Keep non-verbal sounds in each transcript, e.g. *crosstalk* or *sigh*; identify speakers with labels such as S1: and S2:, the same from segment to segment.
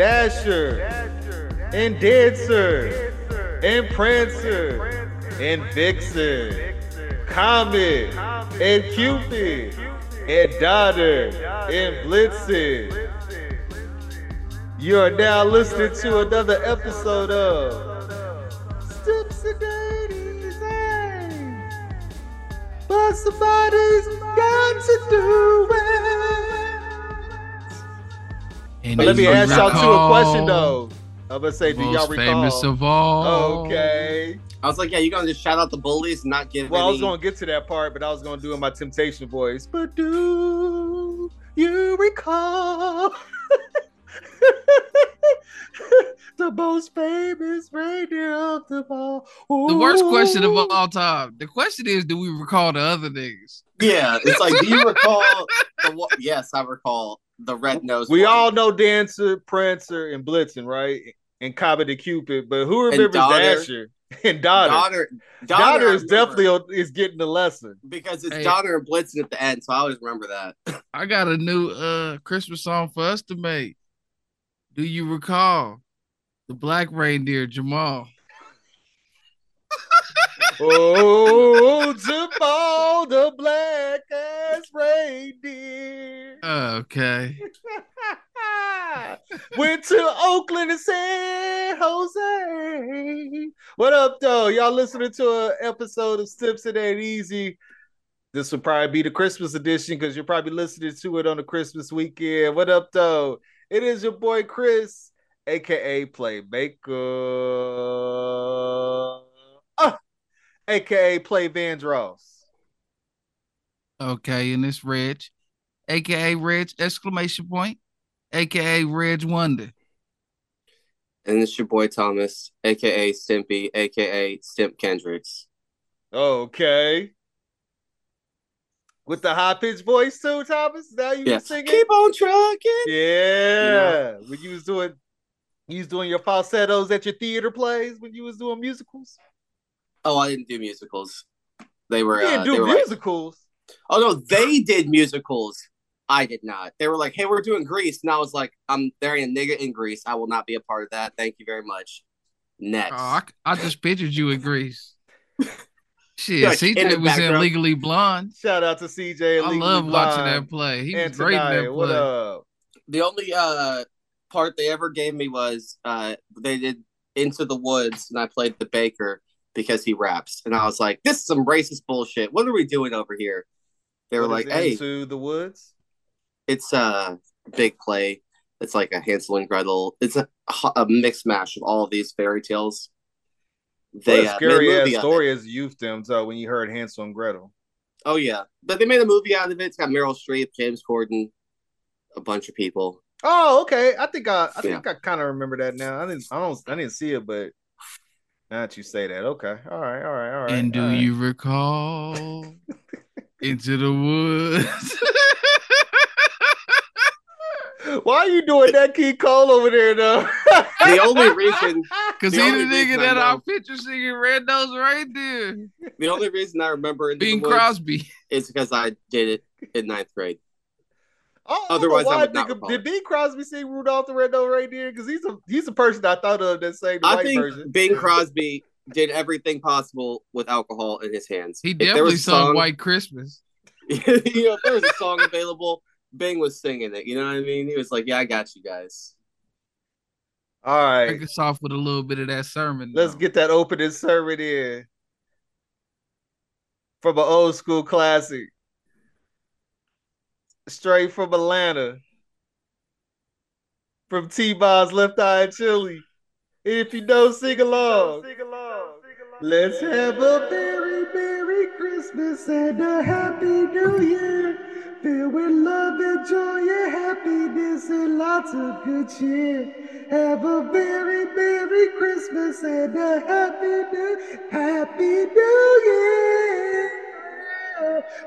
S1: Dasher, and Dancer, and Prancer, and Vixen, Comet, and Cupid, and Daughter, and Blitzen. You are now listening to another episode of Steps and Daddy's Eyes. But somebody's got to do it.
S2: And
S1: But let
S2: do
S1: me
S2: you
S1: ask y'all two a
S2: recall
S1: question though. I'm gonna say, do y'all
S2: Most famous
S1: recall?
S2: of all.
S1: Okay.
S3: I was like, yeah, you gonna just shout out the bullies, and not give.
S1: Well, I was
S3: any-
S1: gonna get to that part, but I was gonna do it in my temptation voice. But do you recall *laughs* the most famous reindeer of them all?
S2: The worst question of
S1: Ooh.
S2: all time. The question is, do we recall the other niggas?
S3: *laughs* Yeah, it's like, do you recall? The, wa- yes, I recall the red nose.
S1: We all know Dancer, Prancer, and Blitzen, right? And Comet and Cupid, but who remembers
S3: Daughter.
S1: Dasher *laughs* and Daughter?
S3: daughter. Daughter,
S1: Daughter,
S3: I
S1: is
S3: remember,
S1: definitely on- is getting the lesson.
S3: because it's
S2: Hey.
S3: daughter and Blitzen at the end, so I always remember that.
S2: I got a new uh Christmas song for us to make. Do you recall the black reindeer Jamal?
S1: oh, Jamal, the black ass reindeer.
S2: Okay.
S1: *laughs* Went to Oakland and San Jose. What up, though? Y'all listening to an episode of Sips It Ain't Easy. This will probably be the Christmas edition because you're probably listening to it on the Christmas weekend. What up, though? It is your boy Chris, aka Playmaker, Ah, aka Play Vandross.
S2: Okay, and it's Reg, aka Reg exclamation point, aka Reg Wonder.
S3: And it's your boy Thomas, aka Stimpy, aka Stimp Kendricks.
S1: Okay. With the high pitched voice too, Thomas. Now you
S3: Yeah.
S1: singing.
S3: Keep on trucking.
S1: yeah. When you was doing you was doing your falsettos at your theater plays when you was doing musicals.
S3: Oh, I didn't do musicals. They were.
S1: you
S3: uh,
S1: didn't
S3: they
S1: do
S3: were like-
S1: musicals.
S3: oh no, they did musicals. I did not. They were like, "Hey, we're doing Grease," and I was like, "I'm there ain't a nigga in Grease. I will not be a part of that. Thank you very much." Next.
S2: Oh, I, I just pictured you in Greece.
S3: *laughs*
S2: Shit,
S3: Yeah,
S2: CJ
S3: in the
S2: was in
S3: background.
S2: Legally Blonde.
S1: Shout out to CJ.
S2: I
S1: Legally
S2: love watching
S1: Blonde,
S2: that play. He
S1: and
S2: was great in that
S1: Tenaya. What
S2: play.
S1: up?
S3: the only uh part they ever gave me was uh they did Into the Woods and I played the baker because he raps and I was like, This is some racist bullshit. What are we doing over here? They were
S1: What is
S3: like, Hey,
S1: into the woods.
S3: it's a big play. It's like a Hansel and Gretel. It's a, a mixed mash of all of these fairy tales. They
S1: what a
S3: uh,
S1: scary
S3: made a
S1: ass
S3: movie out of it.
S1: story as a youth them though when you heard Hansel and Gretel.
S3: Oh yeah, but they made a movie out of it. It's got Meryl Streep, James Corden, a bunch of people.
S1: Oh, okay. I think I, I
S3: Yeah.
S1: think I kind of remember that now. I didn't, I don't, I didn't see it, but now that you say that, okay. All right, all right, all right.
S2: and do
S1: all right.
S2: you recall
S3: *laughs*
S2: Into the Woods? *laughs*
S1: Why are you doing that, Key Cole over there, though? *laughs*
S3: The only reason
S2: Because
S3: The
S2: he the
S3: only
S2: nigga
S3: reason I
S2: that I
S3: know-
S2: picture singing Red Nose right there.
S3: the only reason I remember Into the
S2: Bing
S3: Woods-
S2: Crosby. *laughs*
S3: It's because I did it in ninth grade.
S1: I don't know
S3: Otherwise, I
S1: why
S3: would not
S1: nigga-
S3: recall
S1: did
S3: it.
S1: Bing Crosby sing Rudolph the Red-Nosed Reindeer? Because he's a he's the person I thought of that sang the
S3: I
S1: white
S3: think
S1: version.
S3: Bing Crosby did everything possible with alcohol in his hands.
S2: He
S3: If there
S2: definitely
S3: was a
S2: sung
S3: song-
S2: White Christmas.
S3: *laughs* you know, if there was a song available, Bing was singing it. You know what I mean? He was like, "Yeah, I got you guys."
S1: All right,
S2: Break us off with a little bit of that sermon.
S1: let's
S2: though.
S1: get that opening sermon in from an old school classic, straight from Atlanta, from T Bob's Left Eye and Chili. If you don't sing along, let's have a very merry Christmas and a happy New Year. Filled with love and joy and happiness and lots of good cheer. Have a very merry Christmas and a happy new, happy New Year.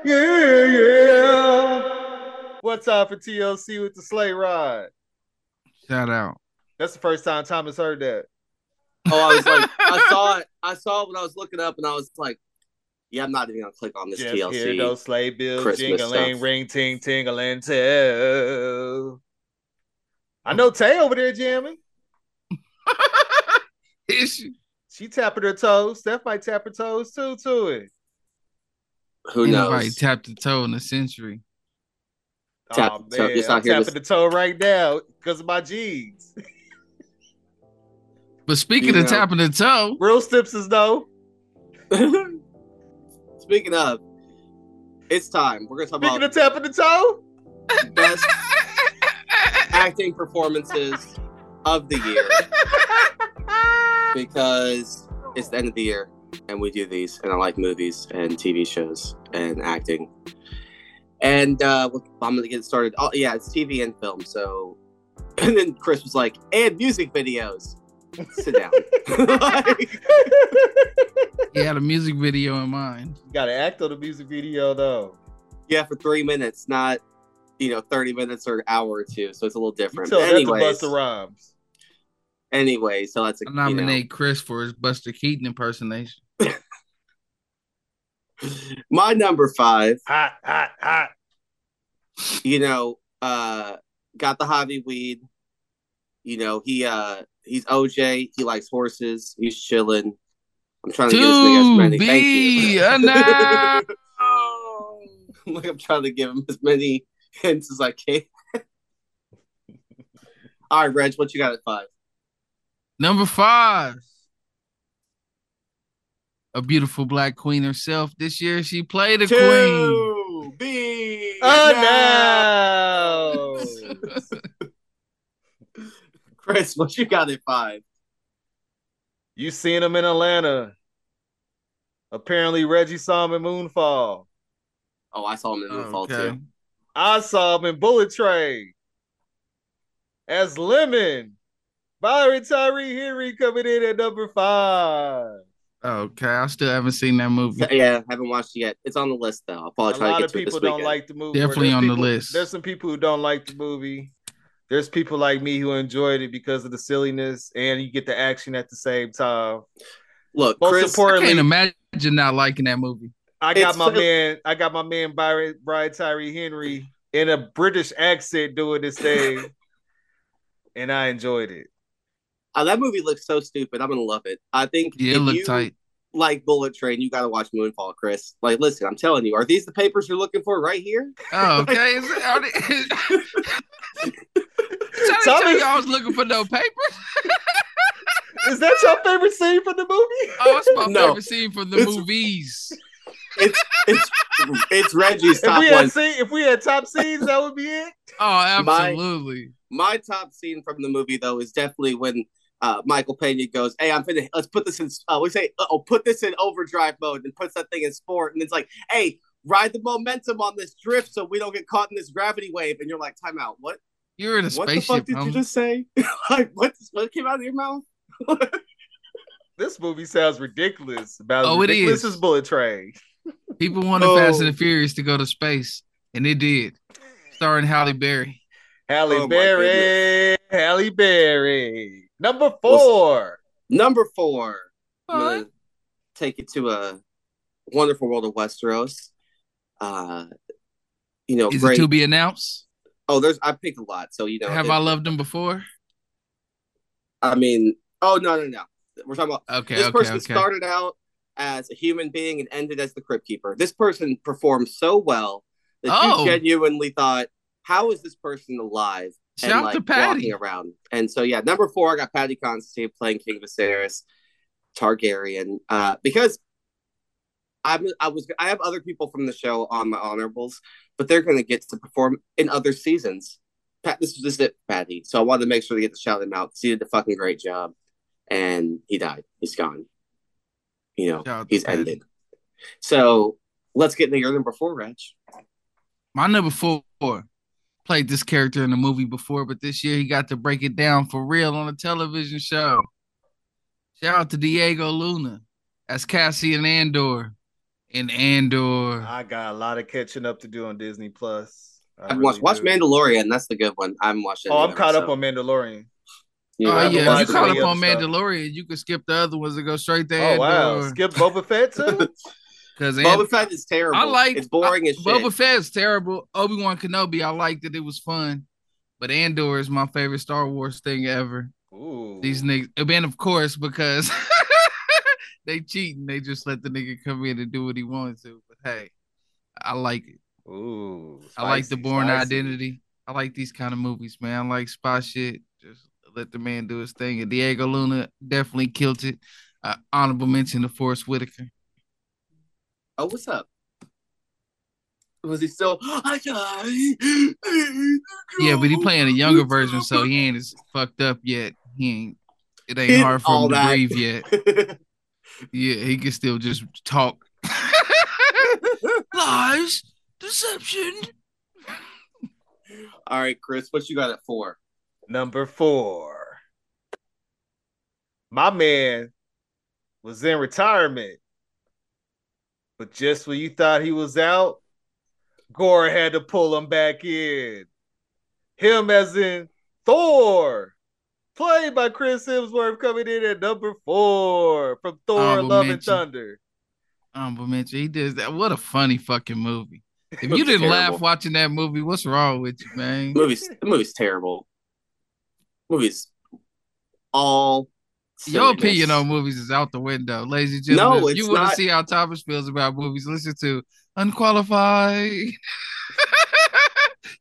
S1: Yeah, yeah. What's up for TLC with the sleigh ride?
S2: shout out.
S1: That's the first time Thomas heard that.
S3: Oh, I was like,
S1: *laughs*
S3: I saw it. I saw it when I was looking up, and I was like, "Yeah, I'm not even gonna click on this
S1: Just hear
S3: TLC."
S1: those sleigh bells
S3: Christmas
S1: jingling,
S3: stuff.
S1: ring ting tingling too. I know Tay over there jamming.
S2: Is she?
S1: She tapping her toes. Steph might tap her toes too to it.
S3: Who
S2: Ain't
S3: knows?
S2: Nobody tapped the toe in a century.
S3: Tap
S1: oh,
S3: the toe.
S1: man.
S3: Just
S1: I'm
S3: out here
S1: tapping
S3: just-
S1: the toe right now because of my jeans.
S2: But speaking
S3: You
S2: of
S3: know.
S2: tapping the toe,
S1: Real Stipsons though.
S3: *laughs* Speaking of, it's time. We're gonna talk
S1: Speaking
S3: about
S1: of tapping the toe, *laughs*
S3: best acting performances of the year
S1: *laughs*
S3: because *laughs* it's the end of the year and we do these and I like movies and TV shows and acting. And uh, well, I'm gonna get started. Oh yeah, it's TV and film. So, *laughs* and then Chris was like, and music videos. Sit down. *laughs* Like,
S2: he had a music video in mind.
S1: you gotta act on the music video though.
S3: yeah, for three minutes, not you know thirty minutes or an hour or two. So it's a little
S1: You
S3: different.
S1: tell that to
S3: Anyways,
S1: Busta Rhymes.
S3: anyway, so that's a
S2: I
S3: you know.
S2: nominate Chris for his Buster Keaton impersonation.
S3: my number five.
S1: Hot, hot, hot.
S3: You know, uh, got the hobby weed. You know, he uh he's OJ. He likes horses. He's chilling. I'm trying to give this nigga as
S2: To
S3: many. Thank *laughs*
S2: be
S3: you.
S2: announced.
S3: like I'm trying to give him as many hints as I can. *laughs* All right, Reg, what you got at five?
S2: Number five. A beautiful black queen herself. This year she played a queen.
S3: To be
S1: Oh no!
S3: Chris, what you got at five?
S1: you seen him in Atlanta. Apparently, Reggie saw him in Moonfall.
S3: Oh, I saw him in the fall
S2: Okay.
S3: too.
S1: I saw him in Bullet Train as Lemon. Byron Tyree Henry coming in at number five.
S2: Okay. I still haven't seen that movie.
S3: So, yeah, haven't watched it yet. It's on the list though. I'll
S1: A
S3: probably try to
S1: lot
S3: get
S1: of
S3: to it this
S1: people
S3: weekend.
S1: don't like the movie. or
S2: Definitely
S1: there's
S2: on the
S1: people-
S2: list.
S1: There's some people who don't like the movie. There's people like me who enjoyed it because of the silliness and you get the action at the same time.
S3: Look,
S1: Most
S3: Chris,
S2: I
S1: importantly,
S2: can't imagine not liking that movie.
S1: I got
S3: It's
S1: my
S3: fu-
S1: man. I got my man Byron, Brian Tyree Henry in a British accent doing this
S2: *laughs*
S1: thing, and I enjoyed it.
S3: uh, that movie looks so stupid. I'm gonna love it. I think
S2: Yeah, it
S3: if
S2: looked
S3: you
S2: tight.
S3: like Bullet Train, you gotta watch Moonfall, Chris. Like, listen, I'm telling you, are these the papers you're looking for right here?
S2: Oh, okay. Is it- are they- *laughs* Trying to tell
S1: Thomas-
S2: you I was looking for no
S3: *laughs*
S2: papers.
S1: Is that your favorite scene from the movie?
S2: Oh, it's
S1: *laughs*
S2: my
S3: No.
S2: favorite scene from the
S3: It's- *laughs*
S2: movies.
S3: It's *laughs* it's *laughs* Reggie's
S1: If
S3: top
S1: we
S3: one.
S1: had scene, if we had top scenes, that would be it.
S2: Oh, absolutely.
S3: My top scene from the movie though is definitely when uh, Michael Pena goes, "Hey, I'm finna let's put this in. Uh, we say, oh, put this in overdrive mode and puts that thing in sport, and it's like, hey, ride the momentum on this drift so we don't get caught in this gravity wave." And you're like, "Time out, what?
S2: You're in a
S3: What the fuck
S2: spaceship.
S3: did you
S2: homie.
S3: just say? *laughs* like, what? What came out of your mouth?"
S1: This movie sounds ridiculous. About
S2: Oh,
S1: oh,
S2: it
S1: ridiculous
S2: is.
S1: as Bullet Train.
S2: People wanted
S3: Oh.
S2: Fast and the Furious to go to space, and it did, starring Halle Berry.
S1: Halle
S3: Oh, my
S1: Berry, Halle Berry, number four.
S3: Number four. I'm
S2: What?
S3: gonna take you to a wonderful world of Westeros. Uh, you know,
S2: Is
S3: great.
S2: it to be announced?
S3: oh, there's I picked a lot, so you know.
S2: Have
S3: it-
S2: I loved them before?
S3: I mean, oh no, no, no. We're talking about
S2: Okay,
S3: this
S2: okay,
S3: person
S2: okay.
S3: started out as a human being and ended as the crypt keeper. This person performed so well that
S2: Oh.
S3: you genuinely thought, "How is this person alive?"
S2: Shout
S3: and
S2: out
S3: like
S2: to Patty.
S3: walking around. And so yeah, number four, I got Patty Constantine playing King Viserys Targaryen uh, because I'm I was I have other people from the show on my honorables, but they're going to get to perform in other seasons. Pat, this is just it, Patty. So I wanted to make sure to get to shout him out. 'cause He did a fucking great job, and he died. He's gone. You know,
S2: Shout out to
S3: he's
S2: Patty.
S3: ended. So let's get into your number four, Reg.
S2: My number four played this character in the movie before, but this year he got to break it down for real on a television show. Shout out to Diego Luna. That's Cassian Andor. And Andor.
S1: I got a lot of catching up to do on Disney Plus. I
S3: I've
S1: really
S3: watched watch
S1: do.
S3: Mandalorian. That's the good one. I'm watching.
S1: Oh,
S3: the
S1: I'm
S3: other,
S1: caught up
S3: so,
S1: on Mandalorian.
S3: you know,
S2: Oh yeah,
S3: I
S1: haven't
S3: haven't
S2: if
S1: watched
S2: you
S3: watched
S2: caught
S1: any
S2: up
S1: other
S2: on
S1: stuff.
S2: Mandalorian. You can skip the other ones and go straight to
S1: Oh wow,
S2: Andor.
S1: skip Boba Fett too.
S2: Because
S3: it. Boba Fett is terrible.
S2: I like
S3: it's boring as shit.
S2: Boba Fett's terrible. Obi Wan Kenobi, I liked it. It was fun, but Andor is my favorite Star Wars thing ever.
S1: Ooh.
S2: *laughs* These niggas, and then of course, because *laughs* they cheating, they just let the nigga come in and do what he wanted to. But hey, I like it.
S1: Ooh.
S2: I like the
S1: spicy,
S2: Born
S1: spicy.
S2: Identity. I like these kind of movies, man. I like spy shit. Just let the man do his thing. And Diego Luna definitely killed it. Uh, honorable mention to Forrest Whitaker.
S3: Oh, what's up? Was he still? yeah,
S2: Yeah, but he playing a younger version, so
S3: *laughs*
S2: he ain't as fucked up yet. He ain't. It ain't
S3: Hit
S2: hard for
S3: all
S2: him to
S3: that.
S2: breathe yet. Yeah, he can still just
S3: *laughs*
S2: talk. Lies, deception.
S3: All right, Chris, what you got at four?
S1: Number four. My man was in retirement. But just when you thought he was out, Gore had to pull him back in. Him as in Thor, played by Chris Hemsworth, coming in at number four from Thor
S2: Honorable
S1: Love and
S2: mention.
S1: Thunder.
S2: Honorable mention. He did that. What a funny fucking movie. If
S3: *laughs*
S2: you didn't laugh
S3: Terrible.
S2: watching that movie, what's wrong with you, man?
S3: Movies, the movie's terrible. Movies, all.
S2: Your
S3: silliness.
S2: opinion on movies is out the window, ladies and gentlemen.
S3: No,
S2: if you
S3: it's
S2: want to
S3: not.
S2: see how Thomas feels about movies, listen to Unqualified. *laughs*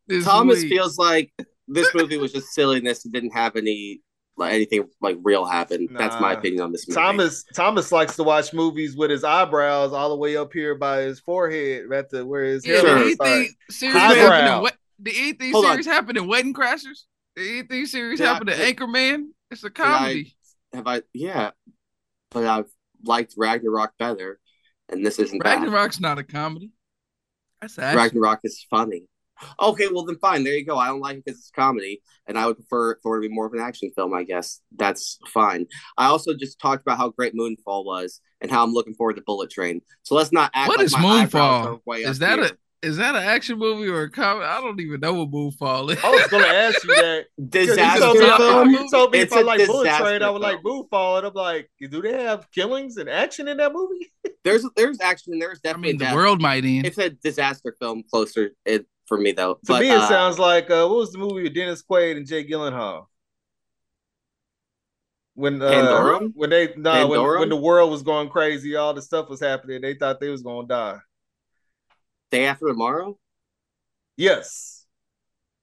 S2: This
S3: Thomas
S2: week.
S3: feels like this movie was just silliness. It didn't have any like anything like real happen. That's my
S1: Nah.
S3: opinion on this movie.
S1: Thomas Thomas likes to watch movies with his eyebrows all the way up here by his forehead, right to where his hair
S2: Yeah,
S3: Sure.
S2: did
S1: is.
S2: anything serious
S1: Eyebrow.
S2: happen in what? E Did anything
S3: Hold on.
S2: serious happen in Wedding Crashers? E Did anything serious
S3: Did I-
S2: happen to
S3: did-
S2: Anchorman? It's a
S3: I-
S2: comedy.
S3: Have I? Yeah, but I've liked Ragnarok better, and this isn't that.
S2: Ragnarok's not a comedy. That's action.
S3: Ragnarok is funny. Okay, well then fine. There you go. I don't like it because it's comedy, and I would prefer it for it to be more of an action film. I guess that's fine. I also just talked about how great Moonfall was and how I'm looking forward to Bullet Train. So let's not act
S2: What
S3: like
S2: is
S3: my eyebrows
S2: Moonfall?
S3: are way
S2: Is
S3: up
S2: that
S3: here.
S2: a is that an action movie or a comedy? I don't even know what Moonfall is.
S1: I was gonna ask you that. 'Cause
S2: Disaster
S1: You told me, if
S2: film.
S1: I- you told me if
S3: It's
S1: I
S3: a
S1: like Bullet
S3: disaster
S1: Train, I would
S3: film.
S1: like Moonfall, and I'm like, do they have killings and action in that movie? *laughs*
S3: There's there's action. and There's
S2: *laughs* I
S3: definitely
S2: mean, the
S3: death.
S2: world might end.
S3: It's a disaster film closer it, for me though.
S1: To
S3: but,
S1: me, it
S3: uh,
S1: sounds like uh, what was the movie with Dennis Quaid and Jay Gyllenhaal? When uh,
S3: Pandorum?
S1: when they nah, when,
S3: Pandorum?
S1: when the world was going crazy, all the stuff was happening. They thought they was gonna die.
S3: Day After Tomorrow
S1: Yes,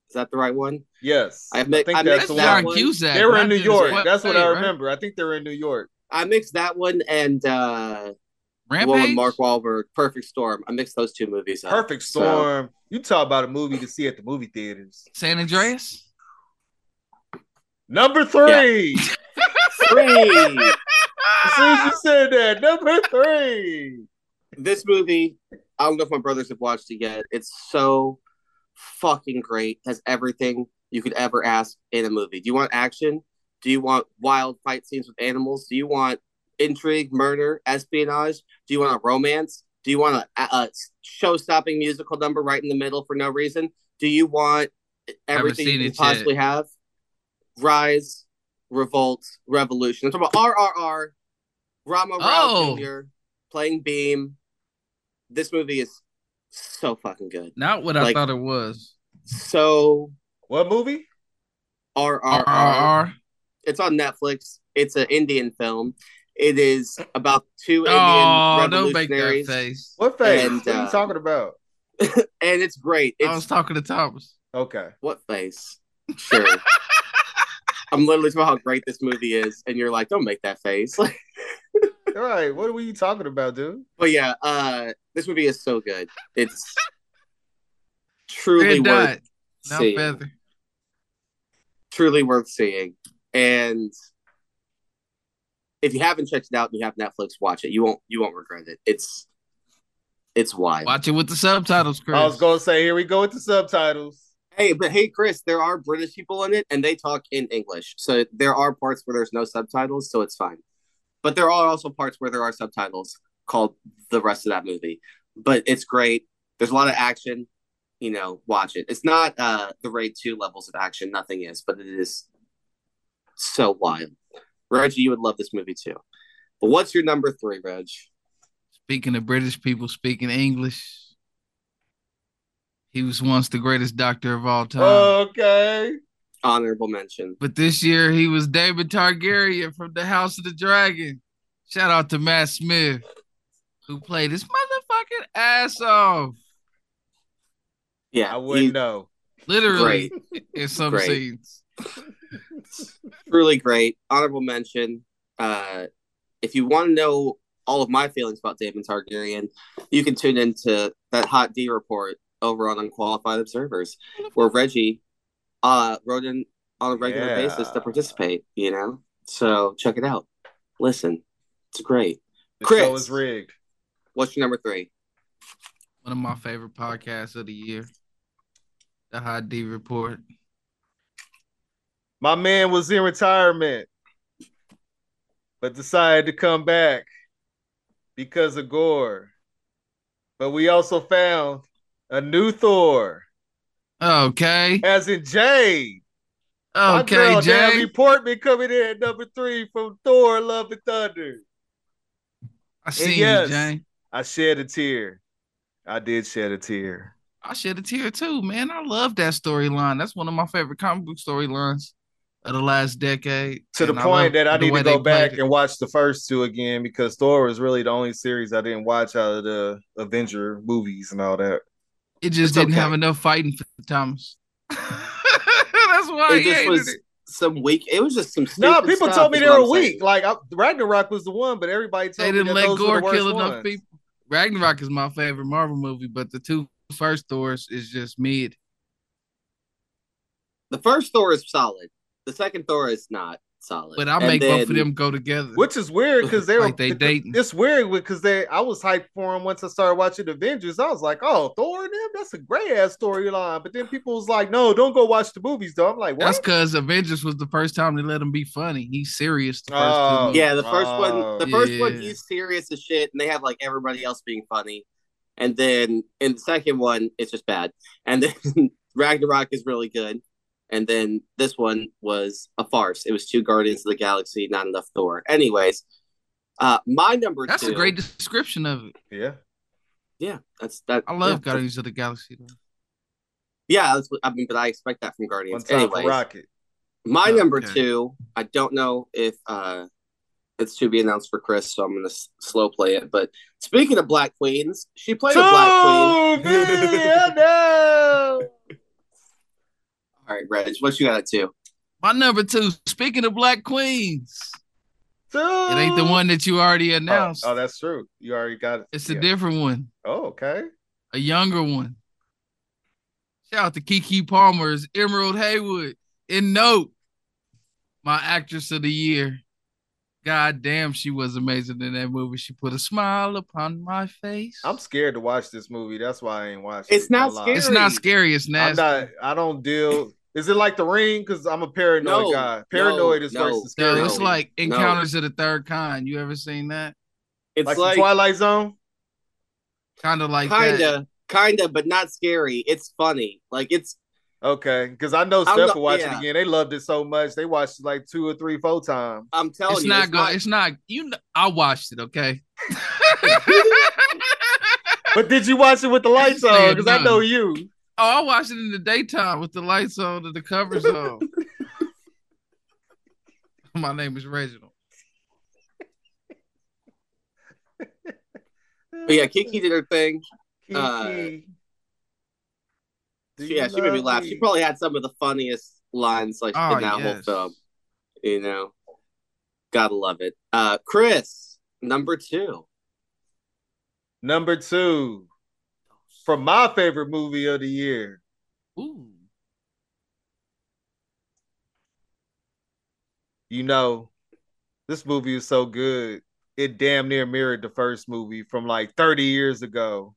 S3: is that the right one?
S1: yes.
S3: I mi- I
S2: That's
S3: mixed
S1: the
S3: that
S1: one.
S2: John
S3: one.
S2: Cusack.
S1: They were
S2: not
S1: in New
S2: Dennis
S1: York.
S2: Quaid,
S1: That's what I
S2: right?
S1: remember. I think they were in New York.
S3: I mixed that one and uh, the one
S2: Rampage.
S3: with Mark Wahlberg, Perfect Storm. I mixed those two movies up.
S1: Perfect
S3: So-
S1: Storm. You talk about a movie to see at the movie theaters.
S2: San Andreas.
S1: Number three.
S3: Three.
S1: As soon as you said that, number three.
S3: this movie, I don't know if my brothers have watched it yet. It's so fucking great. It has everything you could ever ask in a movie. Do you want action? Do you want wild fight scenes with animals? Do you want intrigue, murder, espionage? Do you want a romance? Do you want a, a show stopping musical number right in the middle for no reason? Do you want everything
S2: seen
S3: you
S2: it
S3: could
S2: yet.
S3: possibly have? Rise, revolt, revolution. I'm talking about RRR, Rama
S2: Oh.
S3: Rao Jr., playing Beam this movie is so fucking good.
S2: *laughs* Not what I
S3: Like-
S2: thought it was.
S3: So
S1: What movie?
S3: RRR.
S2: RRR.
S3: It's on Netflix. It's an Indian film. It is about two Indian
S2: Oh, don't make that
S3: revolutionaries,
S2: face.
S1: What face?
S3: And,
S1: what are you
S3: uh,
S1: talking about?
S3: and it's great. It's
S2: I was talking to Thomas.
S1: Okay.
S3: what face?
S2: *laughs*
S3: Sure. I'm literally talking about how great this movie is, and you're like, "Don't make that face." *laughs* Like,
S1: All right. What were you talking about, dude?
S3: but yeah, uh, this movie is so good. It's truly
S2: Red
S3: worth
S2: dot, not
S3: seeing.
S2: feather.
S3: truly worth seeing. And if you haven't checked it out and you have Netflix, watch it. You won't you won't regret it. It's it's wild.
S2: Watch it with the subtitles, Chris.
S1: I was going to say, here we go with the subtitles.
S3: Hey, but hey, Chris, there are British people in it, and they talk in English, so there are parts where there's no subtitles, so it's fine. But there are also parts where there are subtitles called the rest of that movie. But it's great. There's a lot of action. You know, watch it. It's not uh the raid two levels of action. Nothing is, but it is so wild. Reggie, you would love this movie too. But what's your number three, Reg?
S2: Speaking of British people speaking English, he was once the greatest doctor of all time.
S1: okay.
S3: honorable mention.
S2: But this year he was David Targaryen from the House of the Dragon. Shout out to Matt Smith, who played his motherfucking ass off.
S3: Yeah,
S1: I wouldn't
S3: he-
S1: know.
S2: Literally
S3: great,
S2: in some
S3: Great.
S2: scenes.
S3: truly great. Honorable mention. Uh, if you want to know all of my feelings about Damon Targaryen, you can tune into that Hot D report over on Unqualified Observers, where Reggie uh, wrote in on a regular
S1: Yeah.
S3: basis to participate. You know, so check it out. Listen, it's great.
S1: The
S3: Chris.
S1: show is rigged.
S3: What's your number three?
S2: One of my favorite podcasts of the year. The High D Report.
S1: My man was in retirement, but decided to come back because of Gore. But we also found a new Thor,
S2: Okay.
S1: as in Jade. My
S2: Okay,
S1: girl,
S2: Jay.
S1: Natalie Portman coming in at number three from Thor: Love and Thunder.
S2: I seen
S1: yes.
S2: you, Jay.
S1: I shed a tear. I did shed a tear.
S2: I shed a tear too, man. I love that storyline. That's one of my favorite comic book storylines of the last decade.
S1: To the
S2: And
S1: point
S2: love
S1: that I
S2: the
S1: need
S2: way
S1: to go
S2: they played
S1: back
S2: it.
S1: and watch the first two again because Thor was really the only series I didn't watch out of the Avenger movies and all that.
S2: It just
S3: It's
S2: didn't
S3: okay.
S2: have enough fighting for Thomas. *laughs* That's why
S3: it
S2: he
S3: just
S2: hated
S3: was
S2: it.
S3: some weak. It was just some.
S1: No,
S3: stupid
S1: people
S3: stuff,
S1: told me
S3: is
S1: they
S3: what
S1: were
S3: I'm saying.
S1: weak. Like I, Ragnarok was the one, but everybody told
S2: They
S1: me
S2: didn't
S1: that
S2: let
S1: those were
S2: Gore
S1: the worst
S2: kill enough
S1: ones.
S2: people. Ragnarok is my favorite Marvel movie, but the two first Thors is just mid.
S3: The first Thor is solid. The second Thor is not solid.
S2: But I
S3: And
S2: make both
S3: then-
S2: of them go together.
S1: Which is weird because they were *laughs*
S2: *laughs* Like they dating.
S1: It's weird because they I was hyped for them once I started watching Avengers. I was like, oh, Thor and them, that's a great ass storyline. But then people was like, no, don't go watch the movies though. I'm like, what?
S2: That's because Avengers was the first time they let him be funny. He's serious. The first two
S1: Oh.
S2: movies.
S3: Yeah, the first
S1: Oh,
S3: one, the first
S2: yeah.
S3: one, he's serious as shit, and they have like everybody else being funny, and then in the second one, it's just bad, and then *laughs* Ragnarok is really good, and then this one was a farce. It was two Guardians of the Galaxy, not enough Thor. Anyways, uh, my number
S2: That's
S3: two.
S2: a great description of it.
S1: yeah.
S3: Yeah, that's that.
S2: I love
S3: yeah,
S2: Guardians of the Galaxy. though.
S3: Yeah, that's what, I mean, but I expect that from
S1: One
S3: Guardians.
S1: time
S3: Anyways,
S1: for Rocket.
S3: My
S2: Oh, Okay.
S3: number two, I don't know if uh, it's to be announced for Chris, so I'm going to s- slow play it. But speaking of Black Queens, she played a Black Queen.
S1: Two
S2: *laughs*
S1: million dollars.
S3: All right, Reg, what you got at two?
S2: My number two. Speaking of Black Queens,
S1: Two.
S2: it ain't the one that you already
S1: Oh,
S2: announced.
S1: oh, that's true. You already got it.
S2: it's a
S1: Yeah.
S2: different one,
S1: Oh, okay.
S2: a younger one. Shout out to Kiki Palmer's Emerald Haywood in Note, my actress of the year. God damn, she was amazing in that movie. She put a smile upon my face.
S1: I'm scared to watch this movie. That's why I ain't watching.
S3: It's
S1: it. No
S3: not
S1: lie.
S3: scary.
S2: it's not scary. It's
S1: I'm
S2: nasty.
S1: not. I don't deal. Is it like the ring? Because I'm a paranoid
S3: No,
S1: guy. Paranoid
S3: no,
S1: is
S3: no.
S1: worse than
S2: No,
S1: scary.
S2: it's
S3: No,
S2: like
S3: no.
S2: Encounters of the Third Kind. You ever seen that?
S3: It's
S1: like,
S3: like,
S1: the Twilight Zone.
S2: Kind of like
S3: kind
S2: that.
S3: of, kind of, but not scary. It's funny. Like it's
S1: Okay, because I know
S3: I'm
S1: Steph
S3: not-
S1: will watch it
S3: yeah.
S1: again. They loved it so much. They watched it like two or three, four times.
S3: I'm telling
S2: It's
S3: you,
S2: not
S3: it's
S2: good.
S3: not-
S2: It's not. You. Know, I watched it. Okay.
S1: But did you watch it with the lights
S2: Yeah,
S1: on? Because I
S2: no.
S1: know you.
S2: Oh, I watched it in the daytime with the lights on and the
S1: *laughs*
S2: covers on. My name is Reginald.
S3: But yeah, Kiki did her thing. uh,
S1: Kiki. Do
S3: She,
S1: you
S3: yeah, she made me
S1: love
S3: laugh. She probably had some of the funniest lines like
S2: Oh,
S3: in that whole
S2: yes.
S3: film. You know, gotta love it. Uh, Chris, number two.
S1: Number two, from my favorite movie of the year,
S2: Ooh.
S1: you know, this movie is so good. It damn near mirrored the first movie from like 30 years ago.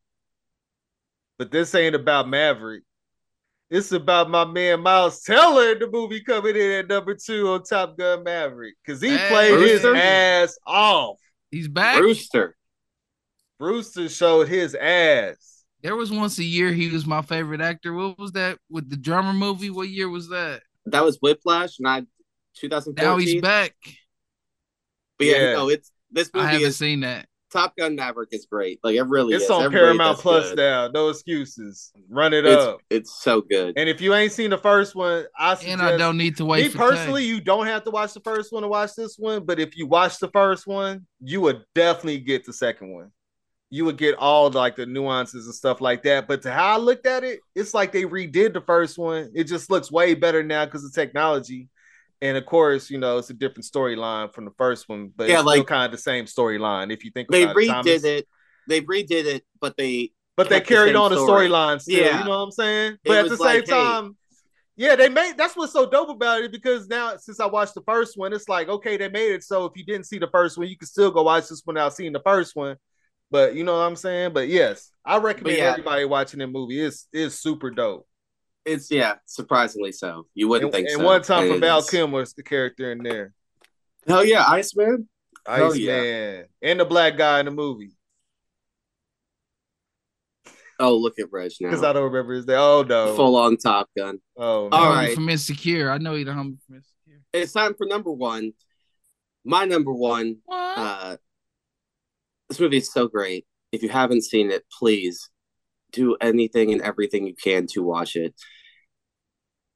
S1: But this ain't about Maverick. It's about my man Miles Teller in the movie coming in at number two on Top Gun Maverick. Cause he
S2: Hey,
S1: played
S3: Brewster.
S1: his ass off.
S2: He's back.
S3: Rooster.
S1: Brewster showed his ass.
S2: There was once a year he was my favorite actor. What was that with the drummer movie? What year was that?
S3: That was Whiplash, and I 2014.
S2: Now he's back.
S3: But yeah,
S1: Yeah.
S3: no, it's this
S2: I
S3: movie
S2: haven't
S3: is
S2: seen that.
S3: Top Gun Maverick is great. Like it really
S1: It's
S3: is.
S1: on
S3: Everybody
S1: Paramount
S3: does
S1: Plus
S3: good.
S1: now. No excuses. Run it
S3: It's,
S1: up.
S3: it's so good.
S1: And if you ain't seen the first one, I suggest
S2: And I don't need to wait
S1: me
S2: for
S1: personally, you don't have to watch the first one to watch this one, but if you watch the first one, you would definitely get the second one. You would get all like the nuances and stuff like that. But to how I looked at it, it's like they redid the first one. It just looks way better now because of technology. And of course, you know, it's a different storyline from the first one, but
S3: Yeah,
S1: it's still
S3: like-
S1: kind of the same storyline if you think
S3: They
S1: about it.
S3: redid
S1: Thomas.
S3: it. They redid it, but they
S1: But they
S3: kept the
S1: carried
S3: same
S1: on the
S3: story.
S1: storyline still.
S3: Yeah.
S1: You know what I'm saying? But at
S3: was
S1: the
S3: like,
S1: same
S3: hey.
S1: time, yeah, they made that's what's so dope about it because now since I watched the first one, it's like, okay, they made it. So if you didn't see the first one, you can still go watch this one without seeing the first one. But you know what I'm saying? But yes, I recommend
S3: yeah.
S1: everybody watching that movie. It's it's super dope.
S3: it's yeah, surprisingly so. You
S1: And,
S3: wouldn't think
S1: and
S3: so.
S1: one time for
S3: It
S1: Val
S3: is.
S1: Kim was the character in there.
S3: Hell yeah, Iceman.
S1: Iceman.
S3: Hell Oh, yeah.
S1: Man And the black guy in the movie.
S3: Oh, look at Reg
S1: Because
S3: now.
S1: I don't remember his name. Oh no.
S3: Full on Top Gun.
S1: oh
S2: the
S1: no.
S2: homie
S3: All right.
S2: from Insecure. I know he the homie from Insecure.
S3: It's time for number one. My number one.
S2: What?
S3: Uh, this movie is so great. If you haven't seen it, please do anything and everything you can to watch it.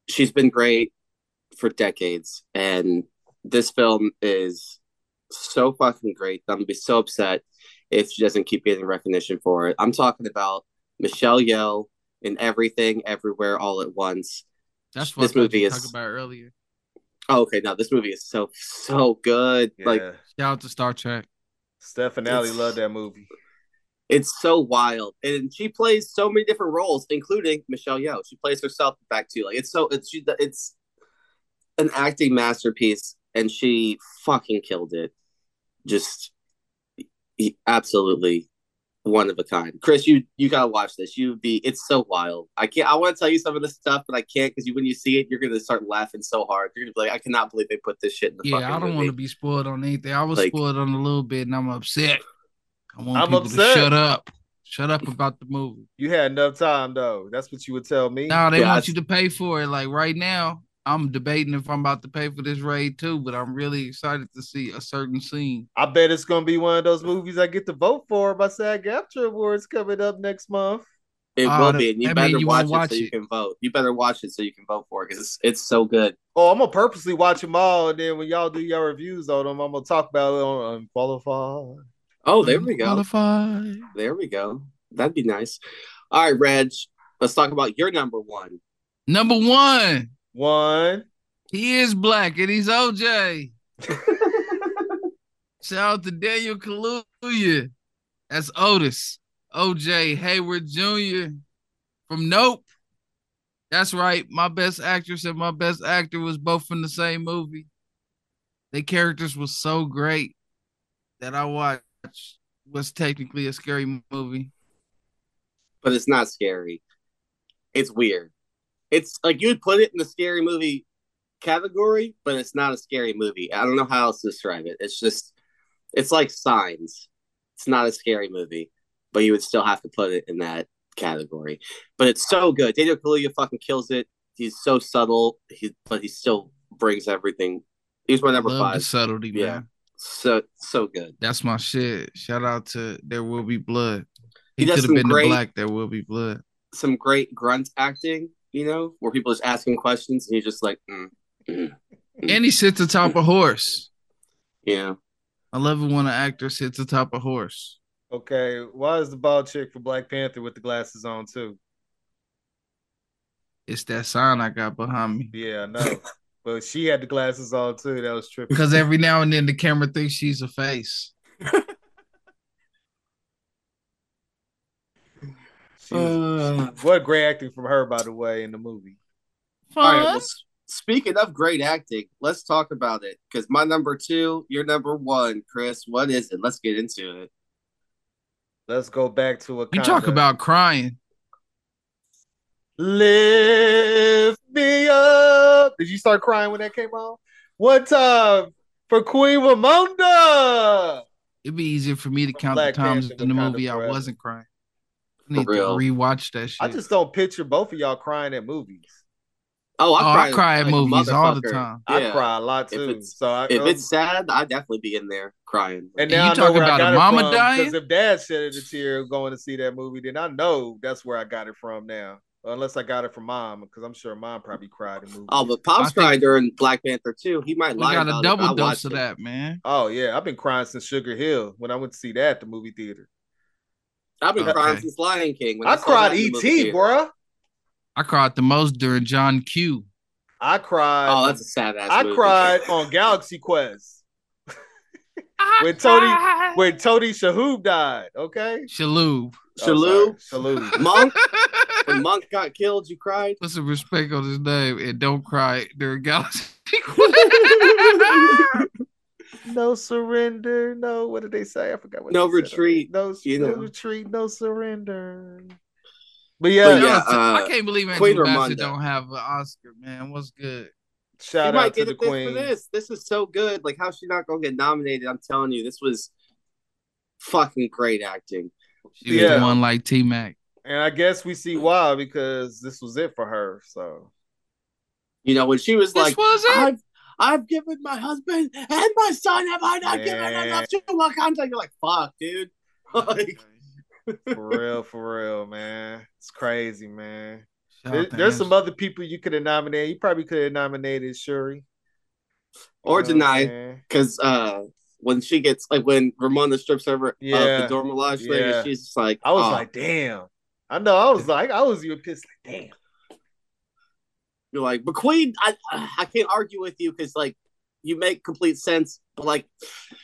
S3: She's been great for decades, and this film is so fucking great. I'm gonna be so upset if she doesn't keep getting recognition for it. I'm talking about Michelle Yeoh in Everything, Everywhere, All at Once.
S2: That's what
S3: this
S2: I
S3: movie
S2: movie
S3: is-
S2: talked about earlier.
S3: Oh, okay, no, this movie is so so good.
S1: yeah.
S3: Like
S2: Shout out to Star Trek.
S1: Stephen Alley loved that movie.
S3: it's so wild, and she plays so many different roles, including Michelle Yeoh. She plays herself back too. Like it's so it's she it's an acting masterpiece, and she fucking killed it. Just he- absolutely one of a kind. Chris, you you gotta watch this. You'd be it's so wild. I can't. I want to tell you some of this stuff, but I can't because you when you see it, you're gonna start laughing so hard. You're gonna be like, I cannot believe they put this shit in the fucking
S2: Yeah, I don't
S3: movie.
S2: want to be spoiled on anything. I was
S3: Like-
S2: spoiled on a little bit, and I'm upset. I want
S1: I'm
S2: people
S1: upset.
S2: to shut up. Shut up about the
S3: *laughs*
S2: movie.
S1: You had enough time though. That's what you would tell me.
S2: No, they
S3: Yeah,
S2: want
S3: I-
S2: you to pay for it. Like right now, I'm debating if I'm about to pay for this raid too, but I'm really excited to see a certain scene.
S1: I bet it's gonna be one of those movies I get to vote for by SAG AFTRA Awards coming up next month.
S3: It
S2: Oh,
S3: will
S2: that-
S3: be, and you
S2: that mean
S3: better
S2: you won't
S3: watch, it
S2: watch
S3: so you
S2: it.
S3: can vote. You better watch it so you can vote for it because it's, it's so good.
S1: Oh, I'm gonna purposely watch them all, and then when y'all do your reviews on them, I'm gonna talk about it on Unqualified.
S3: Oh, there we go.
S2: Qualified.
S3: There we go. That'd be nice. All right, Reg, let's talk about your number one.
S2: Number one, *laughs*
S1: One,
S2: he is black and he's OJ. Shout out to Daniel Kaluuya. That's Otis. OJ Hayward Jr. from Nope. That's right. My best actress and my best actor was both from the same movie. Their characters were so great that I watched was technically a scary movie.
S3: but it's not scary. It's weird. It's like you'd put it in the scary movie category, but it's not a scary movie. I don't know how else to describe it. It's just, it's like signs. It's not a scary movie, but you would still have to put it in that category. But it's so good. Daniel Kaluuya fucking kills it. He's so subtle, he, but he still brings everything. He's my number
S2: Love the
S3: five.
S2: subtlety,
S3: Yeah.
S2: man.
S3: So so good.
S2: That's my shit. Shout out to There Will Be Blood.
S3: He
S2: He,
S3: does
S2: could have
S3: some
S2: been
S3: great-
S2: the black. There will be blood.
S3: Some great grunt acting, you know, where people just ask him questions and he's just like, mm,
S2: And he sits atop a horse.
S3: yeah.
S2: I love it when an actor sits atop a horse.
S1: okay. Why is the bald chick for Black Panther with the glasses on too?
S2: It's that sign I got behind me.
S1: Yeah, I know, but she had the glasses on too. That was trippy.
S2: Because every now and then the camera thinks she's a face.
S1: She
S2: Uh.
S1: was- she- what great acting from her, by the way, in the movie.
S3: All right. Well, s- speaking of great acting, let's talk about it because my number two, your number one, Chris. What is it? Let's get into it.
S1: Let's go back to a.
S2: you talk about crying.
S1: Lift me up. Did you start crying when that came on? What time for Queen Ramonda?
S2: It'd be easier for me to count
S1: Black
S2: the times
S1: Panther
S2: in the
S1: Wakanda
S2: movie I
S1: Forever.
S2: wasn't crying. I need to
S3: real.
S2: rewatch that shit.
S1: I just don't picture both of y'all crying at movies.
S3: Oh, I
S2: Oh,
S3: cry,
S2: I cry at
S3: like a
S2: movies all the
S3: motherfucker.
S2: time.
S1: I
S3: Yeah.
S1: cry a lot
S3: If
S1: too.
S3: it's-
S1: so I,
S3: If
S1: um,
S3: it's sad, I'd definitely be in there crying.
S1: and
S2: And
S1: now
S2: you
S1: I know
S2: talk
S1: where I
S2: about a
S1: got
S2: mama
S1: it from,
S2: dying?
S1: Because if Dad shed a tear going to see that movie, then I know that's where I got it from now. Unless I got it from Mom, because I'm sure Mom probably cried in movies.
S3: Oh, but
S2: I
S3: Pop's
S2: think-
S3: cried during Black Panther too. He might
S2: We
S3: lie
S2: got a
S3: about it, but I
S2: double dose
S3: watched
S2: of
S3: it.
S2: that, man.
S1: Oh yeah, I've been crying since Sugar Hill when I went to see that at the movie theater.
S3: I've been crying
S2: Okay.
S3: since Lion King. When
S1: I
S3: saw
S1: cried E
S3: that in the movie
S1: E.T.,
S3: theater.
S1: bruh.
S2: I cried the most during John Q.
S1: I cried.
S3: Oh, that's a sad ass.
S1: I
S3: movie.
S1: cried on Galaxy Quest When Tony- when Tony Shalhoub died. Okay,
S2: *laughs* Shaloub.
S1: Oh,
S3: Shalou,
S1: sorry. Shalhoub.
S3: Monk. when Monk got killed, you cried.
S2: Put some respect on his name and don't cry during Galaxy.
S1: *laughs*
S3: *laughs*
S1: no surrender. No, what did they say? I forgot what.
S3: No
S1: they said.
S3: retreat,
S1: No,
S3: you
S1: no
S3: know.
S1: retreat. No surrender. But yeah,
S3: yeah,
S2: I
S3: uh,
S2: can't believe
S3: Queen
S2: Angela Bassett
S3: Ramonda.
S2: don't have an Oscar, man. What's good?
S3: You
S1: shout
S3: might
S1: out to
S3: get
S1: the
S3: it this for
S1: queen.
S3: this. This is so good. Like, how's she not gonna get nominated? I'm telling you, this was fucking great acting.
S2: She was
S1: Yeah.
S2: the one like T Mac.
S1: And I guess we see why because this was it for her. So
S3: You know, when she was
S2: This
S3: like,
S1: *laughs*
S2: was it.
S3: I've I've given my husband and my son. Have I not given
S1: Man.
S3: enough to Wakanda? You're like, fuck, dude. Like,
S1: for real, for real, man, it's crazy, man.
S2: Shout
S1: There-
S2: out to
S1: there's some
S2: Angela.
S1: other people you could have nominated. You probably could have nominated Shuri
S3: Or
S1: You know what I'm
S3: deny.
S1: saying?
S3: because uh, when she gets like when Ramona strips over of
S1: Yeah.
S3: the Dormilaje later,
S1: Yeah.
S3: she's just like,
S1: I was
S3: "Oh,
S1: like, damn. I know. I was like, I was even pissed. Like, damn.
S3: you're like, but Queen, I I can't argue with you because like you make complete sense, but like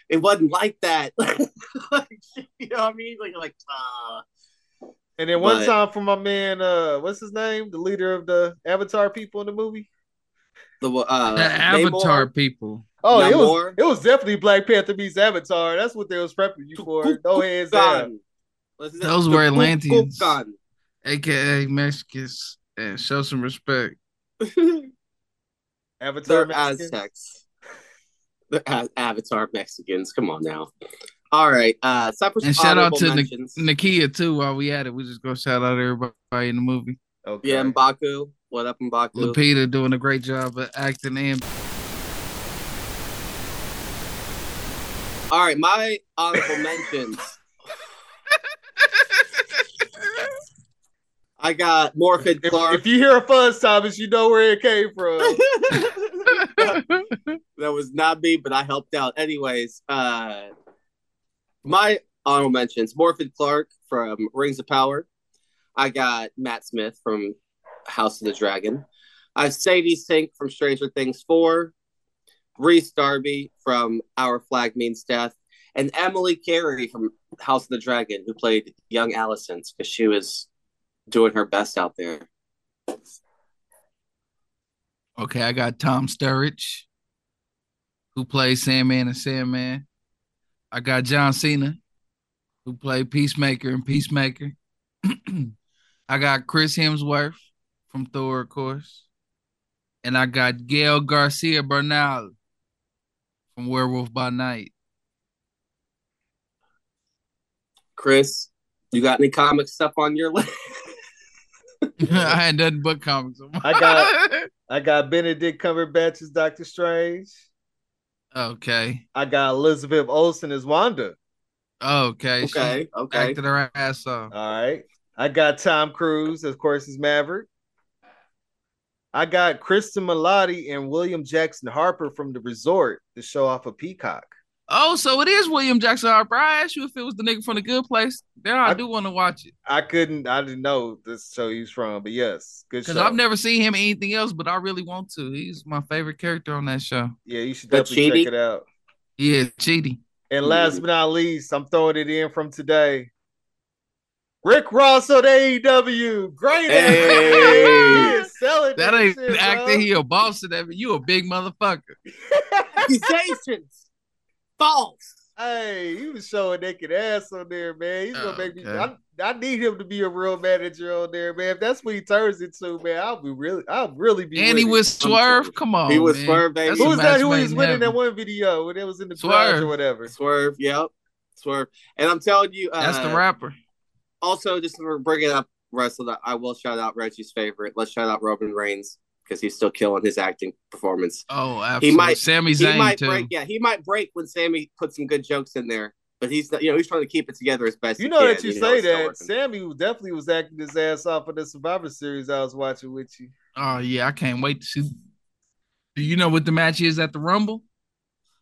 S3: it wasn't like that. *laughs* like, you know what I mean? Like, you're like, uh,
S1: And then one
S3: But-
S1: time for my man, uh, what's his name? The leader of the Avatar people in the movie.
S3: the uh,
S2: The Avatar *laughs*
S3: Namor,
S2: people.
S1: Oh, it was
S3: Namor?
S1: it was definitely Black Panther meets Avatar. That's what they was prepping you for. No hands down.
S3: Gun. What's his
S2: Those
S3: name?
S2: were
S3: The Ku-
S2: Atlanteans.
S3: Ku-
S2: AKA Mexicans. And show some respect.
S3: Gun.
S1: Avatar.
S3: *laughs* They're
S1: Mexicans.
S3: Aztecs. They're A- Avatar Mexicans. Come on now. All right. Uh, stop for some
S2: And shout out
S3: honorable
S2: to Nic-
S3: mentions.
S2: Nakia too, while we at it. We just gonna shout out everybody in the movie.
S1: Okay.
S3: Yeah, Mbaku. What up, Mbaku?
S2: Lupita doing a great job of acting *laughs* and
S3: All right, my honorable mentions. I got Morphin
S1: If,
S3: Clark.
S1: if you hear a fuzz, Thomas, you know where it came from.
S3: *laughs* that was not me, but I helped out. Anyways, uh, my honorable mentions: Morphin Clark from Rings of Power. I got Matt Smith from House of the Dragon. I have Sadie Sink from Stranger Things Four. Reese Darby from Our Flag Means Death, and Emily Carey from House of the Dragon, who played young Allison because she was doing her best out there.
S2: Okay, I got Tom Sturridge, who plays Sandman and Sandman. I got John Cena, who played Peacemaker and Peacemaker. *clears throat* I got Chris Hemsworth from Thor, of course. And I got Gail Garcia Bernal from Werewolf by Night. *laughs*
S3: Chris, you got any comic stuff on your list?
S2: I had nothing but comics. on my-
S1: I got- I got Benedict Cumberbatch as Doctor Strange.
S2: *laughs* okay.
S1: I got Elizabeth Olsen as Wanda.
S2: Okay. She
S3: Okay, okay.
S2: acted her ass off.
S1: All right. I got Tom Cruise, of course, as Maverick. I got Kristen Milotti and William Jackson Harper from The Resort to show off a peacock.
S2: Oh, so it is William Jackson Harper. I asked you if it was the nigga from the Good Place. Now I,
S1: I-
S2: do want to watch it
S1: I couldn't, I didn't know this show he was from, but yes, good
S2: because
S1: show.
S2: I've never seen him in anything else, but I really want to. He's my favorite character on that show.
S1: yeah, you should
S3: The
S1: definitely check
S3: Cheaty?
S1: it out.
S2: Yeah, Cheaty.
S1: And last but not least, I'm throwing it in from today. Rick Ross on AEW, great *laughs*
S3: Hey.
S1: actor. He is selling
S2: That ain't
S1: shit,
S2: acting.
S1: bro.
S2: He a boss of that. but You a big motherfucker.
S1: *laughs*
S3: Accusations. False.
S1: Hey, he was showing naked ass on there, man. He's gonna make me. I,
S2: Okay.
S1: I need him to be a real manager on there, man. If that's what he turns into, man, I'll be really, I'll really be.
S2: And he
S1: with
S2: was
S3: I'm sorry.
S2: Swerve. Come on,
S3: He was
S2: man.
S3: Swerve, baby.
S2: That's
S1: it. Who
S2: a
S1: was that? Who he
S2: match made
S1: was
S2: in
S1: winning that
S2: heaven.
S1: one video when it was in the garage
S2: Swerve.
S1: or whatever?
S3: Swerve, yep. Swerve. And I'm telling you, uh,
S2: That's the rapper.
S3: also just for bringing up wrestling, I will shout out Reggie's favorite. Let's shout out Roman Reigns because he's still killing his acting performance.
S2: Oh, absolutely. He might, Sammy
S3: He
S2: Zayn
S3: might
S2: too.
S3: break, yeah, he might break when Sammy puts some good jokes in there, but he's not- you know he's trying to keep it together as best.
S1: You
S3: he
S1: know
S3: can,
S1: that you say
S3: it's not
S1: that
S3: working.
S1: Sammy definitely was acting his ass off for the Survivor Series I was watching with you.
S2: Oh yeah, I can't wait to see. Do you know what the match is at the Rumble?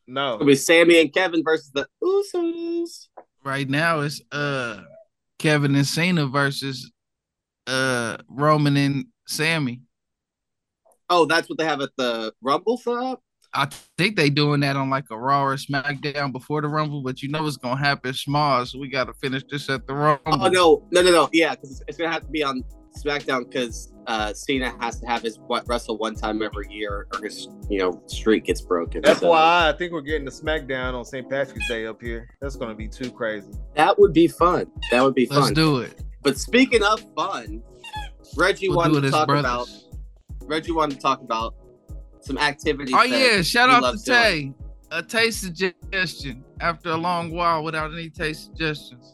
S1: No,
S3: It'll be Sammy and Kevin versus the Usos.
S2: Right now it's uh Kevin and Cena versus uh Roman and Sammy.
S3: Oh, that's what they have at the Rumble setup.
S2: I think they doing that on like a Raw or SmackDown before the Rumble, but you know what's gonna happen, Small. So we gotta finish this at the Rumble.
S3: Oh no, no, no, no. Yeah, because it's, it's gonna have to be on SmackDown because uh, Cena has to have his what wrestle one time every year, or his you know streak gets broken. So
S1: FYI, I think we're getting the SmackDown on St. Patrick's Day up here. That's gonna be too crazy.
S3: that would be fun. That would be
S2: Let's
S3: fun.
S2: do it.
S3: but speaking of fun, Reggie
S2: We'll do
S3: wanted
S2: it
S3: to
S2: as
S3: talk
S2: brothers.
S3: about Reggie wanted to talk about some activities.
S2: Oh
S3: that-
S2: yeah, shout
S3: he
S2: out to
S3: loves
S2: Tay. A taste suggestion after a long while without any taste suggestions.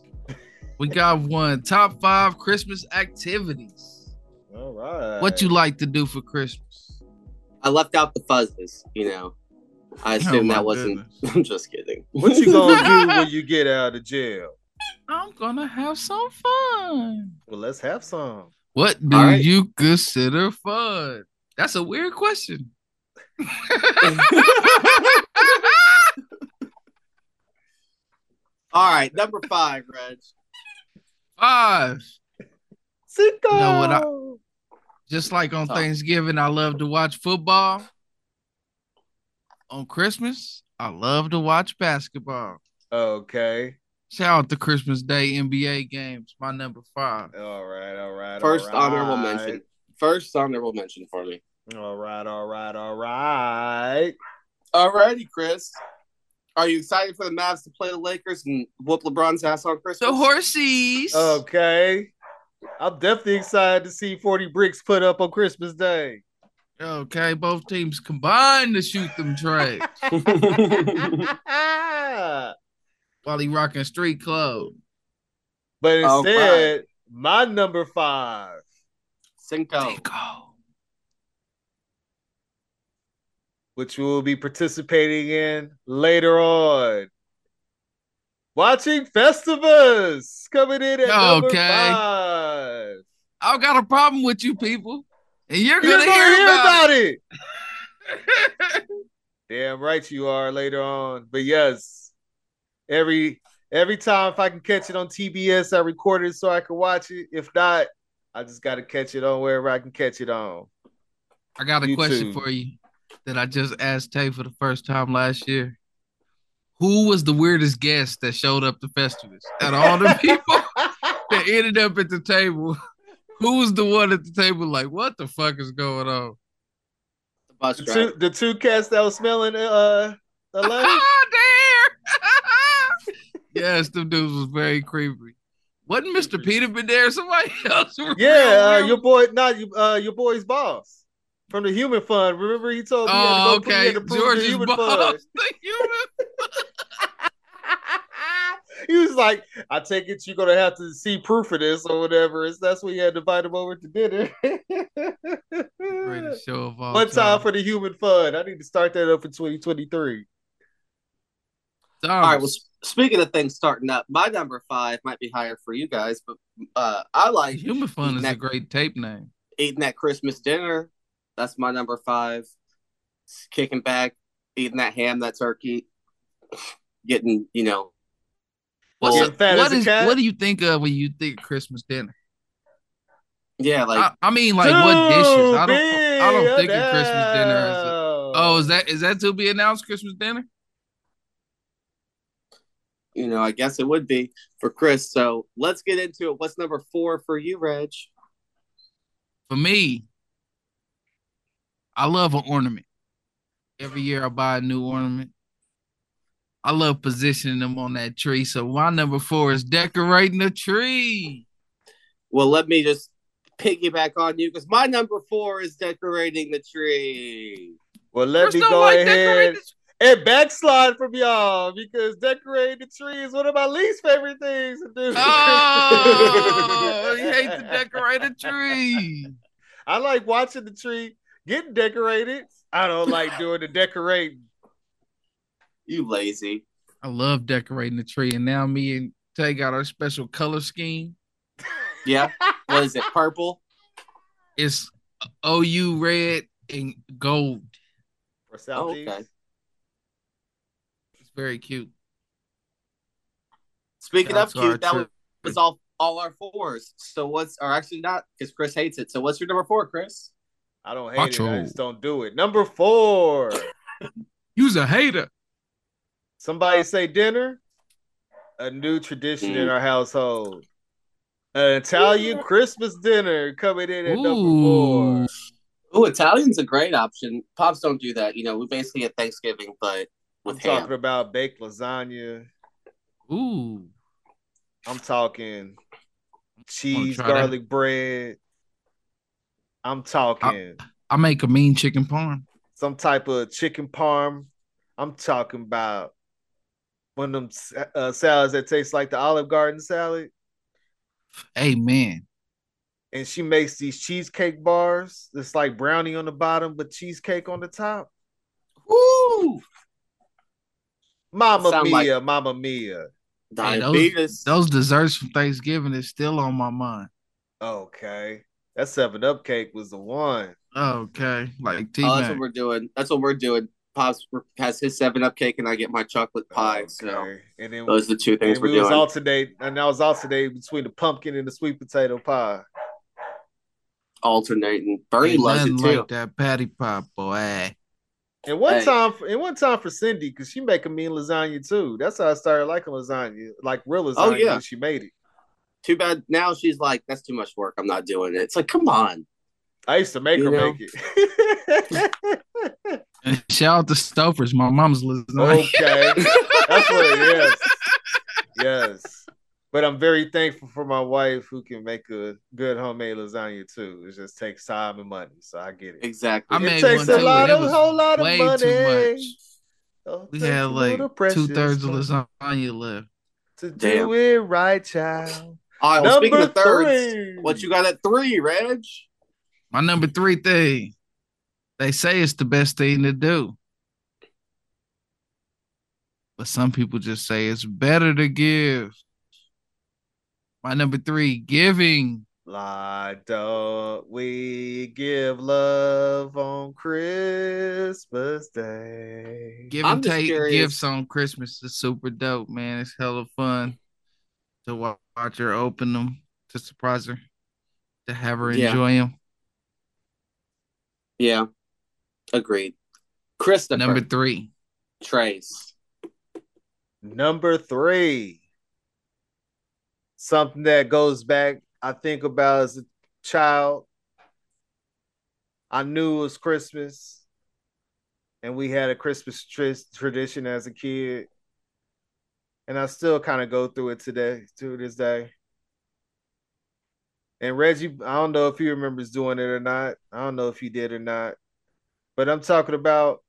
S2: We got one. Top five Christmas activities.
S1: All right.
S2: What you like to do for Christmas?
S3: I left out the fuzzes. You know, I
S2: Oh,
S3: assume
S2: my
S3: that wasn't. *laughs*
S2: goodness.
S3: I'm just kidding.
S1: What you gonna do
S2: *laughs*
S1: when you get out of jail?
S2: I'm gonna have some fun.
S1: Well, let's have some.
S2: What do
S3: All right.
S2: you consider fun? That's a weird
S3: *laughs*
S2: question.
S3: All right, number five, Reg.
S2: Five.
S1: Cinco.
S2: Know what Just like on
S3: Oh.
S2: Thanksgiving, I love to watch football. On Christmas, I love to watch basketball.
S1: Okay.
S2: Shout out to Christmas Day NBA games, my number five.
S1: All right. All right.
S3: First
S1: all right.
S3: honorable mention. First honorable mention for me.
S1: All right. All right. All right.
S3: Alrighty, Chris. Are you excited for the Mavs to play the Lakers and whoop LeBron's ass on Christmas?
S2: The horses.
S3: Uh,
S1: Okay. I'm definitely excited to see 40 bricks put up on Christmas
S3: *laughs*
S1: Day.
S2: Okay, both teams combined to shoot them trades
S3: *laughs*
S1: but
S2: while he rocking street clothes.
S3: All
S1: instead, my number five.
S3: Cinco.
S2: Go.
S1: which we will be participating in later on. Watching Festivus coming in at number
S2: Okay.
S1: five.
S2: I've got a problem with you people, and you're
S1: You're
S2: gonna hear about,
S1: it.
S2: it. *laughs*
S1: Damn right you are later on. But yes, every every time if I can catch it on TBS, I record it so I can watch it. If not, I just got to catch it on wherever I can catch it on.
S2: I got a
S1: You
S2: question
S1: too.
S2: for you that I just asked Tay for the first time last year. Who was the weirdest guest that showed up to Festivus? Out of all the people that ended up at the table, who was the one at the table like, what the fuck is going on?
S3: The
S1: *laughs*
S3: bus
S1: The
S3: driver.
S1: two, the two cats that was smelling uh,
S2: *laughs*
S1: Atlanta.
S2: Oh, damn. *laughs* yes, them dudes was very creepy. Wasn't Mr. Peterman there? Somebody *laughs* else? was real
S1: Yeah, uh,
S2: weird.
S1: your boy, not you, uh, your boy's boss from the Human Fund. Remember, he told me
S2: Oh,
S1: how to go put
S2: okay.
S1: in the proof of the
S2: George's
S1: Human
S2: boss.
S1: Fund.
S2: *laughs* The human
S1: *laughs* He was like, "I take it you're gonna have to see proof of this or whatever." It's that's when you had to invite him over to dinner. *laughs*
S2: Greatest show of all
S1: One time
S2: time.
S1: for the Human Fund. I need to start that up in 2023.
S2: All
S3: All right. Well, s- speaking of things starting up, my number five might be higher for you guys, but uh, I like
S2: Human Fun is a
S3: Next.
S2: great tape name.
S3: eating that Christmas dinner. That's my number five. Just Kicking back, eating that ham, that turkey, getting you know.
S2: What's
S3: full.
S1: Getting fat
S2: what
S1: as a
S2: is
S1: cat?
S2: what do you think of when you think Christmas dinner?
S3: yeah, like
S2: I, I mean, like what dishes? I don't. I don't
S1: Dude,
S2: think of Christmas dinner. As a,
S1: no.
S2: oh, is that is that to be announced? Christmas dinner?
S3: you know, I guess it would be for Chris. So let's get into it. What's number four for you, Reg?
S2: For me, I love an ornament. Every year I buy a new ornament. I love positioning them on that tree. So my number four is decorating the tree.
S3: Well, let me just piggyback on you because my number four is decorating the tree.
S1: Well, let
S2: Chris
S1: me
S2: don't
S1: go
S2: like
S1: ahead
S2: decorating
S1: *laughs*
S2: the
S1: and backslide from y'all because decorating the tree is one of my least favorite things to do. *laughs*
S2: Oh, he hates to decorate a tree.
S1: I like watching the tree Getting decorated. I don't
S3: *laughs*
S1: like doing the decorating.
S3: You lazy.
S2: I love decorating the tree, and now me and Tay got our special color scheme.
S3: Yeah.
S2: *laughs*
S3: what is it? Purple?
S2: It's OU red and gold.
S1: For Southeast.
S3: okay.
S2: It's very cute.
S3: Speaking
S2: That's
S3: of cute,
S2: our
S3: that was,
S2: trip.
S3: was all all our fours. So what's or actually not because Chris hates it. So what's your number four, Chris?
S1: I don't hate it. I
S2: Macho.
S1: just don't do it. Number four.
S2: You's a hater.
S1: Somebody say dinner. A new tradition
S3: Mm.
S1: in our household. An Italian Christmas dinner coming in at number four.
S2: Ooh.
S3: Oh, Italian's a great option. Pops don't do that. You know, we basically get Thanksgiving, but with
S1: I'm
S3: ham.
S1: talking about baked lasagna.
S2: Ooh.
S1: I'm talking cheese,
S2: try that.
S1: garlic bread. I'm talking
S2: I make a mean chicken parm.
S1: some type of chicken parm. I'm talking about one of them sa- uh, salads that tastes like the Olive Garden salad.
S2: Hey man.
S1: And she makes these cheesecake bars. It's like brownie on the bottom, but cheesecake on the top.
S3: Woo!
S1: Mama
S3: Sound like-
S1: mia, mama mia.
S2: Hey, those-
S3: Diabetes.
S2: Those desserts from Thanksgiving is still on my mind.
S1: Okay. That seven up cake was the one.
S2: Okay. Like T
S3: oh, that's what
S2: Mac.
S3: we're doing. That's what we're doing. Pops has his seven up cake, and I get my chocolate pie. So
S1: Okay. And then
S3: those are the two things
S1: and
S3: we're
S1: we was
S3: doing.
S1: alternating, and I was alternating between the pumpkin and the sweet potato pie.
S3: Alternating. Bernie loves it too.
S2: like that patty pie, boy.
S1: And one
S3: Hey.
S1: time, and one time for Cindy because she make a mean lasagna too. That's how I started liking lasagna, like real lasagna.
S3: Oh, yeah.
S1: when she made it.
S3: Too bad now she's like, that's too much work. I'm not doing it. It's like, come on.
S1: I used to make
S3: You
S1: her
S3: know.
S1: make it. *laughs*
S2: And shout out to Stouffer's, my mom's lasagna.
S1: okay, Oh, *laughs* that's what it is. Yes, but I'm very thankful for my wife who can make a good homemade lasagna too. It just takes time and money, so I get it.
S3: Exactly.
S2: I made
S1: it takes
S2: one
S1: a
S2: too,
S1: lot
S2: and it
S1: of
S2: was
S1: whole lot of
S2: Way
S1: money.
S2: too much.
S1: Oh,
S2: *laughs* We
S1: takes
S2: had
S1: a
S2: like
S1: little precious
S2: two thirds of
S1: money
S2: lasagna left.
S1: to
S3: Damn.
S1: do it right, child.
S3: All right, well, speaking of thirds,
S1: three.
S3: what you got at three, Reg?
S2: My number three thing. They say it's the best thing to do. But some people just say it's better to give. My number three, giving.
S1: Why don't we give love on Christmas Day?
S2: Give
S3: I'm
S2: and
S3: just
S2: take
S3: curious.
S2: gifts on Christmas is super dope, man. It's hella fun to wa- watch her open them, to surprise her, to have her
S3: Yeah.
S2: enjoy them.
S3: Yeah. Agreed. Christopher.
S2: Number three,
S1: *laughs*
S3: Trace.
S1: Number three, something that goes back, I think about as a child. I knew it was Christmas, and we had a Christmas tr- tradition as a kid, and I still kind of go through it today, to this day. And Reggie, I don't know if he remembers doing it or not. I don't know if he did or not, but I'm talking about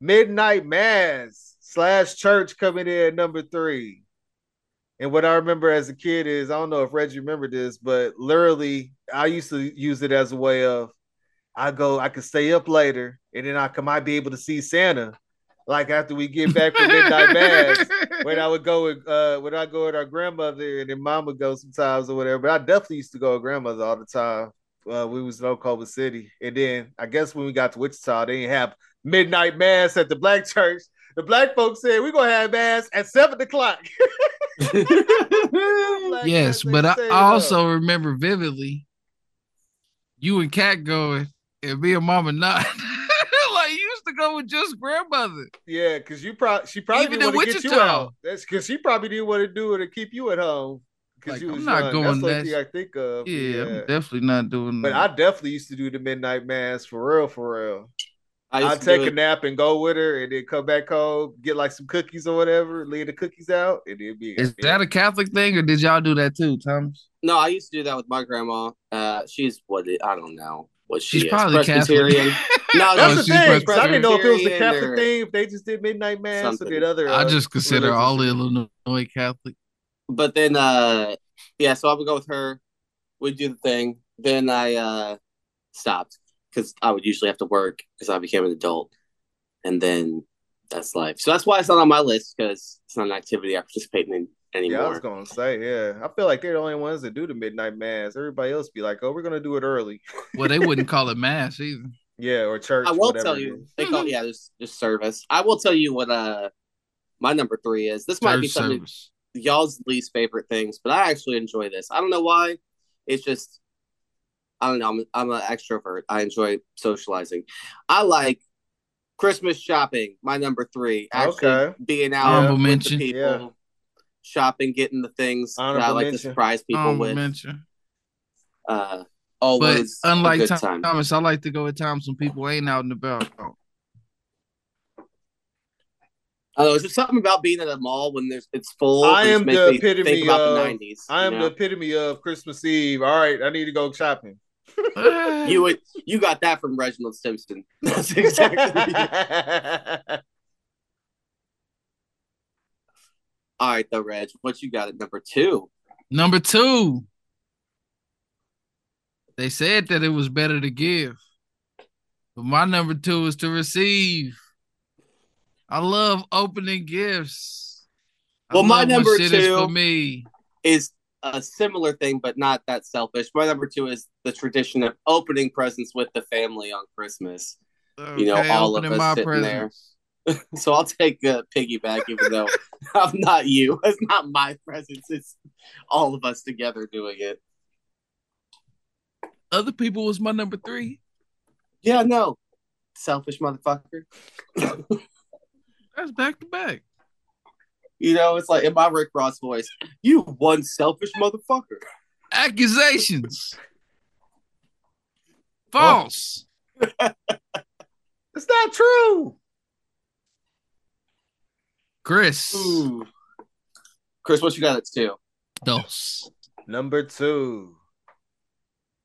S1: midnight mass slash church coming in at number three. And what I remember as a kid is I don't know if Reggie remembered this, but literally I used to use it as a way of I go, I could stay up later, and then I could, might be able to see Santa. Like after we get back from
S2: *laughs*
S1: midnight mass,
S3: *laughs*
S1: when I would go with uh when I go with our grandmother and then mom would go sometimes or whatever. But I definitely used to go with grandmother all the time. Uh, we was in Oklahoma City, and then I guess when we got to Wichita, they didn't have midnight mass at the black church. The black folks said we're gonna have mass at seven o'clock. *laughs* Black
S2: yes,
S1: church,
S2: but
S1: they
S2: I
S1: stayed up.
S2: also remember vividly you and Kat going and me and Mama not. *laughs* like you used to go with just grandmother.
S1: yeah, because you probably she probably
S2: Even
S1: didn't
S2: in
S1: want to get you
S2: Wichita.
S1: out. That's because she probably didn't want to do it to keep you at home because
S2: Like,
S1: you
S2: I'm
S1: was
S2: not
S1: young.
S2: going
S1: That's the
S2: that-
S1: only thing I think of.
S2: Yeah, I'm definitely not doing
S1: But I
S2: that.
S1: definitely used to do the midnight mass for real, for real.
S3: I
S1: I'll
S3: used to
S1: take
S3: do
S1: a
S3: it.
S1: nap and go with her, and then come back home, get like some cookies or whatever, leave the cookies out, and then be.
S2: Is that a Catholic thing or did y'all do that too, Thomas?
S3: No, I used to do that with my grandma. Uh, she's what it- I don't know what she
S2: She's
S3: is.
S2: probably Catholic.
S3: Presbyterian.
S1: *laughs*
S3: no,
S1: That's
S2: Oh,
S1: the
S2: she's
S1: thing. 'cause I didn't know if it was the
S3: Presbyterian
S1: Catholic
S3: or-
S1: thing, if they just did midnight mass or
S3: Something.
S1: did other.
S2: *laughs* I
S1: uh,
S2: just consider
S1: religious
S2: all
S1: things.
S2: Illinois Catholic.
S3: but then uh yeah so i would go with her we'd do the thing then i uh stopped because I would usually have to work because I became an adult, and then that's life. So that's why it's not on my list because it's not an activity I participate in anymore.
S1: Yeah, I was gonna say, yeah. I feel like they're the only ones that do the midnight mass. Everybody else be like, oh, we're gonna do it early. *laughs*
S2: Well, they wouldn't call it mass either.
S1: Yeah, or church.
S3: I will
S1: whatever
S3: tell
S1: it
S3: you.
S1: is.
S3: They call yeah, just just service. I will tell you what uh my number three is. This *laughs* might be
S2: Church
S3: something
S2: service.
S3: y'all's least favorite things, but I actually enjoy this. I don't know why. It's just I don't know. I'm I'm an extrovert. I enjoy socializing. I like Christmas shopping. My number three. Actually,
S1: Okay.
S3: being out
S2: Honorable
S3: with
S2: mention.
S3: the people,
S1: Yeah.
S3: shopping, getting the things that I
S1: Honorable
S3: like to
S1: mention.
S3: surprise people
S2: Honorable
S3: with.
S2: mention.
S3: Uh,
S2: But
S3: always
S2: unlike
S3: a good
S2: Tom-
S3: time.
S2: Thomas, I like to go at times when people ain't out and about.
S3: I don't know. Is there something about being at a mall when there's it's full?
S1: I
S3: that just
S1: am
S3: makes
S1: the
S3: me
S1: epitome
S3: Think about
S1: of-
S3: the nineties.
S1: I am
S3: you
S1: the
S3: know?
S1: epitome of Christmas Eve. All right, I need to go *laughs* shopping.
S3: *sighs* You would you got that from Reginald Simpson. *laughs*
S1: *laughs*
S3: That's exactly. All right, though, Reg, what you got at number two?
S2: Number two, they said that it was better to give, but my number two is to receive. I love opening gifts. I
S3: Well,
S2: love
S3: my
S2: when
S3: number
S2: shit is for
S3: two-
S2: me.
S3: Is a similar thing, but not that selfish. My number two is the tradition of opening presents with the family on Christmas. You know,
S2: Okay,
S3: all of
S2: opening
S3: us
S2: my
S3: sitting there.
S2: presents.
S3: So I'll take a piggyback,
S1: *laughs*
S3: even though I'm not you. It's not my presence. It's all of us together doing it.
S2: Other people was my number three.
S3: Yeah, no, selfish motherfucker.
S2: That's back to back.
S3: You know, it's like in my Rick Ross voice, you one selfish motherfucker.
S2: Accusations.
S3: Oh.
S2: False.
S1: it's not true.
S2: Chris.
S3: Ooh. Chris, what you got at two?
S2: Dos.
S1: Number two,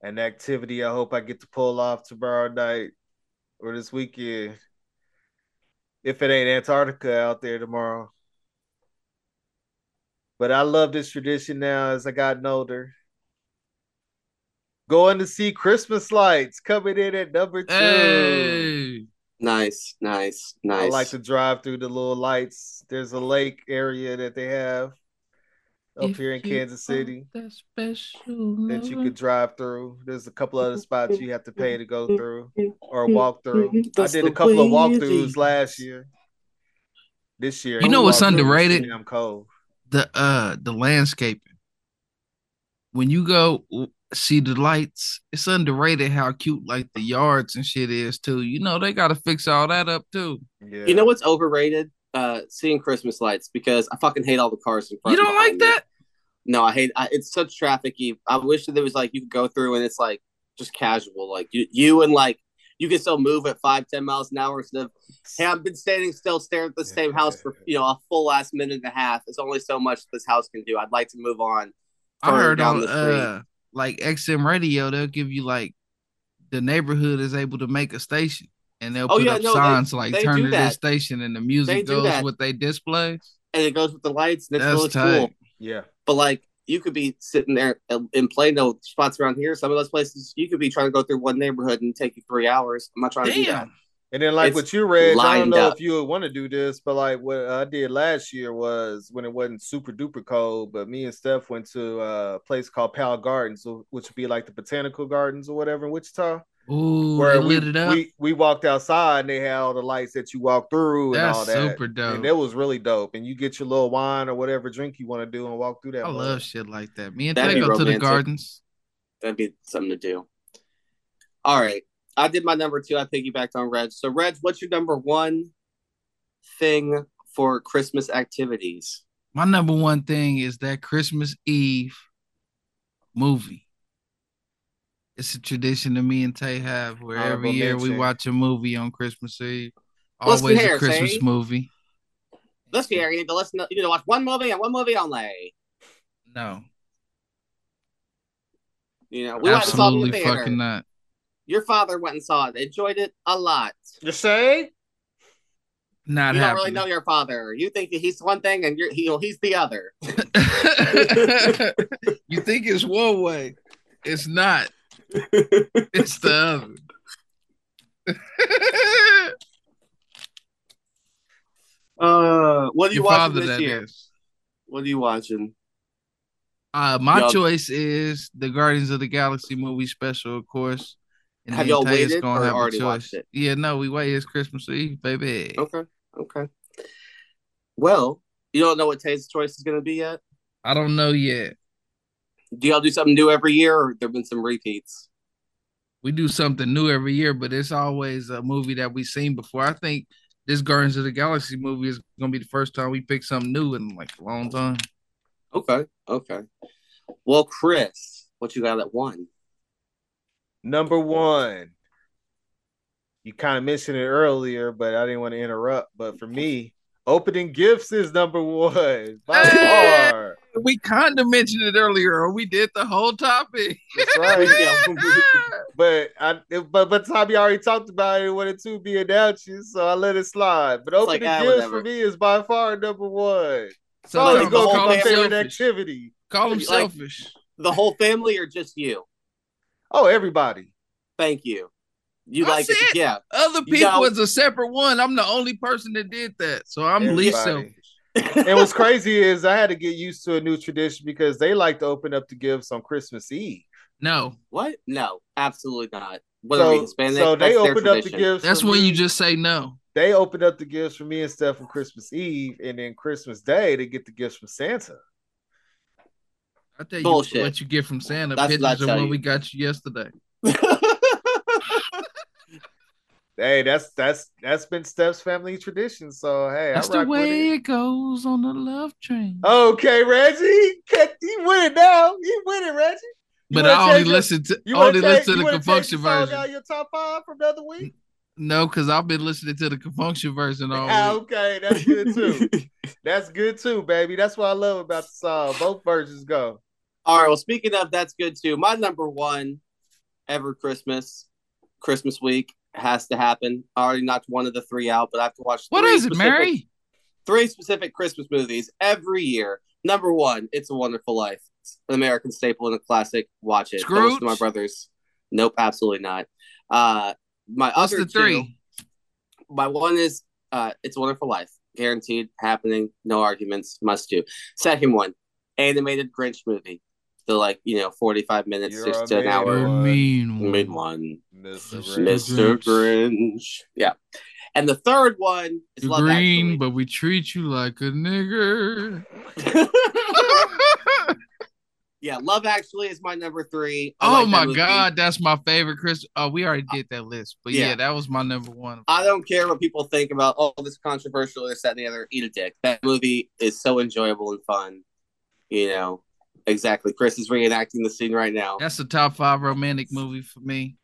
S1: an activity I hope I get to pull off tomorrow night or this weekend. If it ain't Antarctica out there tomorrow. But I love this tradition now as I gotten older. Going to see Christmas lights coming in at number two.
S2: Hey.
S3: Nice, nice, nice.
S1: I like to drive through the little lights. There's a lake area that they have up
S2: If
S1: here in
S2: you
S1: Kansas
S2: want
S1: City
S2: That special.
S1: that you
S3: Mm-hmm.
S2: love.
S1: could drive through. There's a couple other spots you have to pay to go through or walk through. I
S3: Mm-hmm. That's
S1: did a
S3: the
S1: couple of
S3: way it
S1: walkthroughs
S3: is.
S1: last year. This year,
S2: You
S1: I
S2: know what's
S1: walked through, it was
S2: underrated?
S1: Damn cold.
S2: the uh the landscaping. When you go w- see the lights, it's underrated how cute like the yards and shit is too. You know they gotta fix all that up too.
S1: Yeah.
S3: You know what's overrated? Uh, seeing Christmas lights because I fucking hate all the cars in
S2: You
S3: front.
S2: don't
S3: behind
S2: like
S3: me.
S2: that?
S3: No, I hate. I, it's such trafficy. I wish that there was like you could go through and it's like just casual, like you, you and like you can still move at five, ten miles an hour instead of hey, I've been standing still staring at the same house for you know a full last minute and a half. There's only so much this house can do. I'd like to move on.
S2: I
S3: Further
S2: heard
S3: down
S2: on
S3: the street.
S2: uh like XM radio, they'll give you like the neighborhood is able to make a station and they'll
S3: Oh,
S2: put
S3: yeah,
S2: up
S3: no, they-
S2: signs like
S3: they
S2: turn
S3: do
S2: to this
S3: that.
S2: station and the
S3: They
S2: music
S3: do
S2: goes
S3: that.
S2: with they display.
S3: and it goes with the lights and it's
S2: That's
S3: really cool.
S2: tight.
S1: Yeah.
S3: But like you could be sitting there in Plano spots around here. Some of those places you could be trying to go through one neighborhood and take you three hours. I'm not trying to do that.
S2: Damn.
S1: And then, like
S3: It's
S1: what you read, I don't
S3: lined
S1: know
S3: up.
S1: if you would want to do this, but like what I did last year was when it wasn't super duper cold, but me and Steph went to a place called Powell Gardens, which would be like the botanical gardens or whatever in Wichita.
S2: Ooh,
S1: where
S2: they
S1: we,
S2: lit it up.
S1: we we walked outside and they had all the lights that you walk through and all
S2: That's
S1: that.
S2: super dope.
S1: And that was really dope. And you get your little wine or whatever drink you want to do and walk through that.
S2: I
S1: mug.
S2: love shit like that. Me and
S3: That'd
S2: Tay
S3: be
S2: go to the
S3: romantic.
S2: gardens.
S3: That'd be something to do. All right. I did my number two. I piggybacked on Reg. So Reg, what's your number one thing for Christmas activities?
S2: My number one thing is that Christmas Eve movie. It's a tradition that me and Tay have where every
S1: Honorable
S2: year we
S1: mention.
S2: watch a movie on Christmas Eve.
S3: Let's be
S2: Always a
S3: here,
S2: Christmas
S3: Tay.
S2: movie. Hmm.
S3: Let's be here. You need to listen. To, you need to watch one movie and one movie only.
S2: No,
S3: You know, we went and saw it in the
S2: absolutely
S3: theater.
S2: fucking not.
S3: Your father went and saw it. Enjoyed it a lot.
S1: You say?
S2: Not happening.
S3: you don't really know your father. You think that he's one thing and you're he, he's the other.
S2: *laughs* you think it's one way, it's not. It's the other.
S3: Uh, what are you
S2: Your
S3: watching
S2: father,
S3: this
S2: that
S3: year?
S2: is.
S3: What are you watching?
S2: Uh, my
S3: Y'all-
S2: choice is the Guardians of the Galaxy movie special, of course. And
S3: Have
S2: then
S3: y'all
S2: Taya's
S3: waited
S2: gonna
S3: or
S2: have a
S3: already watched
S2: choice.
S3: it? Oh.
S2: Yeah, no, we wait. It's Christmas Eve, baby.
S3: Okay, okay. Well, you don't know what Tate's choice is going to be yet.
S2: I don't know yet.
S3: Do y'all do something new every year, or there've been some repeats?
S2: we do something new every year, but it's always a movie that we've seen before. I think this Guardians of the Galaxy movie is gonna be the first time we pick something new in like a long time.
S3: Okay, okay. Well, Chris, what you got at one?
S1: Number one, you kind of mentioned it earlier, but I didn't want to interrupt. But for me, opening gifts is number one by
S2: Hey!
S1: far.
S2: We kind of mentioned it earlier, or we did the whole topic.
S1: That's right.
S2: Ah!
S1: *laughs* But I, but but Tommy already talked about it when it two be announced, you, so I let it slide. But
S3: It's like,
S1: opening
S3: ah,
S1: gifts
S3: whatever.
S1: for me is by far number one.
S2: so
S1: Probably
S3: like,
S2: Tom,
S3: the
S1: goes
S3: whole
S1: to my
S2: him
S3: family-
S1: favorite
S2: selfish.
S1: activity.
S2: Call him
S3: Like-
S2: selfish.
S3: The whole family or just you?
S1: Oh, everybody.
S3: Thank you. You
S2: I
S3: like it?
S2: said-
S3: Yeah.
S2: Other
S3: you
S2: people
S3: know-
S2: is a separate one. I'm the only person that did that, so I'm least
S1: Everybody.
S2: selfish.
S1: and
S3: *laughs*
S1: what's crazy is I had to get used to a new tradition because they like to open up the gifts on Christmas Eve.
S2: No,
S3: What? No, absolutely not. What are we,
S1: So,
S3: Hispanic?
S1: so they
S3: That's their
S1: opened up the
S3: tradition.
S1: gifts.
S2: that's
S1: for
S2: when
S1: me.
S2: you just say no.
S1: they opened up the gifts for me and stuff on Christmas Eve, and then Christmas Day they get the gifts from Santa.
S2: I tell you
S3: Bullshit.
S2: what you get from Santa.
S3: That's what I
S2: pictures of
S3: tell
S2: what
S3: you.
S2: we got you yesterday.
S3: *laughs*
S1: Hey, that's that's that's been Steph's family tradition. So hey,
S2: That's
S1: I
S2: the
S1: rock
S2: way
S1: with it. Oh,
S2: it goes on the love train.
S1: Okay, Reggie, cut- he win it now. He win it, Reggie. You
S2: but
S1: wanna
S2: I only
S1: change your-
S2: listen to
S1: You wanna
S2: only
S1: change-
S2: listen
S1: you
S2: to the
S1: wanna change
S2: confunction
S1: the song
S2: version.
S1: Out of your top five from the other week.
S2: No, because I've been listening to the confunction version all
S1: Ah,
S2: week.
S1: okay, that's good
S2: *laughs*
S1: too. that's good too, baby. That's what I love about the song. Both versions go.
S3: All right. Well, speaking of, that's good too. My number one ever Christmas, Christmas week has to happen. I already knocked one of the three out, but I have to watch.
S2: What
S3: three
S2: is it,
S3: specific-
S2: Mary?
S3: Three specific Christmas movies every year. Number one, It's a Wonderful Life, It's an American staple and a classic. Watch it. Don't listen to my
S2: Scrooge?
S3: brothers. Nope, absolutely not. Uh, my
S2: What's
S3: other
S2: the three?
S3: two- my one is uh, It's a Wonderful Life, guaranteed, happening, no arguments, must do. Second one, animated Grinch movie. They're like you know forty five minutes,
S1: You're
S3: six
S1: a
S3: to an
S1: man. Or-
S3: hour.
S2: mean
S3: Mid one.
S1: Mr.
S2: Mr.
S1: Reggie.
S3: Mr.
S2: Mr.
S3: Grinch. Yeah. And the third one is
S2: You
S3: Love
S2: green, but we treat you like a nigger.
S1: *laughs*
S2: *laughs*
S3: Actually. *laughs* yeah, Love Actually is my number three. I
S2: oh
S3: like that
S2: my
S3: movie.
S2: God, that's my favorite Chris. Oh, we already did that list, but yeah,
S3: Yeah.
S2: that was my number one.
S3: I don't care what people think about all this controversial, this, that, and the other. Eat a dick. That movie is so enjoyable and fun. You know, exactly. Chris is reenacting the scene right now.
S2: That's a top five romantic movie for me.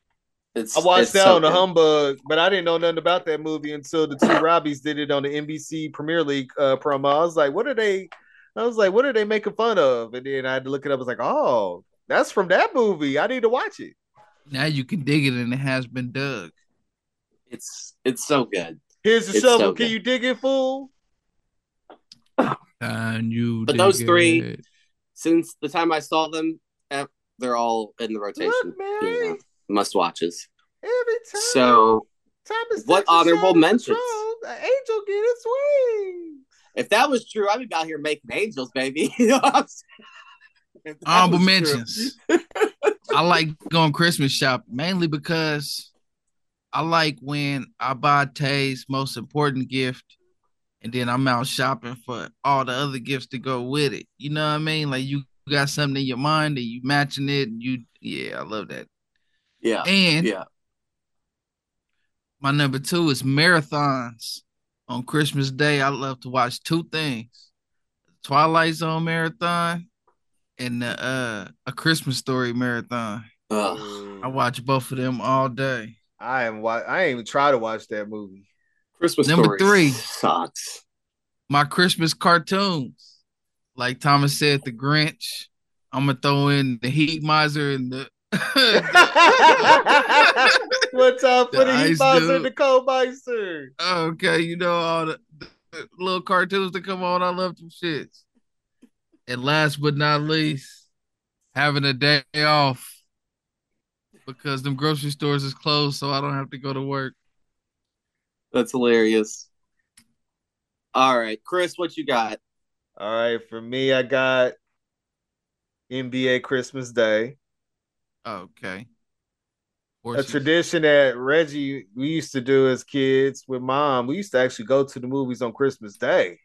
S3: It's,
S1: I watched
S3: it's
S1: that
S3: so
S1: on the
S3: good.
S1: humbug, but I didn't know nothing about that movie until the two Robbies did it on the NBC Premier League uh, promo. I was like, what are they? I was like, what are they making fun of? And then I had to look it up. I was like, oh, that's from that movie. I need to watch it.
S2: Now you can dig it, and it has been dug.
S3: It's it's so good.
S1: Here's the
S3: It's
S1: shovel.
S3: so
S1: Can
S3: good.
S1: you dig it, fool?
S2: And you
S3: But those
S2: dig
S3: three-
S2: it.
S3: Since the time I saw them, eh, they're all in the rotation.
S1: Look, man.
S3: You know, must watches.
S1: Every time.
S3: So
S1: time is
S3: what
S1: such a
S3: honorable
S1: shadow
S3: mentions?
S1: patrol, An angel get its wings.
S3: if that was true, I'd be out here making angels, baby. *laughs* you know what I'm saying? If that
S2: Honorable
S3: was true. *laughs*
S2: mentions. I like going Christmas shop mainly because I like when I buy Tay's most important gift and then I'm out shopping for all the other gifts to go with it. You know what I mean? Like you got something in your mind and you matching it. And you yeah, I love that.
S3: Yeah.
S2: And
S3: Yeah.
S2: my number two is marathons. On Christmas Day, I love to watch two things: Twilight Zone marathon and the, uh, a Christmas Story marathon.
S3: Ugh.
S2: I watch both of them all day.
S1: I am. Wa- I ain't even try to watch that
S2: *laughs*
S1: movie. *laughs*
S3: Christmas
S2: Number three.
S3: story sucks.
S2: My Christmas cartoons, like Thomas said, the Grinch. I'm gonna throw in the Heat Miser and the. *laughs*
S1: One time for
S2: The
S1: the heat
S2: ice
S1: miser
S2: dude.
S1: and the cold miser.
S2: okay, you know all the, the little cartoons that come on. I love them shits. And last but not least, having a day off. because them grocery stores is closed, so I don't have to go to work.
S3: That's hilarious. All right, Chris, what you got?
S1: All right, for me, I got NBA Christmas Day,
S2: Okay.
S1: a
S2: Horses.
S1: tradition that Reggie we used to do as kids with mom. We used to actually go to the movies on Christmas Day.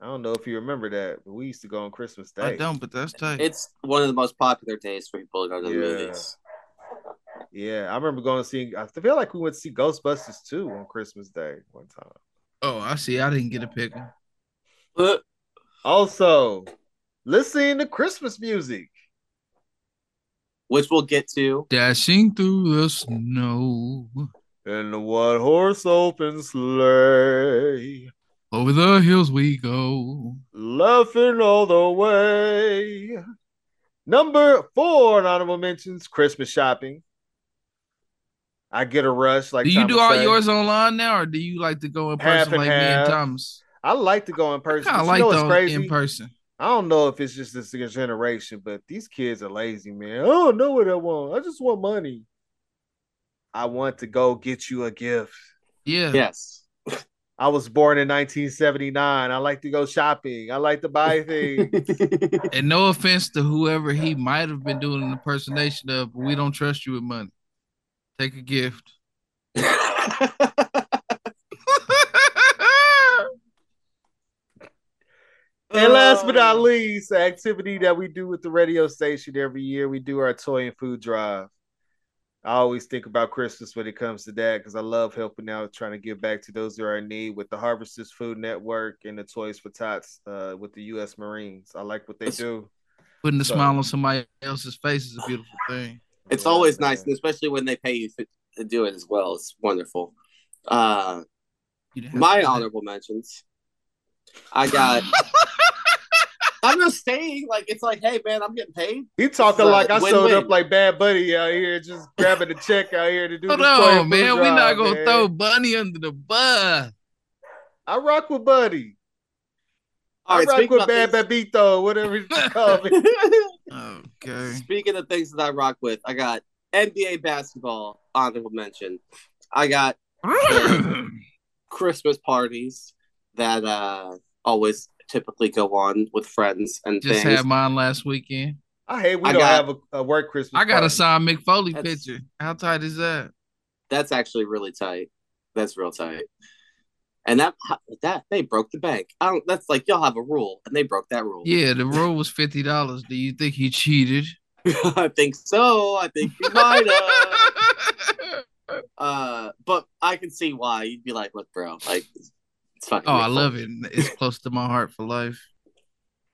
S1: I don't know if you remember that, but we used to go on Christmas Day.
S2: I don't, but that's tight.
S3: It's one of the most popular days for people to go to the
S1: Yeah.
S3: movies.
S1: Yeah, I remember going to see. I feel like we went to see Ghostbusters too on Christmas Day one time.
S2: oh, I see. I didn't get a pickle.
S3: But
S1: Also, listening to Christmas music.
S3: which we'll get to.
S2: Dashing through the snow
S1: In the one horse open sleigh,
S2: over the hills we go.
S1: laughing all the way. Number four in honorable mentions: Christmas shopping. I get a rush. Like
S2: do you
S1: Thomas
S2: do all
S1: said.
S2: yours online now, or do you like to go in
S1: Half
S2: person
S1: and
S2: like me and
S1: half.
S2: Thomas?
S1: I like to go in
S2: I
S1: person.
S2: kind
S1: but
S2: of
S1: you
S2: like
S1: know what's
S2: those
S1: crazy?
S2: in person.
S1: I don't know if it's just this generation, but these kids are lazy, man. I don't know what I want. I just want money. I want to go get you a gift.
S2: Yeah.
S3: Yes.
S1: I was born in 1979. I like to go shopping. I like to
S2: *laughs*
S1: buy things. *laughs*
S2: And no offense to whoever he might have been doing an impersonation of, but we don't trust you with money. Take a
S3: *laughs*
S2: gift.
S1: *laughs* and last but
S2: Oh.
S1: not least, the activity that we do with the radio station every year, we do our toy and food drive. I always think about Christmas when it comes to that because I love helping out, trying to give back to those who are in need with the Harvesters Food Network and the Toys for Tots uh, with the U.S. Marines. I like what they
S3: That's-
S1: do.
S2: Putting a
S1: So-
S2: smile on somebody else's face is a beautiful thing.
S3: It's
S1: Yeah,
S3: always
S1: man.
S3: nice, and especially when they pay you to- to do it as well. It's wonderful. Uh,
S2: You didn't have to
S3: my
S2: do that.
S3: honorable mentions.
S1: *laughs*
S3: I got. I'm just saying, like it's like, hey man, I'm getting paid.
S1: He talking
S3: Right.
S1: like I
S3: Win-win.
S1: showed up like Bad Buddy out here, just grabbing a check out here to do.
S2: Hold
S1: this toy and
S2: on,
S1: food
S2: man. We're not
S1: drive,
S2: gonna
S1: man.
S2: throw Bunny under the bus.
S1: I rock with Buddy.
S3: All
S1: I
S3: right,
S1: rock
S3: speaking
S1: with
S3: about
S1: Bad
S3: things-
S1: Babito, whatever
S3: *laughs*
S1: you call me.
S2: Okay.
S3: Speaking of things that I rock with, I got NBA basketball honorable mention. I got Christmas parties that uh always typically go on with friends and
S2: Just
S3: things.
S2: had mine last weekend.
S1: I hate we
S3: I
S1: don't
S3: got-
S1: have a, a work Christmas.
S2: I got a
S1: party.
S2: signed Mick Foley
S3: That's-
S2: picture. How tight is that?
S3: That's actually really tight. That's real tight. And that that they broke the bank. I don't, that's like y'all have a rule, and they broke that rule.
S2: Yeah, the rule was fifty dollars. Do you think he cheated?
S3: *laughs* I think so. I think you might
S2: *laughs*
S3: have. uh, but I can see why you'd be like, "Look, bro, like it's fucking."
S2: oh, I
S3: Mick
S2: love
S3: Foley."
S2: it. It's close to my heart for life.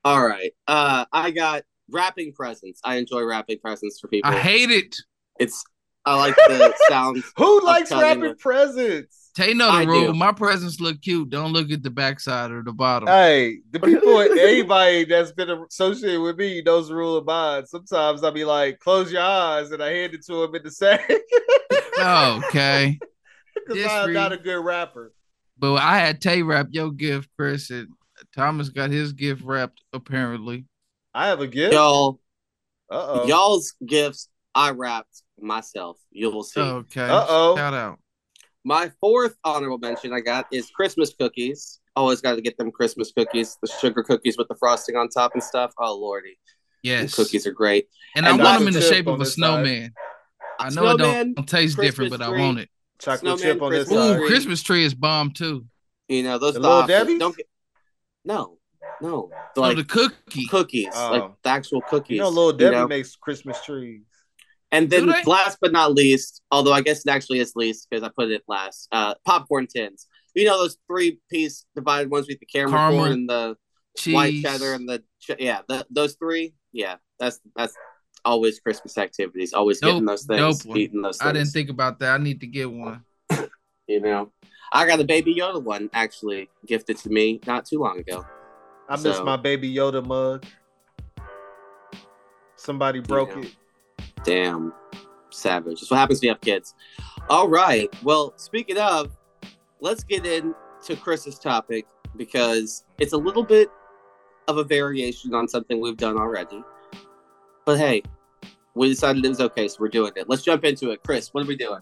S3: All right, uh, I got wrapping presents. I enjoy wrapping presents for people.
S2: I hate it.
S3: it's. I like the sound.
S1: Who likes
S3: telling you,
S1: wrapping
S3: man.
S1: presents?
S2: Tay know the
S3: I
S2: rule.
S3: do.
S2: My presents look cute. Don't look at the backside or the bottom.
S1: Hey,
S3: *laughs*
S1: the people, anybody that's been associated with me knows the rule of mine. Sometimes I'll be like, close your eyes, and I hand it to him in the sack
S2: *laughs*
S1: *laughs* Uh,
S2: okay.
S1: because
S2: Oh, Yes,
S1: I'm
S2: Reed.
S1: not a good rapper.
S2: But I had Tay wrap your gift, Chris, and Thomas got his gift wrapped, apparently.
S1: I have a gift. Uh
S3: y'all,
S1: oh.
S3: y'all's gifts. I wrapped myself. You will see.
S2: Okay.
S1: Uh-oh.
S2: Shout out.
S3: My fourth honorable mention I got is Christmas cookies. Always got to get them Christmas cookies, the sugar cookies with the frosting on top and stuff. Oh lordy, Them
S2: Yes.
S3: cookies are great.
S2: And I
S3: And
S2: want
S3: that's
S2: them in
S1: a
S2: the
S1: tip
S2: shape
S1: on
S2: of a
S1: this side.
S2: snowman. I know it
S3: Snowman,
S2: don't taste
S3: Christmas
S2: different, but I
S3: tree.
S2: want it.
S1: Chocolate
S3: Snowman
S1: chip on this
S3: Christmas.
S1: side.
S2: Ooh,
S3: Sorry.
S2: Christmas tree is bomb too.
S3: You know those
S1: The
S3: the
S1: Little
S3: options.
S1: Debbie's?
S3: Don't get no, no. The,
S2: Like,
S3: like
S2: Oh, the cookie.
S3: cookies,
S1: Oh.
S3: like the actual cookies.
S1: You know, little Debbie
S3: know?
S1: makes Christmas trees.
S3: And
S2: Do
S3: then
S2: they?
S3: last but not least, although I guess it actually is least because I put it last, uh, popcorn tins. You know those three piece divided ones with the caramel,
S2: Caramel.
S3: corn and the
S2: cheese.
S3: white cheddar and the ch- yeah the, those three yeah that's that's always christmas activities always getting
S2: Dope-
S3: those things
S2: dope one.
S3: eating those things
S2: I didn't think about that. I need to get one.
S3: you know i got a baby yoda one actually gifted to me not too long ago
S1: I miss
S3: So-
S1: my baby Yoda mug. Somebody broke
S3: Yeah.
S1: it.
S3: damn savage that's what happens when you have kids all right well speaking of let's get into chris's topic because it's a little bit of a variation on something we've done already but hey We decided it was okay, so we're doing it. Let's jump into it. Chris, what are we doing?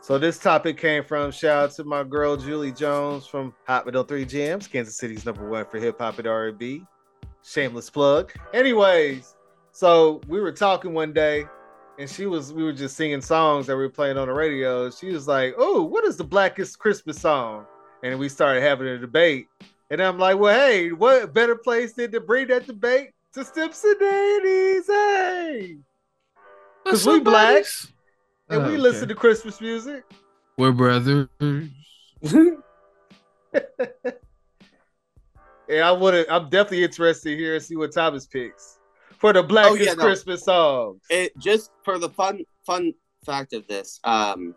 S1: So this topic came from shout out to my girl Julie Jones from Hot Metal Three Jams, Kansas City's number one for hip hop and R and B. Shameless plug. Anyways, so we were talking one day, and she was we were just singing songs that we were playing on the radio. She was like, "Oh, what is the blackest Christmas song?" And we started having a debate, and I'm like, "Well, hey, what better place than to bring that debate to Stips and Danny's? Hey, because we blacks." and
S2: Oh,
S1: we
S2: okay.
S1: listen to Christmas music.
S2: We're brothers.
S1: *laughs* And I would I'm definitely interested to hear and see what Thomas picks for the blackest
S3: Oh, yeah, no.
S1: Christmas songs.
S3: it just for the fun fun fact of this um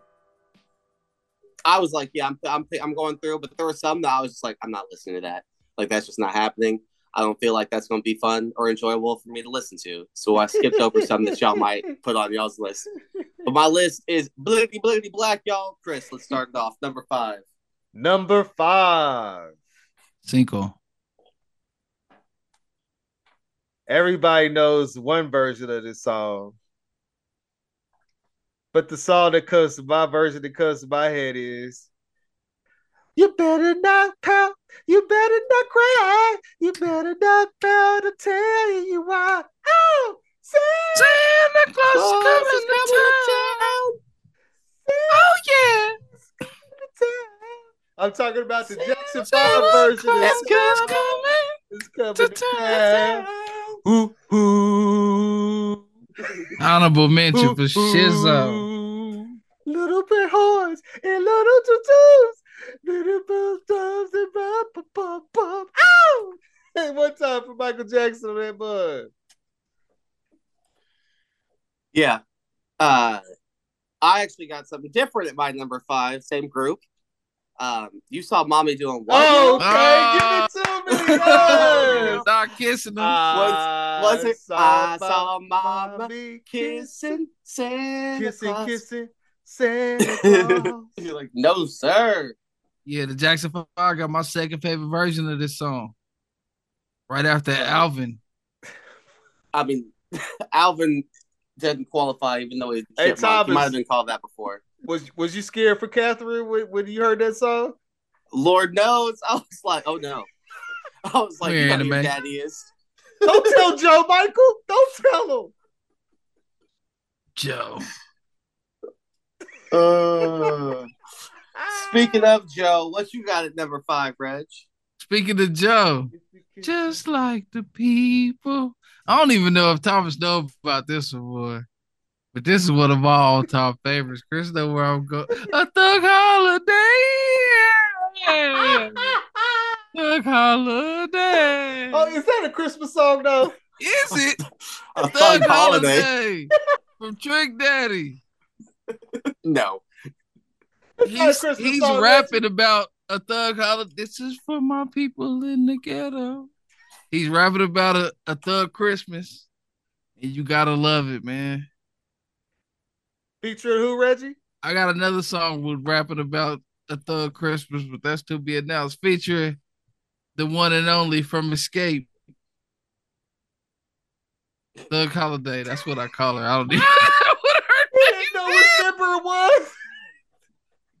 S3: i was like yeah i'm i'm, I'm going through but there were some that i was just like i'm not listening to that like that's just not happening i don't feel like that's going to be fun or enjoyable for me to listen to so i skipped over some that y'all might put on y'all's list but my list is blickety blickety black y'all chris let's start it off number five
S1: Number five.
S2: Cinco.
S1: Everybody knows one version of this song. But the song that comes to my version that comes to my head is You better not pout, you better not cry, you better not fail to tell you why. Oh, say
S2: Santa Claus
S3: Oh,
S2: is
S3: it's
S2: coming to town. Oh
S1: I'm talking about the
S2: Santa
S1: Jackson Five
S2: Claus
S1: version. of
S2: is coming
S1: It's coming
S2: to
S1: to town. Ooh, ooh,
S2: Honorable mention for
S1: ooh,
S2: Shizzo.
S1: ooh. Little bit horns and little tutus, little bit thumbs and bump, bump, bump, bump. Ow! Hey, one time for Michael Jackson on that bud.
S3: yeah uh i actually got something different at my number five same group um you saw mommy doing what
S1: Oh,
S2: Ah.
S1: okay, give it to me.
S3: *laughs*
S1: Yes.
S2: Start kissing him.
S1: I
S3: was it I
S1: my
S3: saw mama
S1: mommy
S3: kissing Santa
S1: kissing,
S3: Claus.
S1: kissing, Santa Claus.
S3: *laughs* You're like, no, sir.
S2: yeah, the Jackson Five got my second favorite version of this song. Right after Alvin.
S3: I mean, *laughs* Alvin didn't qualify, even though he,
S1: Hey,
S3: chipmunk. He
S1: Thomas.
S3: might have been called that before.
S1: was was you scared for Catherine when, when you heard that song?
S3: Lord knows. *laughs* I was like, oh no. *laughs* I was like,
S2: We're
S3: you know who your
S2: anime.
S3: daddy is.
S1: Don't tell Joe Michael. Don't tell him.
S2: Joe.
S1: Uh,
S3: *laughs* Speaking of Joe, what you got at number five, Reg?
S2: Speaking of Joe,
S1: *laughs*
S2: just like the people. I don't even know if Thomas know about this one, boy. But this is one of my all-time favorites. Chris know where I'm going. A thug holiday. Thug holiday.
S1: oh, is that a Christmas song though?
S2: is it?
S3: *laughs* A
S2: Thug
S3: thug holiday?
S2: holiday from Trick Daddy.
S3: No.
S1: It's not a
S2: He's,
S1: Christmas
S2: he's
S1: song,
S2: rapping about a thug holiday. This is for my people in the ghetto. He's rapping about a, a thug Christmas. And you gotta love it, man.
S1: Featuring who, Reggie?
S2: I got another song with rapping about a thug Christmas, but that's to be announced. Featuring the one and only from Escape. Thug Holiday. That's what I call her. I don't even *laughs* know what
S1: You
S2: her name
S1: didn't know what Zipper was.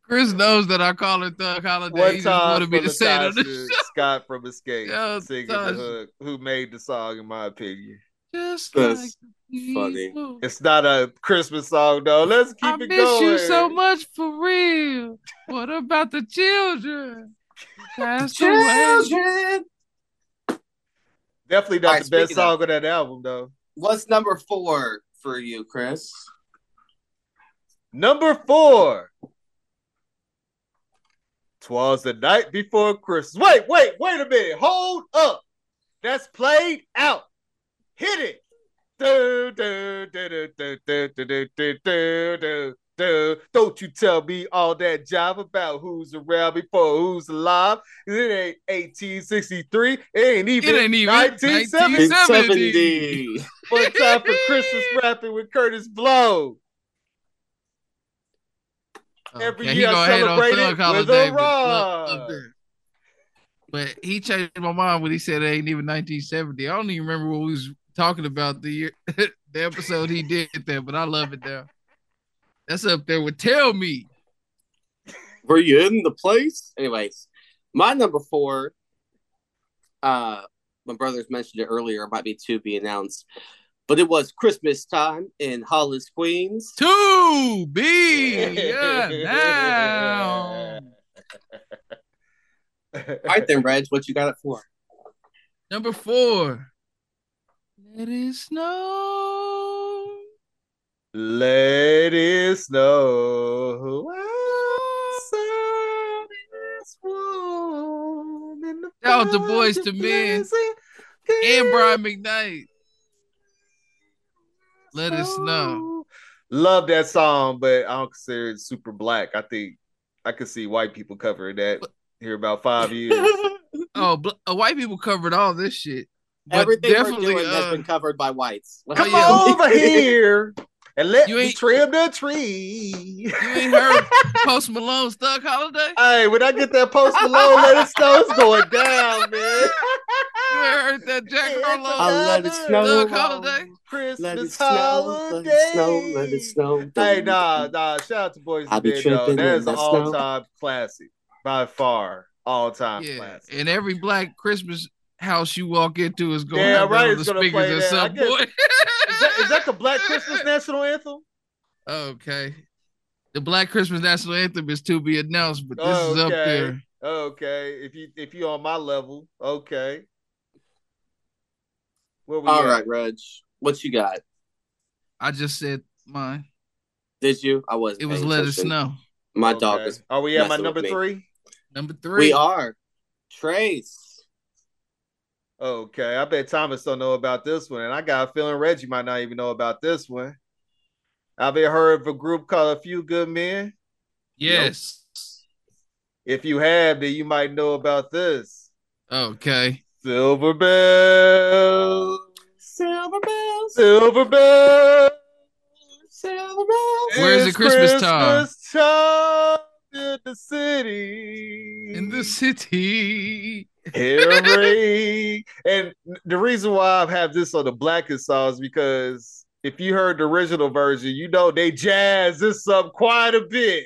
S2: Chris knows that I call her Thug Holiday.
S1: One
S2: he just
S1: time
S2: wanted
S1: for
S2: me to say it on
S1: *laughs*
S2: the
S1: Latasha
S2: show.
S1: Scott from Escape
S2: Yo,
S1: singing the
S2: Taj.
S1: hook, who made the song, in my opinion.
S2: Just
S3: That's
S2: like
S3: funny.
S2: people.
S1: It's not a Christmas song though. Let's keep
S2: I
S1: it
S2: miss
S1: going.
S2: you so much for real. What about the children? Passed away.
S3: Children.
S1: Definitely not
S3: All
S1: the
S3: right,
S1: best
S3: speaking
S1: song
S3: of-
S1: on that album though.
S3: What's number four for you, Chris?
S1: Number four. Twas the night before Christmas. Wait, wait, wait a minute. Hold up. That's played out. Hit it. Do, do, do, do, do, do, do, do, do, do, do, do. Don't you tell me all that jive about who's around before who's alive. It ain't 1863. It ain't even,
S2: It ain't even
S1: 1970.
S3: It's
S2: 70.
S3: 70.
S1: One time
S2: *laughs*
S1: for Christmas rapping with Curtis Blow. Every
S2: Oh, he
S1: year I
S2: gonna hate on
S1: celebrate
S2: Thug
S1: it with a
S2: Holiday, but
S1: rock.
S2: look- look there. But he changed my mind when he said it ain't even 1970. I don't even remember what we was talking about the year *laughs* that the episode he did that, but I love it though. That's up there with Tell Me.
S3: Were you in the place? Anyways, my number four, uh, my brothers mentioned it earlier, it might be to be announced, but it was Christmas time in Hollis, Queens.
S2: Two B.
S1: *laughs*
S2: Yeah, now.
S3: All right then, Reg, what you got it
S1: *laughs*
S3: for?
S2: Number four. Let it snow.
S1: Let it snow.
S2: Shout out to Boys to Men and Brian McKnight. Let us know.
S1: Love that song, but I don't consider it super black. I think I could see white people covering that here about five years.
S2: *laughs* Oh, bl- uh, white people covered all this shit. But
S3: Everything
S2: definitely,
S3: we're doing
S2: uh,
S3: has been covered by whites. Let's
S1: Come
S2: Oh, yeah.
S3: go.
S1: over here and let
S2: You
S1: me
S2: ain't-
S1: trim the tree.
S2: uh, You ain't heard Post Malone's Thug Holiday?
S1: Hey, when I get that post Malone, let us know it's going down, man.
S2: You ain't
S1: *laughs*
S2: heard that *laughs* Jack Harlow?
S3: I'll let it snow.
S2: Doug Holiday?
S1: Christmas
S3: *laughs* Let it snow,
S1: holiday.
S3: let it snow, let it snow.
S1: Hey, nah, nah. Shout out to Boys
S3: I
S1: and
S3: be
S1: Men, though.
S3: tripping
S1: That
S3: in
S1: is
S3: the
S1: an
S3: snow.
S1: all-time classic, by far, all-time
S2: Yeah.
S1: classic.
S2: And every black Christmas house you walk into is going
S1: Yeah,
S2: to
S1: right,
S2: the
S1: it's gonna play
S2: speakers at
S1: that. I
S2: some
S1: guess-
S2: point.
S1: Is that, is that the Black
S2: *laughs*
S1: Christmas national anthem?
S2: Okay. The Black Christmas National Anthem is to be announced, but this is up
S1: Okay.
S2: there.
S1: Okay, if you if you on my level, okay. Where we
S3: All
S1: at?
S3: right, Reg, what you got?
S2: I just said mine.
S3: Did you? I was.
S2: It was Let It
S3: Snow.
S2: Snow.
S3: My
S1: Okay.
S3: dog is.
S1: Are we at my
S3: messing with
S1: number
S3: me.
S1: three?
S2: Number three.
S3: We are Trace.
S1: Okay, I bet Thomas don't know about this one, and I got a feeling Reggie might not even know about this one. I've been heard of a group called A Few Good Men.
S2: yes.
S1: If you have, then you might know about this.
S2: Okay.
S1: Silver bells,
S3: Silver bells,
S1: silver bells.
S3: silver bells.
S2: Where's the
S1: It's
S2: Christmas time?
S1: Christmas time in the city.
S2: In the city. *laughs*
S1: Harry. and the reason why I have this on the blackest song is because if you heard the original version, you know they jazz this up quite a bit.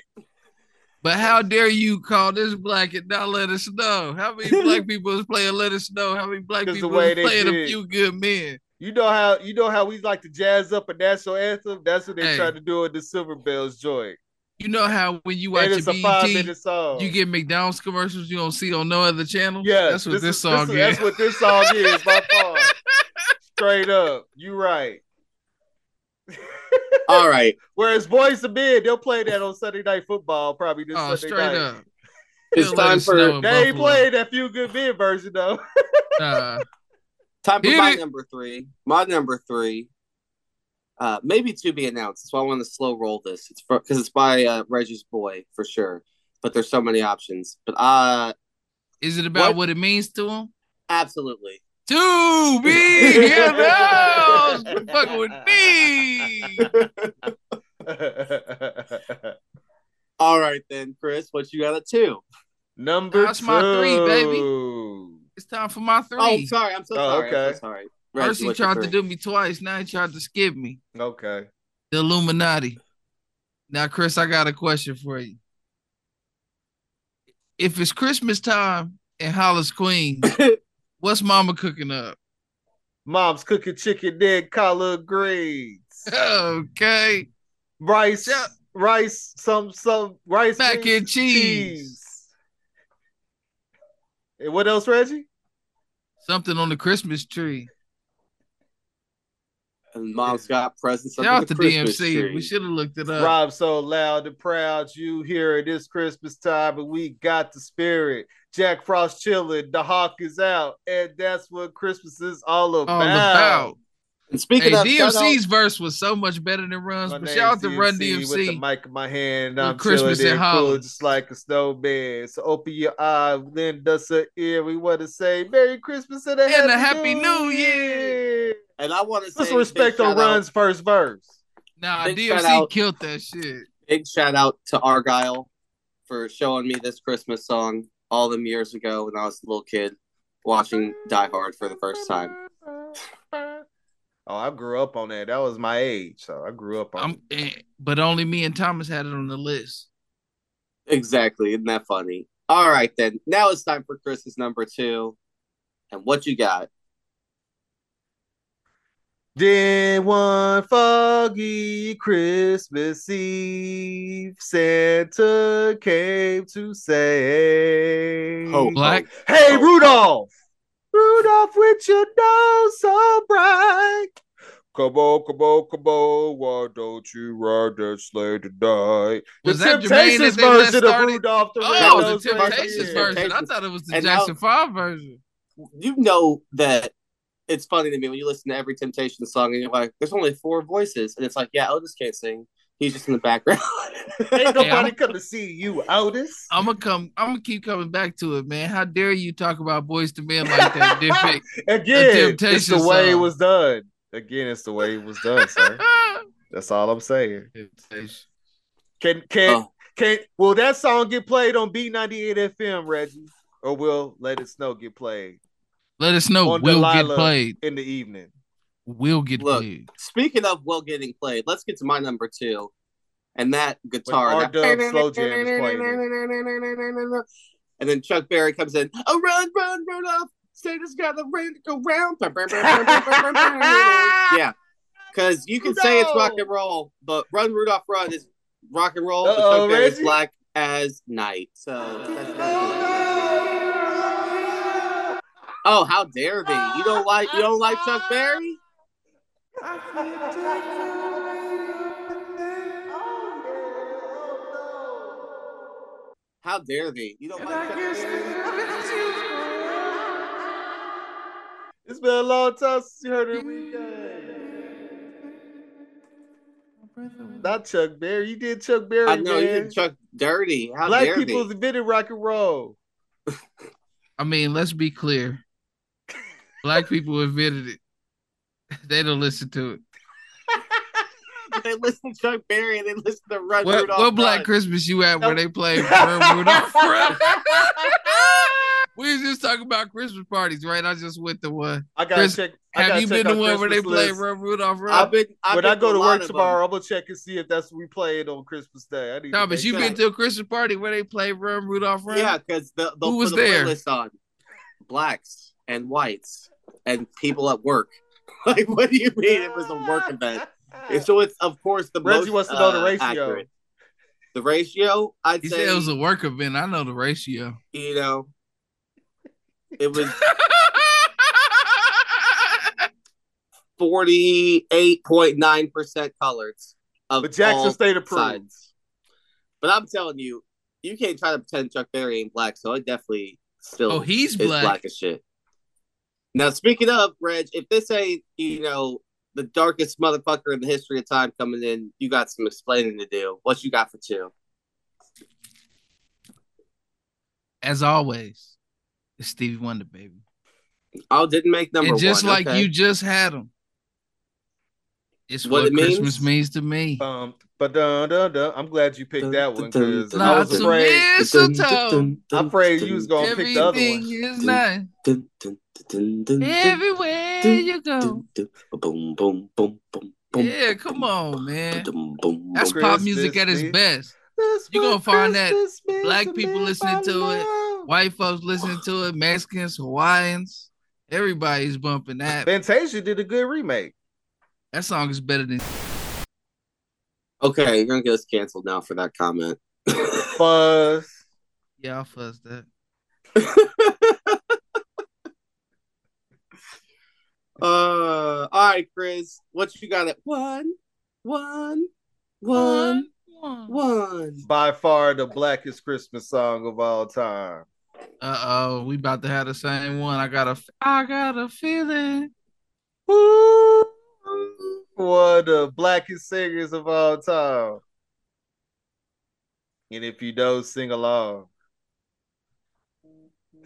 S2: But how dare you call this black and not let us know? How
S1: *laughs*
S2: many black people is playing Let Us Know? How many black
S1: 'Cause the
S2: people
S1: way
S2: is
S1: they
S2: playing a
S1: did.
S2: few good men?
S1: You know how you know how we like to jazz up a national anthem. That's what they
S2: Hey.
S1: tried to do in the Silver Bells joint.
S2: You know how when you
S1: And
S2: watch your
S1: it's a five minute
S2: BET,
S1: song.
S2: you get McDonald's commercials you don't see on no other channel?
S1: yeah,
S2: That's what this,
S1: is-
S2: song
S1: this is-
S2: is.
S1: That's what this song is by
S2: *laughs*
S1: far. Straight up, you right.
S3: All right,
S1: Whereas Boys to Men, they'll play that on Sunday Night Football probably this
S2: Oh,
S1: Sunday
S2: straight
S1: night.
S2: up.
S3: it's
S2: They'll let
S3: time
S2: us
S3: for
S2: know in
S1: They ain't
S2: Buffalo.
S1: played that few good men version though.
S2: Nah.
S3: time for
S2: Hit
S3: my
S2: it.
S3: number three. My number three. Uh, maybe to be announced. That's why I want to slow roll this. It's because it's by uh, Reggie's boy for sure. But there's so many options. But uh,
S2: Is it about
S3: What?
S2: what, it means to him?
S3: absolutely.
S1: *laughs*
S2: To be in the house, You fucking with me.
S3: All right then, Chris, what you got at two?
S1: *laughs* Number
S2: That's
S1: two.
S2: my three, baby.
S1: baby.
S2: It's time for my three.
S3: Oh, sorry. I'm so
S1: Oh,
S3: sorry. I'm
S1: okay.
S3: so sorry. Reggie,
S2: Mercy
S3: what's your
S2: tried to
S3: three?
S2: do me twice. Now he tried to skip me.
S1: Okay.
S2: The Illuminati. Now, Chris, I got a question for you. If it's Christmas time in Hollis, Queens, what's Mama cooking up? *laughs*
S1: Mom's cooking chicken dead collard greens.
S2: *laughs* Okay,
S1: Rice,
S2: Yeah.
S1: rice, some, some rice.
S2: mac
S1: greens,
S2: and cheese.
S1: And what else, Reggie?
S2: Something on the Christmas tree.
S3: *laughs* And Mom's got presents
S2: Shout
S3: under
S2: out to
S3: the Christmas
S2: DMC.
S3: tree.
S2: We should have looked it up.
S1: Rob so loud and proud, you here at this Christmas time, and we got the spirit. Jack Frost chilling, the hawk is out, and that's what Christmas is all about.
S2: All about.
S3: and speaking
S2: hey,
S3: of shout out-
S2: DMC's verse was so much better than Run's.
S1: My
S2: But
S1: name's
S2: shout out to Run
S1: with the
S2: DMC.
S1: mic in my hand.
S2: On
S1: I'm
S2: Christmas
S1: chilling
S2: in
S1: and cool,
S2: Holland.
S1: just like a snowman. So open your eye, lend us an ear. We want to say Merry Christmas and a,
S2: And
S1: happy,
S2: a Happy New
S1: Year.
S3: and I want to
S1: Let's
S3: say
S1: respect
S3: big
S1: on
S3: shout
S1: Run's
S3: Out,
S1: first verse.
S2: Nah,
S3: Big shout
S2: DMC
S3: out.
S2: killed that shit.
S3: big shout out to Argyle for showing me this Christmas song all them years ago when I was a little kid watching Die Hard for the first time.
S1: All Oh, I grew up on that. That was my age, so I grew up on.
S2: I'm, eh, but only me and Thomas had it on the list.
S3: Exactly. Isn't that funny? All right, then. Now it's time for Chris's number two. And what you got?
S1: Then one foggy Christmas Eve, Santa came to say,
S3: Ho,
S2: Black.
S1: Hey, Rudolph! Oh, Rudolph with your nose so bright. Come on, come on, come on. Why don't you ride that sleigh tonight?
S2: Was
S1: the
S2: that Jermaine that
S1: Temptations
S2: they let
S1: version of
S2: started?
S1: Rudolph the
S3: that
S2: Oh, it
S1: Red-Nosed
S2: was the
S3: Rudolph's
S2: Temptations
S3: version.
S2: version. I thought it was the
S3: And now-
S2: Jackson Five version.
S3: You know that it's funny to me when you listen to every Temptation song and you're like, there's only four voices. And it's like, yeah, Otis can't sing. He's just in the background.
S1: Ain't
S2: Hey,
S1: nobody
S2: I'm-
S1: come to see you, Otis.
S2: I'm gonna come. I'm gonna keep coming back to it, man. How dare you talk about boys to men like that? Dick pic.
S1: Again, it's the
S2: Temptations
S1: way it
S2: song.
S1: was done. Again, it's the way it was done,
S2: *laughs*
S1: sir. That's all I'm saying.
S2: Temptation.
S1: Can can
S3: Oh,
S1: can will that song get played on B98 FM, Reggie? Or will Let It Snow get played
S2: Let us know.
S1: On
S2: we'll
S1: Delilah.
S2: get played.
S1: in the evening?
S2: We'll get
S3: Look,
S2: played.
S3: speaking of well getting played, let's get to my number two. And that guitar.
S1: R-Dub slow jam is playing
S3: and then Chuck Berry comes in. Oh, run, run, run off. Santa's got the rain to go round.
S1: *laughs*
S3: yeah. Because you can say it's rock and roll, but Run Rudolph Run is rock and roll. and
S1: Uh-oh,
S3: Chuck Berry's
S1: Reggie.
S3: black as night. So that's Oh, how dare they? You don't like you don't like Chuck Berry? How dare they? You don't like Chuck Berry?
S1: It's been a long time since you heard her weekend. Not Chuck Berry. You did Chuck Berry.
S3: I know you
S1: man.
S3: did Chuck Dirty. How
S1: Black
S3: dare
S1: people
S3: they?
S1: invented rock and roll.
S2: I mean, let's
S1: *laughs*
S2: be clear. Black people invented it. They don't listen to it.
S3: They listen to Chuck Berry and they listen to Run
S2: What,
S3: Rudolph.
S2: what Black
S3: Run.
S2: Christmas you at where
S1: *laughs*
S2: they play Run Rudolph Run? we was just talking about Christmas parties, right? I just went to one.
S1: I gotta
S2: Chris,
S1: check. I
S2: Have
S1: gotta
S2: you
S1: check
S2: been to
S1: our
S2: one where they
S1: Christmas
S2: play
S1: list.
S2: Run Rudolph
S3: I've
S2: Run?
S3: been. I've
S1: when
S3: been
S1: I go
S3: a
S1: to
S3: lot of
S1: work
S3: them.
S1: tomorrow, I'm gonna check and see if that's what we played on Christmas Day. I need to
S2: Thomas,
S1: make
S2: you
S1: sure.
S2: been to a Christmas party where they play Run Rudolph Run?
S3: Yeah, because the, they'll
S2: Who was
S3: put a
S2: there?
S3: playlist on blacks and whites and people at work. *laughs* Like, what do you mean? It was a work *laughs* event. And so it's of course the
S1: Reggie
S3: most,
S1: wants to know the
S3: uh,
S1: ratio.
S3: accurate. The ratio, I'd
S2: He
S3: say
S2: said it was a work event. I know the
S3: *laughs*
S2: ratio.
S3: you know, it was forty eight point nine percent colors of
S1: But Jackson
S3: all
S1: State approved.
S3: sides. But I'm telling you, you can't try to pretend Chuck Berry ain't black, so it definitely still
S2: oh, he's
S3: is
S2: black.
S3: black as shit. Now speaking of Reg, if this ain't you know the darkest motherfucker in the history of time coming in, you got some explaining to do. What you got for two?
S2: As always, it's Stevie Wonder, baby.
S3: Oh, didn't make number
S2: and just
S3: one.
S2: like
S3: okay.
S2: you just had him. It's
S3: What
S2: what,
S3: it means? Uh,
S2: Christmas means to me.
S1: Um, but dun, dun, dun. I'm glad you picked
S3: Dun,
S1: that
S3: dun,
S1: one
S3: dun,
S1: because
S3: dun,
S1: I
S2: Not
S1: was
S2: to
S3: dun,
S1: afraid.
S3: *laughs*
S2: mistletoe.
S1: I prayed you was gonna pick the other
S2: Everything is
S3: Dun,
S2: nice.
S3: Dun, dun, dun, dun, dun,
S2: Everywhere
S3: dun,
S2: you go.
S3: dun, dun. Boom, boom, boom, boom, boom.
S2: Yeah, come on, man.
S3: Boom, boom,
S2: That's
S3: boom.
S2: pop music
S1: Christmas
S2: at its
S1: means-
S2: best.
S1: This
S2: You gonna
S1: what
S2: find that
S1: Christmas means
S2: black
S1: to me,
S2: people listening
S1: my
S2: to it.
S1: love.
S2: White folks listening to it, Mexicans, Hawaiians, everybody's bumping that.
S1: Fantasia did a good remake.
S2: That song is better than
S3: Okay, you're gonna get us canceled now for that comment. *laughs*
S1: Fuzz.
S2: yeah, I'll fuss that.
S3: *laughs* uh, all right, Chris, what you got? At one, one, one, one.
S1: By far the blackest Christmas song of all time.
S2: Uh oh, we about to have the same one. I got a, f- I got a feeling.
S1: Ooh, one of the blackest singers of all time. And if you don't sing along,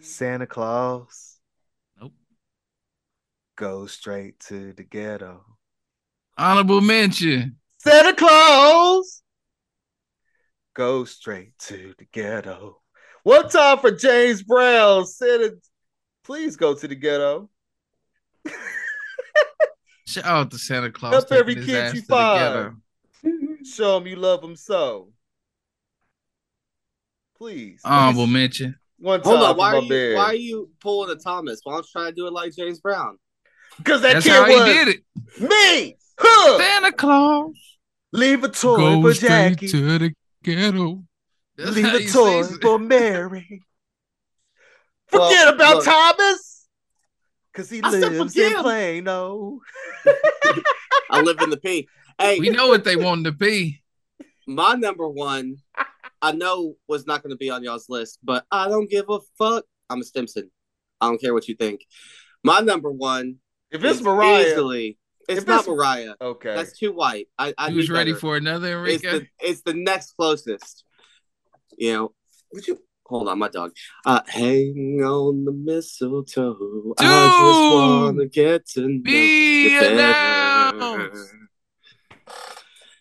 S1: Santa Claus.
S2: Nope.
S1: Go straight to the ghetto.
S2: Honorable mention.
S1: Santa Claus. Go straight to the ghetto. One time for James Brown. Santa, please go to the ghetto.
S2: Shout out to Santa Claus.
S1: Help
S2: taking
S1: every
S2: his
S1: kid
S2: ass
S1: you
S2: to the
S1: find.
S2: ghetto.
S1: Show them you love them so. Please.
S2: Honorable mention.
S1: One time
S3: Hold on,
S1: for
S3: why
S1: my
S3: are you
S1: man.
S3: why are you pulling a Thomas? Why don't you try to do it like James Brown?
S1: Cause that
S2: That's
S1: kid
S2: how he
S1: was
S2: did it.
S1: me. Huh.
S2: Santa Claus.
S1: Leave a toy
S2: Go
S1: for
S2: straight
S1: Jackie.
S2: to the ghetto. That's
S1: Leave
S2: how
S1: a
S2: you
S1: toy
S2: season it.
S1: for Mary.
S3: *laughs* Well,
S1: Forget about
S3: look.
S1: Thomas. Cause he
S3: I said
S1: lives
S3: forget
S1: in
S3: him.
S1: Plano.
S3: I live in the P. Hey,
S2: We know what they wanted
S1: *laughs*
S2: to be.
S3: my number one, I know was not going to be on y'all's list, but I don't give a fuck. I'm a Stimson. I don't care what you think. My number one
S1: If it's
S3: is
S1: Mariah,
S3: easily. It's
S1: If
S3: not
S1: it's-
S3: Mariah.
S1: okay.
S3: That's too white. I, I
S2: He was
S3: knew
S2: ready
S3: better.
S2: for another
S3: It's
S2: Enrique.
S3: the it's the next closest. You know. Would you hold on, my dog? Uh, hang on the mistletoe. I just
S2: Dude!
S3: wanna get to know
S2: Be
S3: you
S2: announced.
S3: better.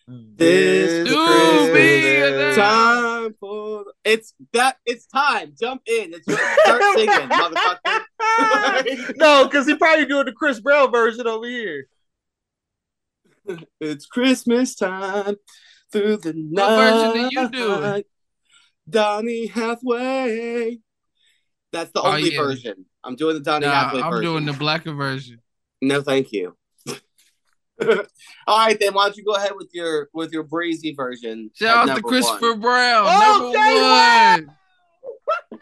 S3: This
S2: Dude,
S1: Christmas.
S2: be announced.
S3: Time for it's that it's time. Jump in. It's
S2: *laughs*
S3: your start singing, motherfucker.
S1: *laughs* no, because he probably doing the Chris Brown version over here.
S3: It's Christmas time through the night.
S2: What version are you doing?
S3: Donny Hathaway. That's the
S2: Oh,
S3: only
S2: yeah.
S3: version. I'm doing the Donny
S2: Nah,
S3: Hathaway
S2: I'm
S3: version.
S2: doing the blacker version.
S3: No, thank you. *laughs* All right, then why don't you go ahead with your with your breezy version? at
S2: Shout out to
S3: number
S2: Christopher
S3: one.
S2: Brown.
S1: Oh,
S2: number one.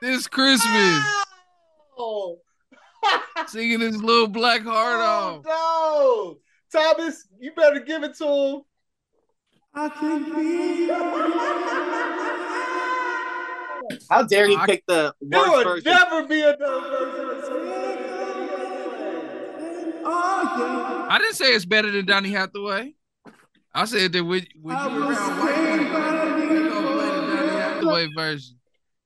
S2: This Christmas,
S1: Ah! Oh,
S2: singing his little black heart
S1: Oh,
S2: off.
S1: no. Thomas, you better give it to him.
S3: How dare you
S2: I-
S3: pick the
S1: There
S3: worst
S1: will
S3: version?
S1: never be another version.
S2: I didn't say it's better than Donny Hathaway. I said that when, when you were around white people, you don't play the Donny Hathaway version.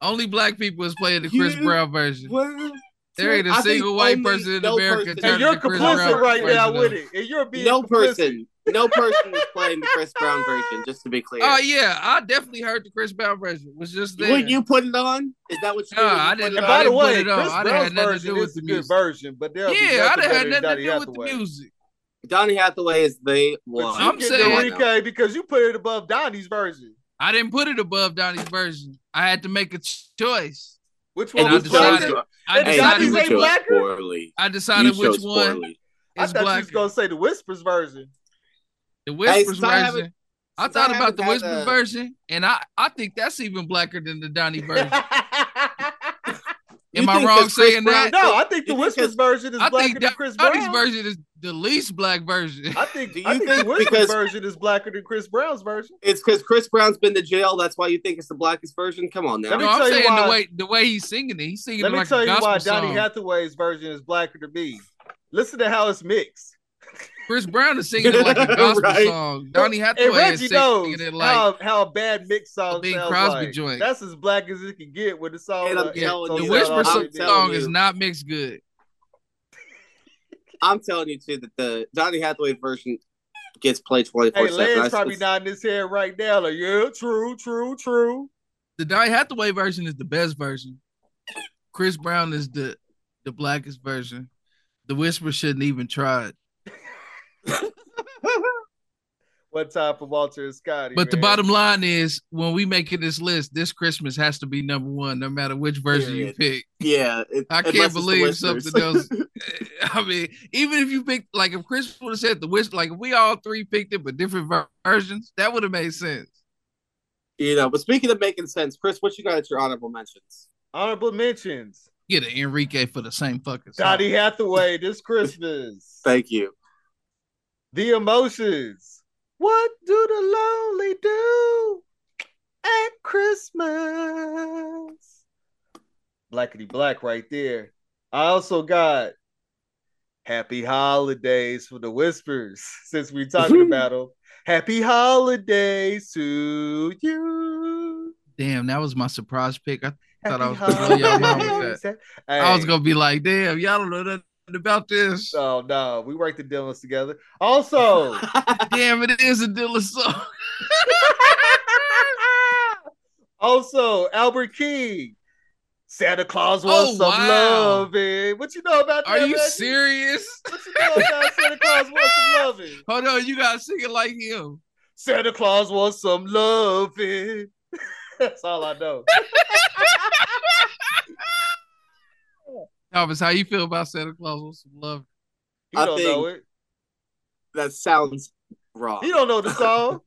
S2: Only black people is playing the Chris
S3: You-
S2: Brown version.
S3: Well,
S2: There ain't a
S3: I think
S2: single white
S3: only
S2: person in
S3: no
S2: America
S3: person-
S2: that
S1: And you're
S2: Chris
S1: complicit
S2: Brown
S1: right now
S2: version
S1: with
S2: of-
S1: it. And you're being
S3: no
S1: complicit.
S3: person, no person is playing the Chris Brown version. Just to be clear,
S2: Oh yeah, I definitely heard the Chris Brown version. Was just there.
S3: would you put it on? Is that what you?
S2: Nah,
S3: did? You
S2: I
S1: And
S2: didn't- I
S3: put it on?
S1: by the
S2: didn't put
S1: way,
S2: it
S1: Chris
S2: on. I didn't
S1: Brown's
S2: have nothing to
S1: version
S2: do with
S1: is
S2: the
S1: a good
S2: music.
S1: version, but there
S2: yeah, I
S1: be
S2: didn't
S1: nothing
S2: have
S1: better than
S2: nothing to
S1: Donny
S2: do with the
S1: Hathaway.
S2: music.
S3: Donny Hathaway is the
S1: But
S3: one.
S1: you
S2: I'm
S1: get
S2: saying-
S1: the Enrique because you put it above Donnie's version.
S2: I didn't put it above Donnie's version. I had to make a ch- choice.
S1: Which
S2: And
S1: one
S2: I
S1: was
S2: decided-
S1: blacker?
S2: I
S1: Hey,
S2: decided
S1: Donnie's
S2: which
S1: ain't
S2: one.
S1: black. blacker?
S3: poorly.
S2: I decided which one
S3: poorly.
S1: I
S2: is
S1: thought you
S2: black.
S1: was gonna say the Whispers version.
S2: The Whispers
S3: since I haven't-
S2: version. I
S3: since
S2: thought
S3: I
S2: about the
S3: haven't had
S2: Whispers
S3: a-
S2: version, and I I think that's even blacker than
S1: *laughs*
S2: the Donnie version.
S1: no,
S3: You
S2: Am I
S3: think
S2: wrong
S3: 'cause Chris
S2: saying
S3: Brown-
S2: that?
S1: I think the
S3: You think
S1: Whispers
S3: it's-
S1: version is
S2: I
S1: blacker
S2: think
S1: than Chris
S2: Donnie's
S1: Brown.
S2: version is the least black version.
S1: I think,
S3: Do
S1: I
S3: you
S1: think, the
S3: think
S1: Whispers
S3: because-
S1: version is blacker than Chris Brown's version.
S3: It's because Chris Brown's been to jail. That's why you think it's the blackest version. Come on now.
S1: Let me
S2: No, I'm
S1: tell you
S2: saying
S1: why-
S2: the way the way he's singing it, he's singing
S1: Let
S2: it
S1: me
S2: like
S1: tell
S2: a
S1: you
S2: gospel
S1: why Donnie
S2: song.
S1: Hathaway's version is blacker than me. Listen to how it's mixed.
S2: Chris Brown is singing
S1: *laughs*
S2: it like a gospel
S3: Right.
S2: song. Donnie
S1: And
S2: Hathaway is
S1: Reggie knows
S2: singing it like
S1: how, how a bad mix song
S2: Bing
S1: sounds
S2: Crosby
S1: like.
S2: joint.
S1: That's as black as it can get when the song. uh,
S3: And I'm
S1: like,
S2: yeah,
S3: telling
S1: so
S2: the
S3: you,
S2: Whisper
S1: sound
S3: I'm
S2: song,
S1: like-
S3: telling you.
S2: is not mixed good.
S3: I'm telling you too that the Donny Hathaway version gets played 24
S1: Hey,
S3: seven.
S1: Lance probably nodding his head right now. Like, yeah, true, true, true.
S2: The Donnie Hathaway version is the best version. Chris Brown is the the blackest version. The Whisper shouldn't even try it.
S1: One time for Walter and Scotty.
S2: But the
S1: man.
S2: bottom line is, when we making this list, this Christmas has to be number one, no matter which version you
S3: Period.
S2: pick.
S3: Yeah, it-
S2: I
S3: unless
S2: can't
S3: it's the
S2: believe
S3: Whispers.
S2: something else. *laughs* I mean, even if you picked, like, if Chris would have said the wish, like, if we all three picked it, but different ver- versions, that would have made sense.
S3: you know, but speaking of making sense, Chris, what you got at your honorable mentions?
S1: honorable mentions.
S2: Get an Enrique for the same fucking song.
S1: Donnie Hathaway this Christmas.
S3: Thank you.
S1: the emotions. What do the lonely do at Christmas? Blackety black right there. I also got Happy Holidays for the Whispers, since we're talking about them. Happy Holidays to you.
S2: Damn, that was my surprise pick. I, Thought I
S1: Happy
S2: was gonna blow y'all mind with
S1: holidays.
S2: I was
S1: Hey.
S2: gonna be like, damn, y'all don't know nothing about this.
S1: Oh no, we worked the demos together. Also,
S2: Damn, it is a Dilla song.
S1: *laughs* also Albert King, Santa Claus wants
S2: Oh,
S1: some
S2: wow.
S1: loving. What you know about
S2: *laughs* Are
S1: that,
S2: you
S1: Reggie?
S2: serious?
S1: What you know about Santa Claus wants some loving?
S2: Hold on, you gotta sing it like him.
S1: Santa Claus wants some loving. *laughs* That's all I know.
S2: *laughs* Thomas, how you feel about Santa Claus with some love?
S1: He
S3: I
S1: don't
S3: think-
S1: know it.
S3: *laughs* That sounds wrong.
S1: He don't know the song.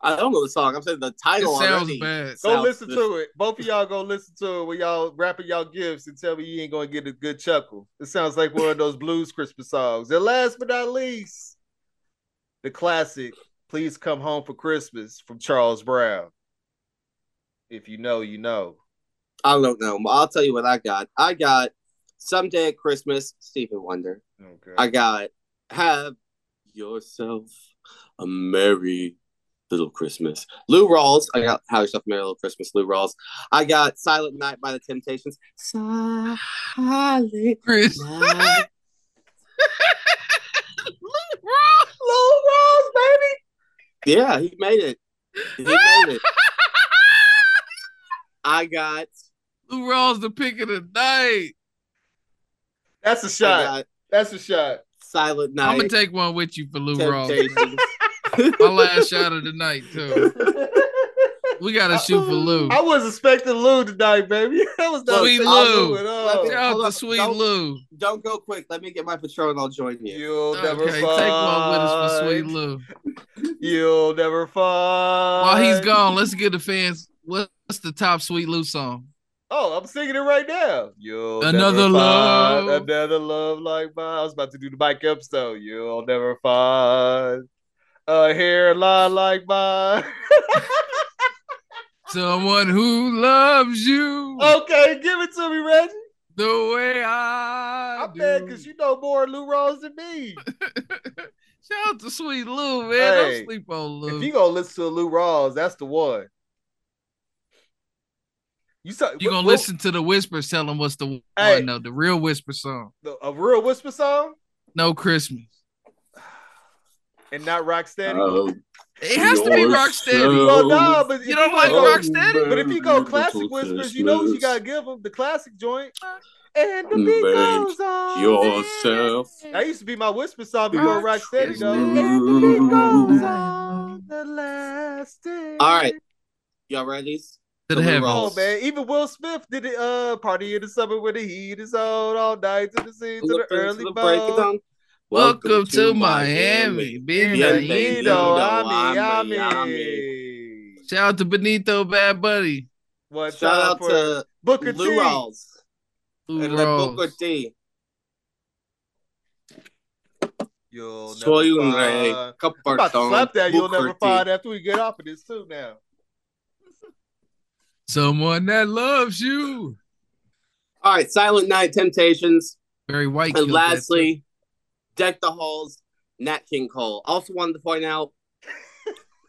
S3: I don't know the song. I'm saying the
S2: It
S3: title
S2: sounds
S3: already.
S2: bad.
S1: Go
S3: Sounds-
S1: listen to it. Both of y'all go listen to it when y'all wrapping y'all gifts and tell me you ain't gonna get a good chuckle. It sounds like one of those blues Christmas songs. And last but not least, the classic "Please Come Home for Christmas" from Charles Brown. If you know, you know.
S3: I don't know. I'll tell you what I got. I got someday at Christmas, Stephen Wonder.
S1: Okay.
S3: I got have yourself a merry little Christmas. Lou Rawls. I got have yourself a merry little Christmas. Lou Rawls. I got Silent Night by the Temptations. Silent
S2: Chris.
S3: Night.
S1: Lou Rawls, baby.
S3: *laughs* Yeah, he made it. He made it. I got.
S2: *laughs* Lou Rawls the pick of the night.
S1: That's a
S3: I
S1: shot.
S3: got
S1: That's a shot.
S3: Silent
S2: I'm gonna
S3: Night.
S2: take one with you for Lou Rawls.
S3: Temptations. *laughs*
S2: My last shot of the night *laughs* too. We gotta shoot for Lou.
S1: I was expecting Lou tonight, baby. *laughs* That was not
S2: Sweet
S1: what I knew
S2: Lou.
S1: at all.
S2: Shout out
S3: Hold
S2: to
S3: up,
S2: Sweet
S3: don't-
S2: Lou.
S3: Don't go quick. Let me get my patrol and I'll join you.
S1: You'll never
S2: Okay, take
S1: find.
S2: one with us for Sweet Lou.
S1: You'll never find.
S2: While he's gone, let's give the fans what's the top Sweet Lou song?
S1: Oh, I'm singing it right now. You'll
S2: Another
S1: never find
S2: love.
S1: another love like mine. I was about to do the Mike Epps though. You'll never find a hairline like mine. *laughs*
S2: Someone who loves you
S1: okay, give it to me, Reggie.
S2: the way I
S1: I'm
S2: do.
S1: mad because you know more Lou Rawls than me.
S2: *laughs* Shout out to Sweet Lou, man.
S1: Hey,
S2: Don't sleep on Lou.
S1: If you gonna listen to Lou Rawls, that's the one. You saw
S2: You gonna
S1: what-
S2: listen to the whispers tell them what's the
S1: Hey.
S2: one though, the real whisper song.
S1: what- a real whisper song
S2: No Christmas.
S1: and not Rocksteady.
S3: Oh,
S2: It has to be Rocksteady.
S1: Well, nah, but if
S2: You don't
S1: you
S2: like
S1: go-
S2: Rocksteady?
S1: But if you go classic whispers, you know what you gotta give them the classic joint. And the beat
S3: Make
S1: goes on.
S3: yourself.
S1: That used to be my whisper song before Rocksteady,
S2: Rocksteady.
S1: though.
S2: And
S3: the beat goes
S2: on
S1: the last day.
S3: All right. Y'all ready?
S2: To the
S3: Lou
S2: heavens.
S1: Oh
S3: Rawls.
S1: man, even Will Smith did it. Uh, party in the summer when the heat is on, all night to the sea, to the
S3: Look
S1: early
S3: the break
S1: bell.
S3: of dawn.
S2: Welcome, to, Miami.
S3: Bienvenido,
S2: Bienvenido.
S1: Bienvenido a
S3: Miami.
S1: Miami.
S2: Shout out to Benito, Bad Buddy.
S1: One
S3: Shout
S1: time
S3: out
S1: for
S3: to
S1: Booker T.
S3: Lou Rawls
S2: Lou
S3: and
S2: Rawls.
S3: Booker T.
S1: You'll never
S3: Soy un rey.
S1: find- I'm about to
S3: Capartón.
S1: slap that you'll
S3: Booker
S1: never
S3: T.
S1: find after we get off of this too now.
S2: Someone that loves you.
S3: All right, Silent Night, Temptations.
S2: Very white. killed
S3: And
S2: that,
S3: lastly, Deck the Halls, Nat King Cole. Also wanted to point out,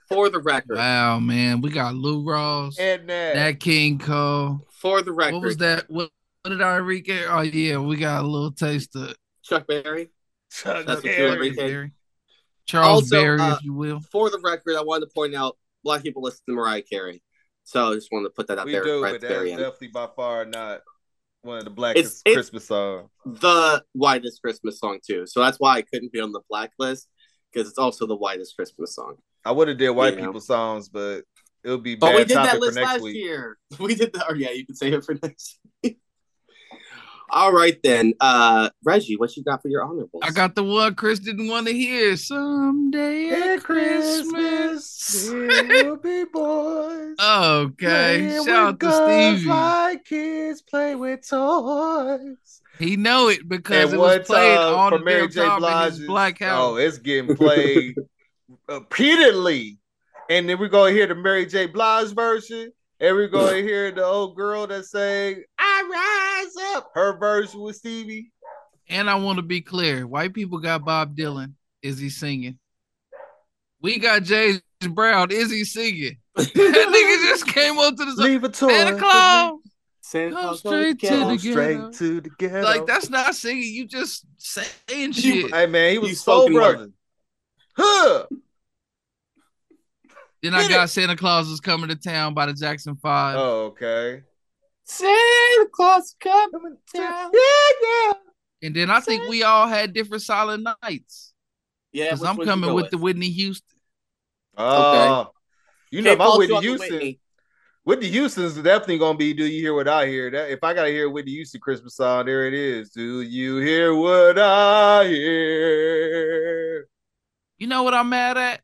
S3: for the
S2: too.
S3: record,
S2: Wow, man. We got Lou Rawls,
S1: And uh, that, *laughs*
S2: that King Cole.
S3: for the record,
S2: What was that? What, what did Enrique? Oh, yeah. We got a little taste of
S3: Chuck Berry.
S1: Chuck
S3: That's what
S1: Berry.
S3: Enrique-
S2: Charles
S3: Also,
S2: Berry,
S3: uh,
S2: if you will.
S3: For the record, I wanted to point out, black people listen to Mariah Carey. So I just wanted to put that out
S1: We
S3: there
S1: do,
S3: right
S1: but
S3: at the
S1: that
S3: very
S1: is
S3: end.
S1: definitely by far not one of the blackest
S3: It's- it-
S1: Christmas songs.
S3: The whitest Christmas song, too. So that's why I couldn't be on the blacklist, because it's also the whitest Christmas song.
S1: I would have did white
S3: Yeah.
S1: people songs, but it'll be
S3: But
S1: bad
S3: we did that
S1: topic for
S3: list
S1: next
S3: last
S1: week.
S3: year. *laughs* We did that. Or yeah, you can save it for *laughs* next. week. All right then, uh, Reggie, what you got for your honorables?
S2: I
S3: *laughs*
S2: got the one Chris didn't want to hear. Someday at Christmas.
S1: there will be boys.
S2: *laughs* Okay.
S1: playing
S2: Shout out
S1: with
S2: to
S1: guns
S2: Stevie.
S1: Like kids play with toys.
S2: He know it because
S1: And
S2: it
S1: one
S2: was played
S3: uh,
S1: time
S2: all
S1: for
S2: the
S1: Mary
S2: Mary
S1: J.
S2: time in
S1: Blige's.
S2: his black
S1: Oh,
S2: house.
S1: it's getting
S2: *laughs*
S1: played repeatedly. And then we're gonna hear the Mary J. Blige version, and we're
S2: *laughs*
S1: gonna hear the old girl that sang "I Rise Up" her version with Stevie.
S2: And I want to be clear: white people got Bob Dylan. Is he singing? We got James Brown. Is he singing? *laughs* that nigga just came up to the side.
S1: Leave a toy
S2: Santa
S1: for
S2: Claus.
S3: Santa
S2: Come
S3: Claus
S2: straight
S1: me.
S2: to
S1: Go
S2: the
S3: again.
S1: straight
S2: ghetto.
S1: to the ghetto.
S2: Like that's not singing. You just saying shit. Uh,
S1: Hey man, he
S3: You
S1: was soul
S3: spoken word.
S1: brother. Huh.
S2: Then I
S1: Hit
S3: Oh.
S2: got Santa Claus is coming to town by the Jackson Five.
S1: Oh, okay.
S3: Santa Claus come
S1: Coming to-
S3: down.
S1: Yeah,
S2: And then I think we all had different solid nights.
S3: Yeah,
S2: Because
S3: which
S2: I'm
S3: one you
S2: coming
S3: go
S2: with the Whitney Houston.
S1: yeah. Oh, you know
S3: Can't
S1: my
S3: fault
S1: Whitney
S3: on the
S1: Houston.
S3: Whitney.
S1: Whitney Houston's definitely gonna be "Do you hear what I hear?" That if I gotta hear a Whitney Houston Christmas song, there it is. Do you hear what I hear?
S2: You know what I'm mad at?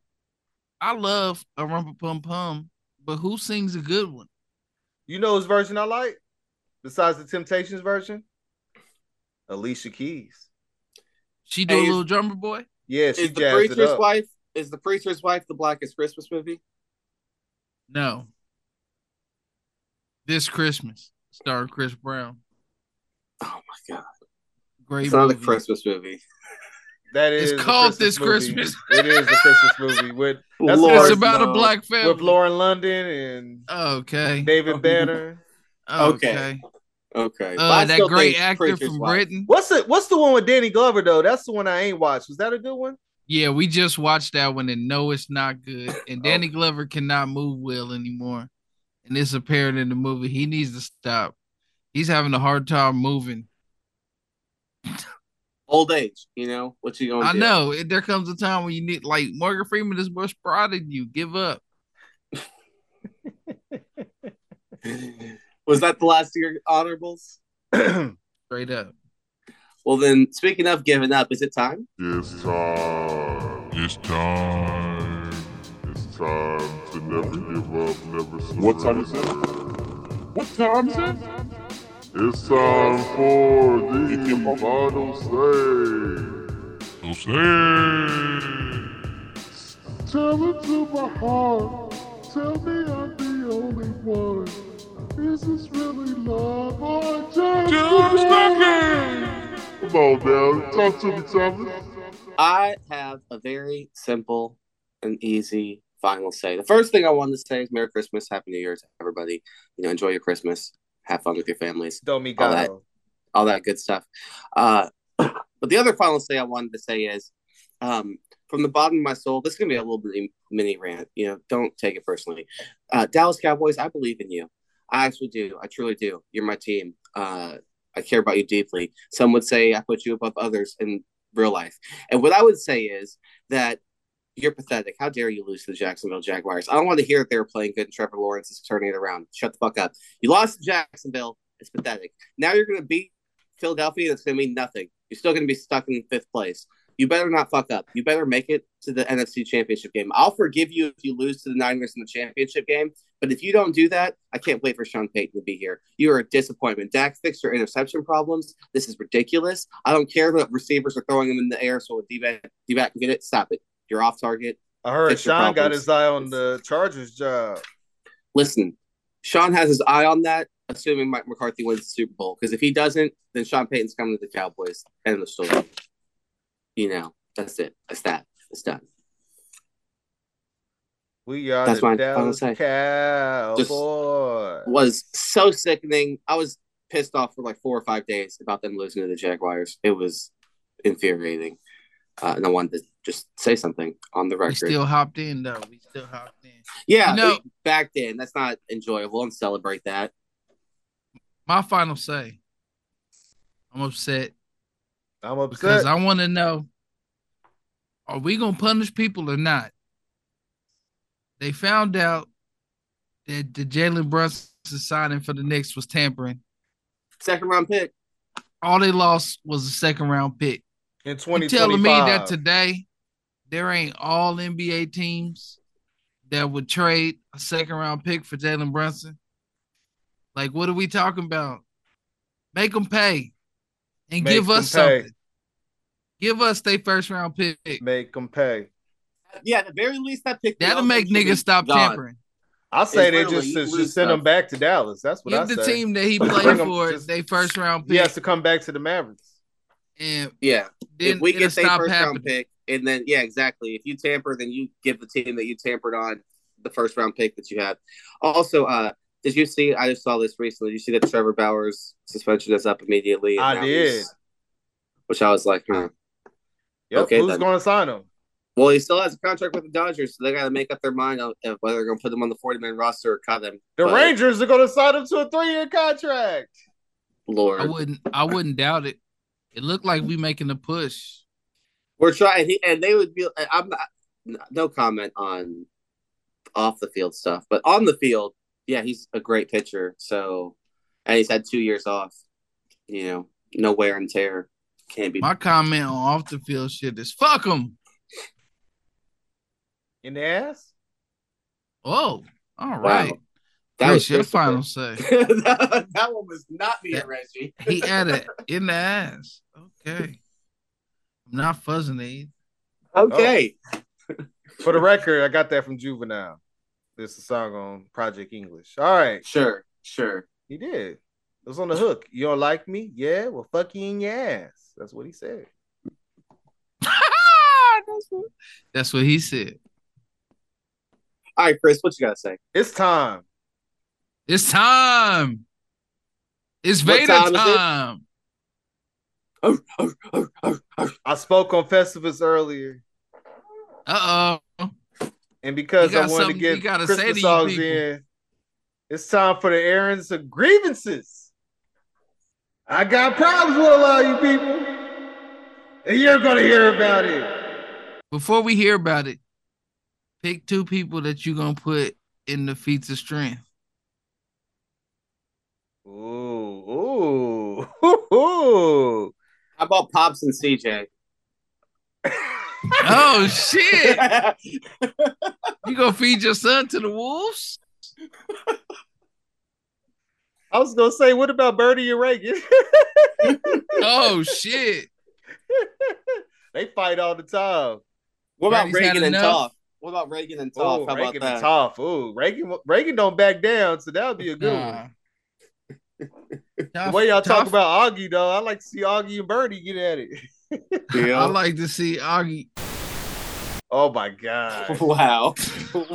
S2: I love a rumpa pum pum, but who sings a good one?
S1: You know whose version I like, besides the Temptations version, Alicia Keys.
S2: She do
S3: Hey,
S2: a
S3: is-
S2: little drummer boy.
S1: Yeah, she
S3: Is
S1: jazzed
S3: the
S1: it
S3: preacher's
S1: up.
S3: wife? Is the preacher's wife the blackest Christmas movie?
S2: No. This Christmas, starring Chris Brown.
S3: Oh my god!
S2: Great
S3: It's not a
S2: movie.
S3: Christmas movie.
S1: That
S2: It's
S1: is a
S2: called This
S1: movie.
S2: Christmas.
S1: it is a Christmas movie with That's
S3: Lord,
S2: it's about
S3: no.
S2: a black
S1: with
S2: family.
S1: Lauren London and
S2: Okay.
S1: David Banner.
S2: Okay.
S3: Okay, But I
S2: Uh, that
S3: still
S2: great
S3: think
S2: actor
S3: Preacher's
S2: from
S3: Wife.
S2: Britain.
S1: What's it? What's the one with Danny Glover though? That's the one I ain't watched. Was that a good one? *clears throat*
S2: Yeah, we just watched that one and no, it's not good. And Danny Glover cannot move well anymore. And it's apparent in the movie. He needs to stop. He's having a hard time moving.
S3: Old age, you know what you gonna
S2: I
S3: do?
S2: know. it- There comes a time when you need, like, Morgan Freeman is more spry than you. Give up.
S3: *laughs* Was that the last of your honorables?
S2: Straight up.
S3: Well, then, speaking of giving up, is it time?
S4: It's time. It's time. It's time to never give up, never surrender. What time is it? What time is it? It's time for the final say. No say. Tell it to my heart. Tell me I'm the only one. Is this really love or just, just a game? Come on now, talk to me, Thomas.
S3: I have a very simple and easy final say. The first thing I wanted to say is Merry Christmas, Happy New Year to everybody. You know, enjoy your Christmas, have fun with your families,
S1: Domigado.
S3: all that good stuff. Uh, *clears throat* but the other final say I wanted to say is, um, from the bottom of my soul, this is gonna be a little bit mini rant. You know, don't take it personally. Uh, Dallas Cowboys, I believe in you. I actually do. I truly do. You're my team. Uh, I care about you deeply. Some would say I put you above others in real life. And what I would say is that you're pathetic. How dare you lose to the Jacksonville Jaguars? I don't want to hear that they were playing good and Trevor Lawrence is turning it around. Shut the fuck up. You lost to Jacksonville. It's pathetic. Now you're going to beat Philadelphia, that's going to mean nothing. You're still going to be stuck in fifth place. You better not fuck up. You better make it to the NFC Championship game. I'll forgive you if you lose to the Niners in the championship game, but if you don't do that, I can't wait for Sean Payton to be here. You are a disappointment. Dak fixed your interception problems. This is ridiculous. I don't care that receivers are throwing them in the air so a D-back, D-back can get it. Stop it. You're off target.
S1: I heard
S3: Fix your
S1: Sean got
S3: problems.
S1: his eye on the Chargers job.
S3: Listen, Sean has his eye on that, assuming Mike McCarthy wins the Super Bowl. Because if he doesn't, then Sean Payton's coming to the Cowboys. End of story. You know, that's it. That's that. It's done.
S1: We are
S3: That's
S1: the
S3: mine. I
S1: Dallas
S3: was gonna say.
S1: Cowboys.
S3: Was so sickening. I was pissed off for like four or five days about them losing to the Jaguars. It was infuriating. Uh, and I wanted to just say something on the
S2: We
S3: record.
S2: still hopped in, though. We still hopped in.
S3: yeah,
S2: You know-
S3: we- back then. That's not enjoyable and celebrate that.
S2: My final say I'm upset
S1: I'm upset.
S2: because I want to know are we going to punish people or not? They found out that the Jalen Brunson signing for the Knicks was tampering.
S3: Second round pick.
S2: All they lost was a second round pick.
S1: in
S2: You telling me
S1: 2025,
S2: that today there ain't all NBA teams that would trade a second round pick for Jalen Brunson? Like, what are we talking about? Make them pay and
S1: Make
S2: give
S1: 'em
S2: us
S1: pay.
S2: something. Give us their first round pick.
S1: make them pay.
S3: Yeah, at the very least, that pick.
S2: That'll make niggas stop
S3: God.
S2: tampering.
S1: I say they
S3: literally,
S1: just,
S3: you
S1: just
S3: lose
S1: send
S3: stuff.
S1: them back to Dallas. That's what
S2: Give
S1: I
S2: the
S1: say.
S2: team that he
S1: Bring
S2: played
S1: 'em,
S2: for
S1: just-
S2: they first round
S1: He
S2: pick,
S1: has to come back to the Mavericks.
S2: and
S3: Yeah,
S2: then
S3: if we
S2: it'll
S3: get their
S2: stop
S3: first
S2: happening.
S3: round pick, and then yeah, exactly. If you tamper, then you give the team that you tampered on the first round pick that you have. Also, uh, did you see? I just saw this recently. Did you see that Trevor Bowers suspension is up immediately? and
S1: I
S3: now he's-
S1: did.
S3: Which I was like, huh.
S1: Yep.
S3: Okay,
S1: Who's
S3: then.
S1: going to sign him?
S3: Well, he still has a contract with the Dodgers, so they got to make up their mind on if whether they're going to put him on the 40 man roster or cut him.
S1: The
S3: But,
S1: Rangers are going to sign him to a three-year contract.
S2: I
S3: Lord.
S2: wouldn't. I wouldn't doubt it. It looked like we making a push.
S3: We're trying, he, and they would be. I'm not, no comment on off the field stuff, but on the field, yeah, he's a great pitcher. So, and he's had two years off, you know, no wear and tear. Can't be.
S2: My comment on off the field shit is fuck them.
S1: In the ass?
S2: Oh, all
S3: Wow.
S2: right.
S3: That
S2: Rich,
S3: was
S2: your
S3: Christopher.
S2: final say.
S3: *laughs* that, that one was not me,
S2: That-
S3: Reggie.
S2: He had it in the ass. Okay. I'm not fuzzing it. either.
S3: Okay. *laughs*
S1: For the record, I got that from Juvenile. This is a song on Project English. All right.
S3: Sure. Sure.
S1: He did. It was on the hook. You don't like me? Yeah, well, fuck you in your ass. That's what he said.
S3: Ah,
S2: That's what- That's what he said.
S3: All right, Chris, what you got to say?
S1: It's time.
S2: It's time. It's
S3: What
S2: Vader
S3: time
S2: time.
S3: is it?
S1: I spoke on Festivus earlier,
S2: Uh oh.
S1: and because
S2: You got
S1: I wanted to
S2: something
S1: get
S2: you gotta say to
S1: Christmas
S2: you
S1: songs
S2: people.
S1: in, it's time for the errands of grievances. I got problems with a lot of you people, and you're gonna hear about it.
S2: Before we hear about it, pick two people that you're gonna put in the feats of strength.
S3: *laughs*
S1: Ooh, ooh, ooh. *laughs*
S3: How about Pops and *laughs* CJ?
S2: Oh shit. You gonna feed your son to the wolves?
S1: I was gonna say, what about Birdie and Reagan? *laughs*
S2: Oh shit.
S1: they fight all the time.
S3: what about
S2: Brady's had
S3: Reagan and
S2: enough.
S3: Toff? What about Reagan and Toff?
S1: Oh,
S3: How
S1: Reagan
S3: about
S1: is
S3: that?
S1: tough. Ooh, Reagan, Reagan don't back down, so that would be a good
S2: *laughs*
S1: one. The way y'all talk about Augie, though, I like to see Augie and Birdie get at it. *laughs*
S2: I
S3: Yeah.
S2: like to see Augie.
S1: Oh my
S2: *laughs*
S1: god!
S3: *laughs* Wow.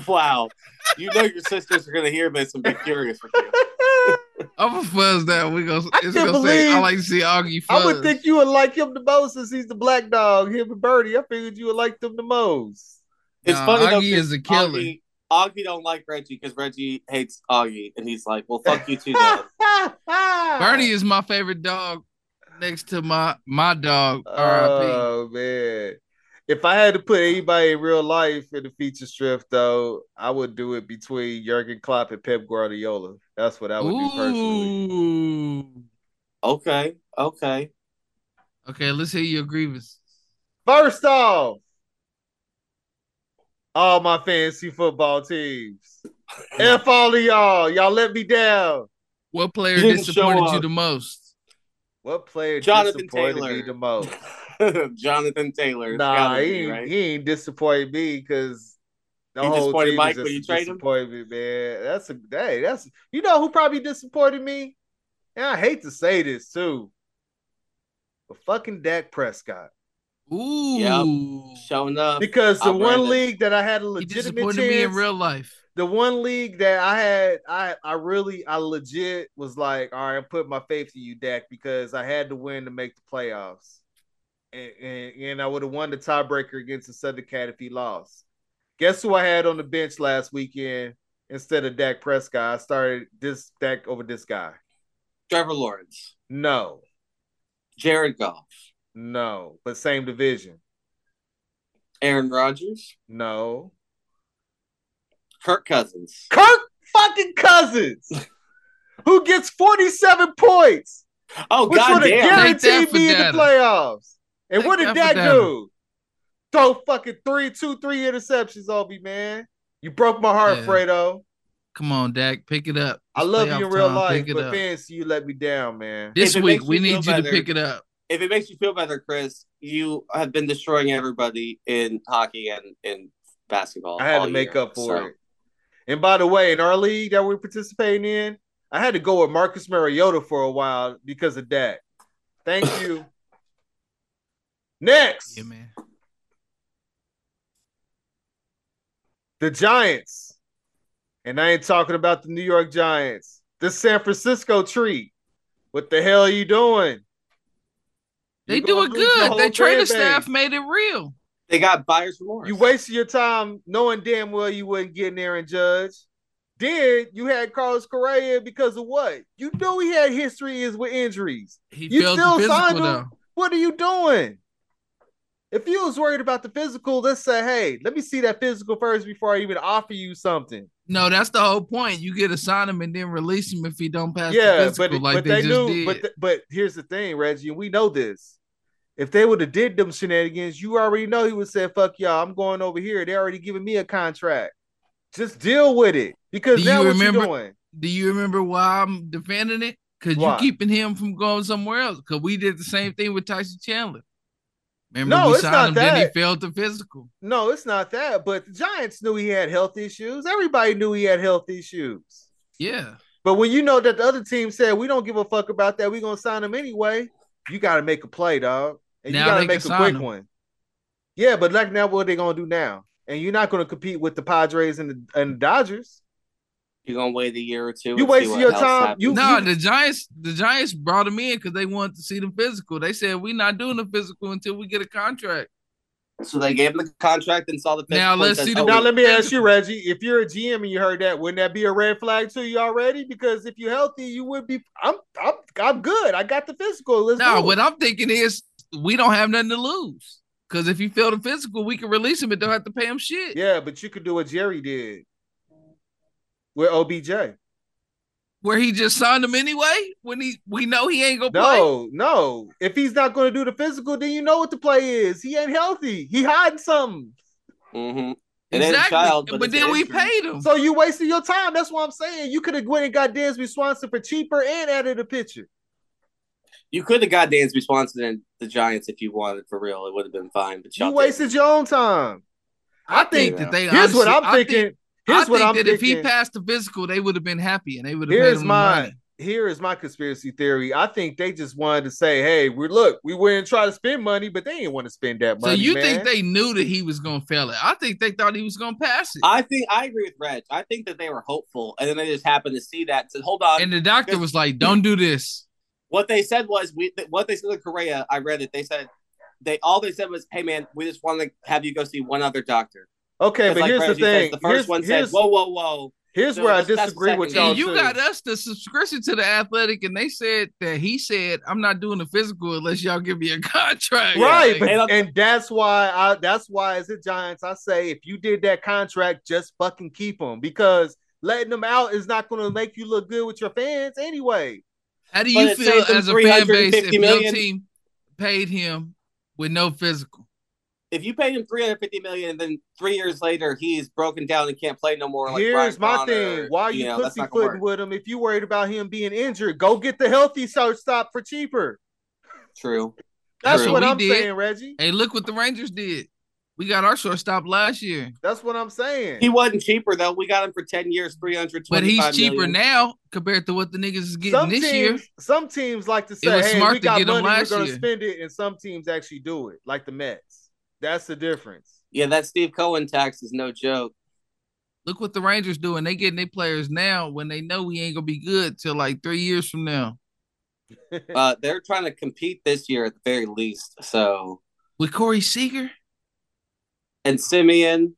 S3: wow. You know your sisters are going to hear this and be furious with you.
S2: I'm gonna fuzz that. We gonna.
S1: I
S2: It's
S1: can't
S2: gonna say I
S1: believe-
S2: like to see Augie
S1: I
S2: fuzz.
S1: would think you would like him the most since he's the black dog. Him and Birdie, I figured you would like them the most.
S3: It's
S2: Nah,
S3: funny though.
S2: Augie
S3: 'cause
S2: is a killer.
S3: Augie, Augie don't like Reggie because Reggie hates Augie, and he's like, "Well, fuck you
S1: *laughs*
S3: too."
S2: *laughs*
S3: Then.
S2: Birdie is my favorite dog, next to my my dog. R.I.P.
S1: Oh man. If I had to put anybody in real life in the feature strip, though, I would do it between Jurgen Klopp and Pep Guardiola. That's what I would do personally.
S2: Ooh.
S3: Okay. Okay.
S2: Okay, let's hear your grievance.
S1: First off, all my fantasy football teams. F all of y'all. Y'all let me down.
S2: What player
S3: He didn't show
S2: disappointed you
S3: up.
S2: the most?
S1: What player
S3: Jonathan
S1: disappointed me
S3: Taylor.
S1: the
S3: *laughs*
S1: most?
S3: *laughs* Jonathan Taylor. It's
S1: Nah,
S3: gotta
S1: he,
S3: be,
S1: ain't-
S3: right?
S1: he ain't disappointed me because the
S3: He
S1: whole
S3: disappointed
S1: team
S3: Mike
S1: is
S3: when you
S1: just
S3: trade him?
S1: disappointment, man. That's a hey, that's you know who probably disappointed me, and I hate to say this too, but fucking Dak Prescott
S2: Ooh.
S3: Showing up.
S1: because the
S3: I'm
S1: one
S3: Brandon.
S1: league that I had a
S2: He
S1: legitimate
S2: disappointed
S1: chance,
S2: me in real life.
S1: the one league that I had, I I really I legit was like, all right, I'm putting my faith in you, Dak, because I had to win to make the playoffs, and and, and I would have won the tiebreaker against the Southern Cat if he lost. Guess who I had on the bench last weekend instead of Dak Prescott? I started this Dak over this guy.
S3: Trevor Lawrence,
S1: No,
S3: Jared Goff,
S1: no, but same division.
S3: Aaron Rodgers,
S1: No,
S3: Kirk Cousins.
S1: Kirk fucking Cousins, who gets 47 points.
S3: Oh
S1: Which
S3: God
S1: would have
S3: damn!
S2: Take
S1: guaranteed
S2: that for
S1: me in the
S2: data.
S1: playoffs. And
S2: Take
S1: what did
S2: that
S1: that
S2: for data.
S1: do? Throw fucking three, two, three interceptions on me, man. You broke my heart,
S2: Yeah.
S1: Fredo.
S2: Come on, Dak, pick it up.
S1: I love
S2: playoff
S1: you in real
S2: time,
S1: life,
S2: pick it
S1: but
S2: up.
S1: fancy, you let me down, man.
S2: This
S3: If it
S2: week
S3: makes
S2: we
S3: you feel
S2: need you to
S3: better-
S2: pick it up.
S3: If it makes you feel better, Chris, you have been destroying everybody in hockey and in basketball.
S1: I had
S3: all
S1: to make
S3: year,
S1: up for
S3: Oh, so.
S1: it. And by the way, in our league that we're participating in, I had to go with Marcus Mariota for a while because of that. Thank
S2: *coughs*
S1: you. Next,
S2: Yeah, man.
S1: the Giants. And I ain't talking about the New York Giants. The San Francisco tree. What the hell are you doing?
S2: They
S1: You
S2: do
S1: gonna
S2: it
S1: lose your
S2: good.
S1: whole
S2: They trainer
S1: fan base.
S2: staff made it real.
S3: They got buyer's remorse.
S1: You wasted your time knowing damn well you wouldn't get in there and judge. Then you had Carlos Correa because of what? You knew he had history is with injuries.
S2: He
S1: You
S2: failed
S1: still
S2: the physical
S1: signed him?
S2: though.
S1: What are you doing? If you was worried about the physical, let's say, hey, let me see that physical first before I even offer you something.
S2: No, that's the whole point. You get to sign him and then release him if he don't pass the
S1: yeah,
S2: physical
S1: but,
S2: like
S1: but
S2: they,
S1: they,
S2: just
S1: knew.
S2: did.
S1: But th- but here's the thing, Reggie, and we know this. If they would have did them shenanigans, you already know he would say, "Fuck y'all, I'm going over here." They already giving me a contract. Just deal with it because
S2: Do
S1: now
S2: you
S1: what
S2: remember-
S1: you doing?
S2: Do you remember why I'm defending it? Because you
S1: Why?
S2: keeping him from going somewhere else. Because we did the same thing with Tyson Chandler. Remember,
S1: No,
S2: we
S1: it's
S2: signed
S1: not
S2: him, then he
S1: that.
S2: failed the physical.
S1: No, it's not that. But the Giants knew he had health issues. Everybody knew he had health issues.
S2: Yeah.
S1: But when you know that the other team said we don't give a fuck about that, we gonna sign him anyway. You gotta make a play, dog, and
S2: Now
S1: you gotta
S2: they
S1: make
S2: can
S1: a
S2: sign
S1: quick
S2: him.
S1: one. Yeah, but like now, what they gonna do now? And you're not gonna compete with the Padres and the, and the Dodgers.
S3: You're gonna wait a year or two.
S1: You
S3: and see
S1: wasting
S3: what
S1: your
S3: else
S1: time.
S3: happens.
S1: You-
S2: No, the Giants, the Giants brought him in because they wanted to see the physical. They said we're not doing the physical until we get a contract.
S3: So they gave him the contract and saw the
S2: Now
S3: physical and
S2: let's
S3: says,
S2: see the-
S3: "Oh,
S1: Now
S3: we-
S1: let me ask you, Reggie, if you're a GM and you heard that, wouldn't that be a red flag to you already? Because if you're healthy, you would be. I'm I'm I'm good. I got the physical. Let's
S2: No,
S1: do
S2: what
S1: it.
S2: I'm thinking is we don't have nothing to lose because if he failed the physical, we can release him and don't have to pay him shit.
S1: Yeah, but you could do what Jerry did with OBJ.
S2: Where he just signed him anyway when he we know he ain't gonna play.
S1: No, no. If he's not going to do the physical, then you know what the play is. He ain't healthy. He hiding something.
S3: Mhm. It ain't a child, but it's
S2: then
S3: an
S2: we
S3: injury.
S2: paid him.
S1: So you wasted your time. That's what I'm saying. You could have went and got Dansby Swanson for cheaper and added a pitcher.
S3: You could have got Dansby Swanson and the Giants if you wanted for real. It would have been fine. But
S1: You
S3: y'all
S1: wasted your own time. I
S2: think
S1: think.
S3: Yeah.
S2: that they.
S1: Here's what
S2: honestly-
S1: I'm
S2: I think-
S1: thinking. Here's
S2: I
S1: what
S2: think
S1: I'm
S2: that if he
S1: thinking.
S2: passed the physical, they would have been happy and they would have paid
S1: Here's
S2: him
S1: mine.
S2: money.
S1: Here is my conspiracy theory. I think they just wanted to say, "Hey, we look, we went and tried to spend money, but they didn't want to spend that
S2: So
S1: money."
S2: you
S1: man.
S2: think they knew that he was gonna fail it? I think they thought he was gonna pass it.
S3: I think I agree with Reg. I think that they were hopeful, and then they just happened to see that. and Said, "Hold on."
S2: and the doctor was like, "Don't do this."
S3: what they said was, "We." th- What they said to Correa, I read it. They said, "They all they said was, hey man, we just want to have you go see one other doctor."
S1: Okay,
S3: 'Cause
S1: but
S3: like
S1: here's the
S3: Reggie says,
S1: thing.
S3: the first
S1: here's,
S3: one
S1: here's-
S3: said, "Whoa, whoa, whoa."
S1: Here's
S3: So
S1: where I
S3: that's- that's the
S1: disagree with
S3: second
S1: y'all.
S2: And
S3: thing.
S2: you
S1: too.
S2: got us the subscription to the athletic, and they said that he said, "I'm not doing the physical unless y'all give me a *laughs* contract."
S1: right,
S2: Like,
S1: but,
S3: And
S1: and,
S3: I'm-
S1: that's why I that's why as a Giants, I say if you did that contract, just fucking keep them because letting them out is not going to make you look good with your fans anyway.
S2: how do
S3: But
S2: you
S3: it
S2: feel
S3: saved them
S2: as a fan base if
S3: 350
S2: your
S3: million?
S2: team paid him with no physical?
S3: If you paid him three hundred fifty million, and then three years later he's broken down and can't play no more. Like
S1: Here's
S3: Brian
S1: my
S3: Connor,
S1: thing: why are you,
S3: know, that's not gonna
S1: pussyfooting
S3: work.
S1: with him? If you worried about him being injured, go get the healthy shortstop for cheaper.
S3: True.
S1: That's
S3: True.
S1: what
S2: We
S1: I'm
S2: did.
S1: saying, Reggie.
S2: Hey, look what the Rangers did. We got our shortstop last year,
S1: That's what I'm saying.
S3: He wasn't cheaper though. We got him for ten years, three hundred
S2: but
S3: twenty.
S2: he's cheaper now compared to what the niggas is getting
S1: some
S2: this
S1: teams,
S2: year.
S1: some teams like to
S2: was
S1: say, "Hey,
S2: smart
S1: we
S2: to
S1: got
S2: get 'em
S1: money, we're
S2: last
S1: going to
S2: year.
S1: spend it," and some teams actually do it, like the Mets. That's the difference. *laughs*
S3: Yeah, that Steve Cohen tax is no joke.
S2: Look what the Rangers doing. They getting their players now when they know we ain't gonna be good till like three years from now.
S3: Uh, they're trying to compete this year at the very least. So
S2: With Corey Seager,
S3: and Simeon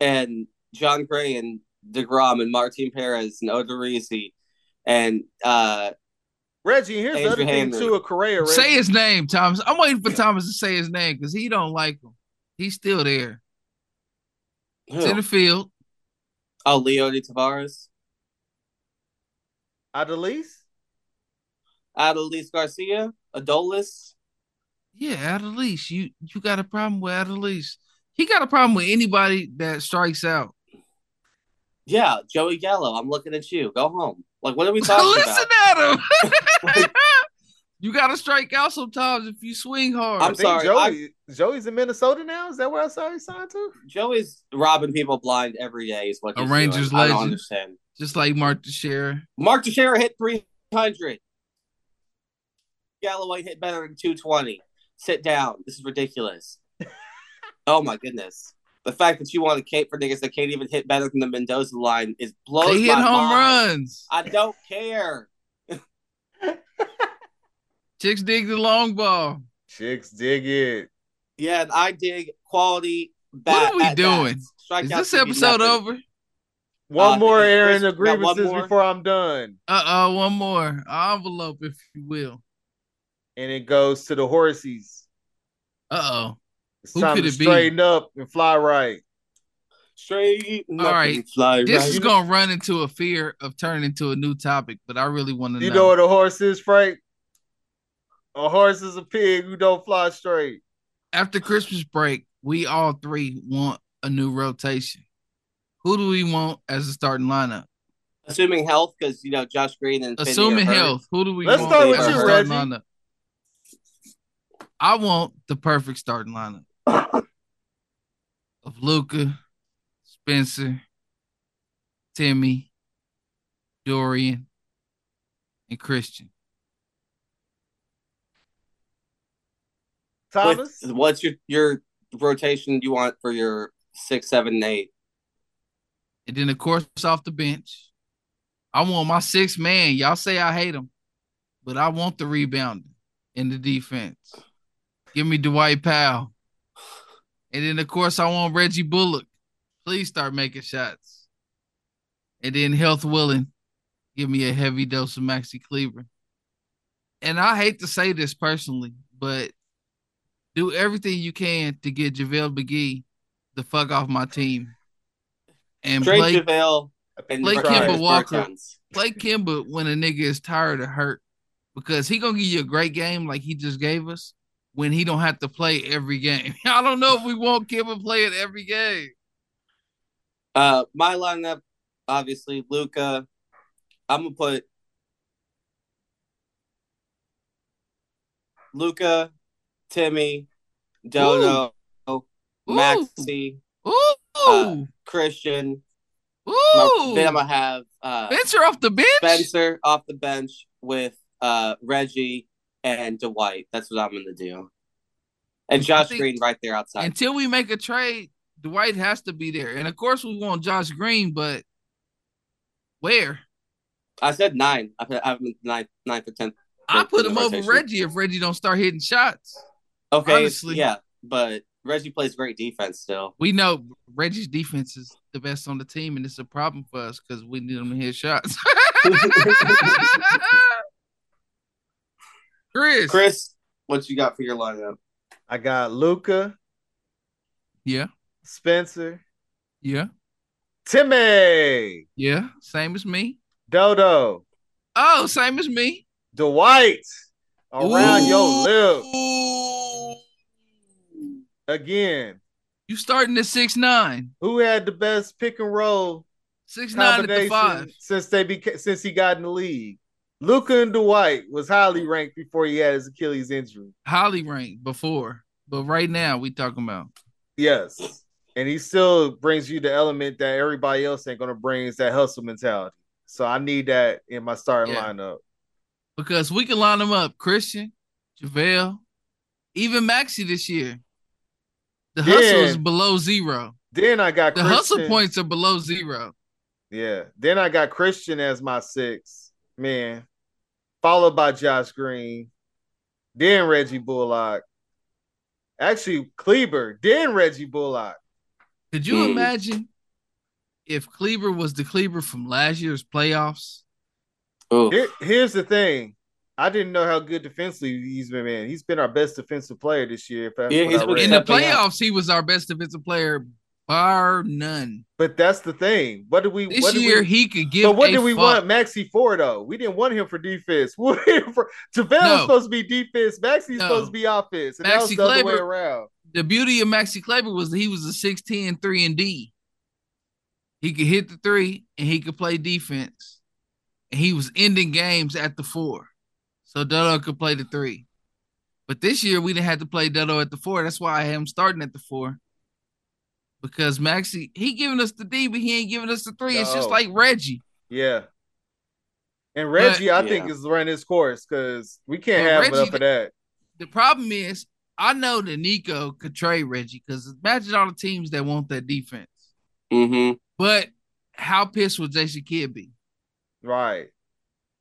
S3: and John Gray and Degrom and Martin Perez and Odorizzi and uh,
S1: Reggie, here's the
S3: Andrew
S1: other thing
S3: Henry.
S1: too of Correa. Reggie.
S2: say his name, Thomas. I'm waiting for Thomas to say his name because he don't like him. He's still there. It's in
S3: who?
S2: the field.
S3: oh Leo de Tavares,
S1: Adelise.
S3: Adelis Garcia, Adolis.
S2: Yeah, Adelise. You you got a problem with Adelise. He got a problem with anybody that strikes out.
S3: Yeah, Joey Gallo. I'm looking at you. Go home.
S2: *laughs*
S3: Like, what are we talking
S2: Listen
S3: about?
S2: at him. *laughs* you gotta strike out sometimes if you swing hard.
S1: I
S3: I'm
S1: think
S3: sorry,
S1: Joey. Joey's in Minnesota now. Is that where I saw he signed to?
S3: Joey's robbing people blind every day. Is what
S2: A
S3: he's
S2: Rangers
S3: doing. I don't
S2: legend.
S3: understand.
S2: Just like Mark Teixeira.
S3: Mark Teixeira hit 300. Galloway hit better than 220. Sit down. This is ridiculous. oh my goodness. The fact that you want to cape for niggas that can't even hit better than the Mendoza line is blows
S2: They hit
S3: my
S2: home
S3: mind.
S2: runs.
S3: I don't care.
S2: Chicks dig the long ball.
S1: Chicks dig it.
S3: Yeah, and I dig quality.
S2: What
S3: Bat,
S2: are we
S3: at bats.
S2: doing? Is
S3: Strikeouts
S2: this
S3: should be
S2: episode
S3: nothing.
S2: over?
S1: One
S3: Uh,
S1: more
S3: Chris,
S1: Aaron
S3: we got one
S1: grievances
S3: more?
S1: before I'm done.
S2: Uh oh, one more envelope, if you will.
S1: And it goes to the horses.
S2: Uh oh.
S1: It's
S2: Who
S1: time
S2: could
S1: to
S2: it be?
S1: straighten up and fly right.
S3: Straight. All
S2: right.
S3: right. Fly
S2: This
S3: right.
S2: is gonna run into a fear of turning into a new topic, but I really want to
S1: You
S2: know.
S1: know what a horse is, Frank? A horse is a pig who don't fly straight.
S2: After Christmas break, we all three want a new rotation. Who do we want as a starting lineup?
S3: Assuming health, because you know Josh Green and Finney are
S2: Assuming
S3: hurt.
S2: health, who do we
S1: Let's
S2: want
S1: start
S3: with
S2: as a
S3: you,
S2: starting
S1: Reggie.
S2: lineup? I want the perfect starting lineup of Luca, Spencer, Timmy, Dorian, and Christian.
S3: What-
S1: Thomas?
S3: what's your your rotation you want for your six, seven, and eight?
S2: And then, of course, off the bench, I want my sixth man. Y'all say I hate him, but I want the rebounding in the defense. Give me Dwight Powell. And then, of course, I want Reggie Bullock. Please start making shots. And then, health willing, give me a heavy dose of Maxi Cleaver. And I hate to say this personally, but do everything you can to get JaVale McGee the fuck off my team. And
S3: Trey
S2: play
S3: JaVale
S1: I think
S3: and
S1: you
S2: Blake
S1: tried.
S2: Kimber
S3: Burton's
S2: Walker.
S3: Burton's.
S2: play Kimba when a nigga is tired or hurt because he gonna give you a great game like he just gave us when he don't have to play every game. *laughs* I don't know if we want Kimba playing every game.
S3: Uh, my lineup, obviously, Luca. I'm gonna put Luca, Timmy, Dodo,
S2: Ooh.
S3: Maxi,
S2: Ooh,
S3: Uh, Christian. My,
S2: ooh,
S3: then I'm gonna have uh,
S2: Spencer off the bench.
S3: Spencer off the bench with uh, Reggie and Dwight. That's what I'm gonna do. And Josh
S2: think-
S3: Green right there outside.
S2: Until we make a trade, Dwight has to be there, and of course we want Josh Green, but where?
S3: I said nine. I put I have him ninth, ninth or tenth.
S2: I
S3: Like,
S2: put
S3: in
S2: him
S3: the
S2: over
S3: rotation.
S2: Reggie if Reggie don't start hitting shots.
S3: Okay,
S2: Honestly.
S3: yeah, but Reggie plays great defense still.
S2: We know Reggie's defense is the best on the team, and it's a problem for us because we need him to hit shots. *laughs* Chris.
S3: Chris, what you got for your lineup?
S1: I got Luca,
S2: Yeah,
S1: Spencer,
S2: yeah,
S1: Timmy,
S2: yeah. Same as me.
S1: Dodo,
S2: Oh, same as me.
S1: Dwight around your
S2: Ooh.
S1: lip again.
S2: You starting at six nine.
S1: Who had the best pick and roll
S2: Six nine at the five.
S1: combination since they beca- since he got in the league? Luca and Dwight was highly ranked before he had his Achilles injury.
S2: Holly ranked before. But right now we talking about
S1: Yes. And he still brings you the element that everybody else ain't gonna bring is that hustle mentality. So I need that in my starting
S2: Yeah.
S1: lineup.
S2: because we can line them up. Christian, JaVale, even Maxi this year. The hustle is
S1: Yeah.
S2: below zero.
S1: Then I got
S2: The
S1: Christian.
S2: hustle points are below zero.
S1: Yeah. Then I got Christian as my six man, followed by Josh Green, then Reggie Bullock. Actually, Kleber, then Reggie Bullock.
S2: Could you
S3: Mm.
S2: imagine if Cleaver was the Cleaver from last year's playoffs?
S3: Ooh.
S1: Here- here's the thing. I didn't know how good defensively he's been, man. He's been our best defensive player this year. If that's
S3: Yeah,
S1: what
S3: he's
S1: I
S3: been
S1: read.
S2: In the
S3: Stepping up.
S2: playoffs, he was our best defensive player, bar none.
S1: But that's the thing. What do we?
S2: This
S1: what do
S2: year,
S1: we,
S2: he could give.
S1: but what
S2: a
S1: did we
S2: fuck.
S1: want Maxi for though? We didn't want him for defense. *laughs* We wanted him for JaVale's
S2: No.
S1: supposed to be defense. Maxi's
S2: No.
S1: supposed to be offense. And that was
S2: Maxi
S1: the other way
S2: Kleber-
S1: around.
S2: The beauty of Maxi Kleber was he was a 6'10, 3 and D. He could hit the three and he could play defense. And he was ending games at the four. So Dodo could play the three. But this year we didn't have to play Dodo at the four. That's why I had him starting at the four. Because Maxi, he giving us the D, but he ain't giving us the three. It's just
S1: No.
S2: like Reggie.
S1: Yeah. And Reggie, I think
S3: Yeah.
S1: is running his course because we can't
S2: But
S1: have
S2: Reggie-
S1: enough of that.
S2: The problem is, I know that Nico could trade Reggie because imagine all the teams that want that defense.
S3: Mm-hmm.
S2: But how pissed would Jason Kidd be?
S1: Right.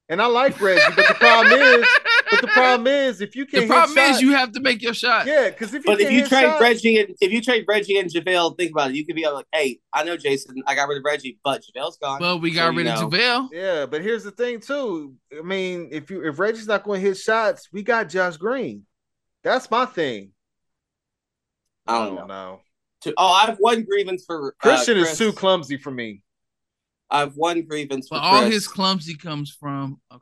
S1: And I like Reggie, but the problem is But the
S2: *laughs*
S1: problem is, if you can't,
S2: The problem
S1: hit
S2: is
S1: shots-
S2: you have to make your shot.
S1: yeah, because if you
S3: But if
S1: can't
S3: you
S1: hit
S3: trade
S1: shots-
S3: Reggie and if you trade Reggie and JaVale, think about it. You could be like, hey, I know Jason, I got rid of Reggie, but JaVale's gone.
S2: But we
S3: So,
S2: got
S3: you
S2: rid
S3: know.
S2: of JaVale.
S1: yeah, but here's the thing too. I mean, if you if Reggie's not going to hit shots, we got Josh Green. That's my thing.
S3: I don't know.
S1: know.
S3: To- Oh, I have one grievance for uh,
S1: Christian is
S3: Chris.
S1: too clumsy for me.
S3: I have one grievance for
S2: But all
S3: Chris.
S2: his clumsy comes from okay.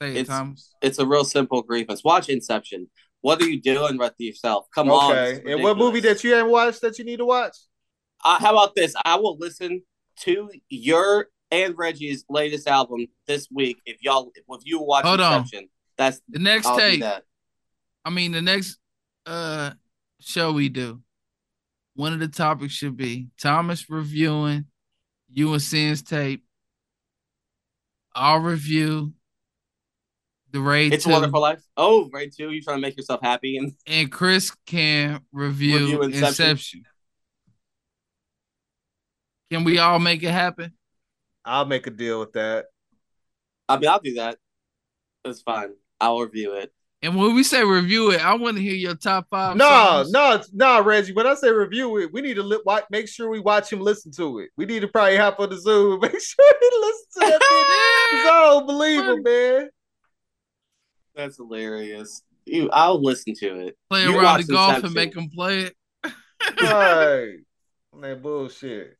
S2: Say it,
S3: It's-
S2: Thomas.
S3: It's a real simple grievance. Watch Inception. What are you doing with yourself? Come on. this
S1: Okay.
S3: is
S1: and what movie
S3: ridiculous.
S1: that you haven't watched that you need to watch?
S3: Uh, how about this? I will listen to your and Reggie's latest album this week. If y'all, if you watch
S2: Hold on.
S3: Inception, that's
S2: The next
S3: I'll do
S2: tape.
S3: that.
S2: I mean, the next uh show we do, one of the topics should be Thomas reviewing you and Sin's tape. I'll review the raid
S3: It's a
S2: two,
S3: Wonderful Life. Oh, right too. You trying to make yourself happy and
S2: and Chris can review,
S3: Review
S2: Inception.
S3: Inception.
S2: Can we all make it happen?
S1: I'll make a deal with that.
S3: I mean, I'll do that. That's fine. I'll review it.
S2: And when we say review it, I want to hear your top five.
S1: No,
S2: songs.
S1: no, no, Reggie. When I say review it, we need to li- watch, make sure we watch him listen to it. We need to probably hop on the Zoom and *laughs* make sure he listens to that. thing. 'Cause I don't believe him, man.
S3: That's hilarious. You, I'll listen to it.
S2: play
S3: You
S2: around
S3: watch
S2: the golf
S3: Inception.
S2: and make him play it.
S1: Right. That bullshit.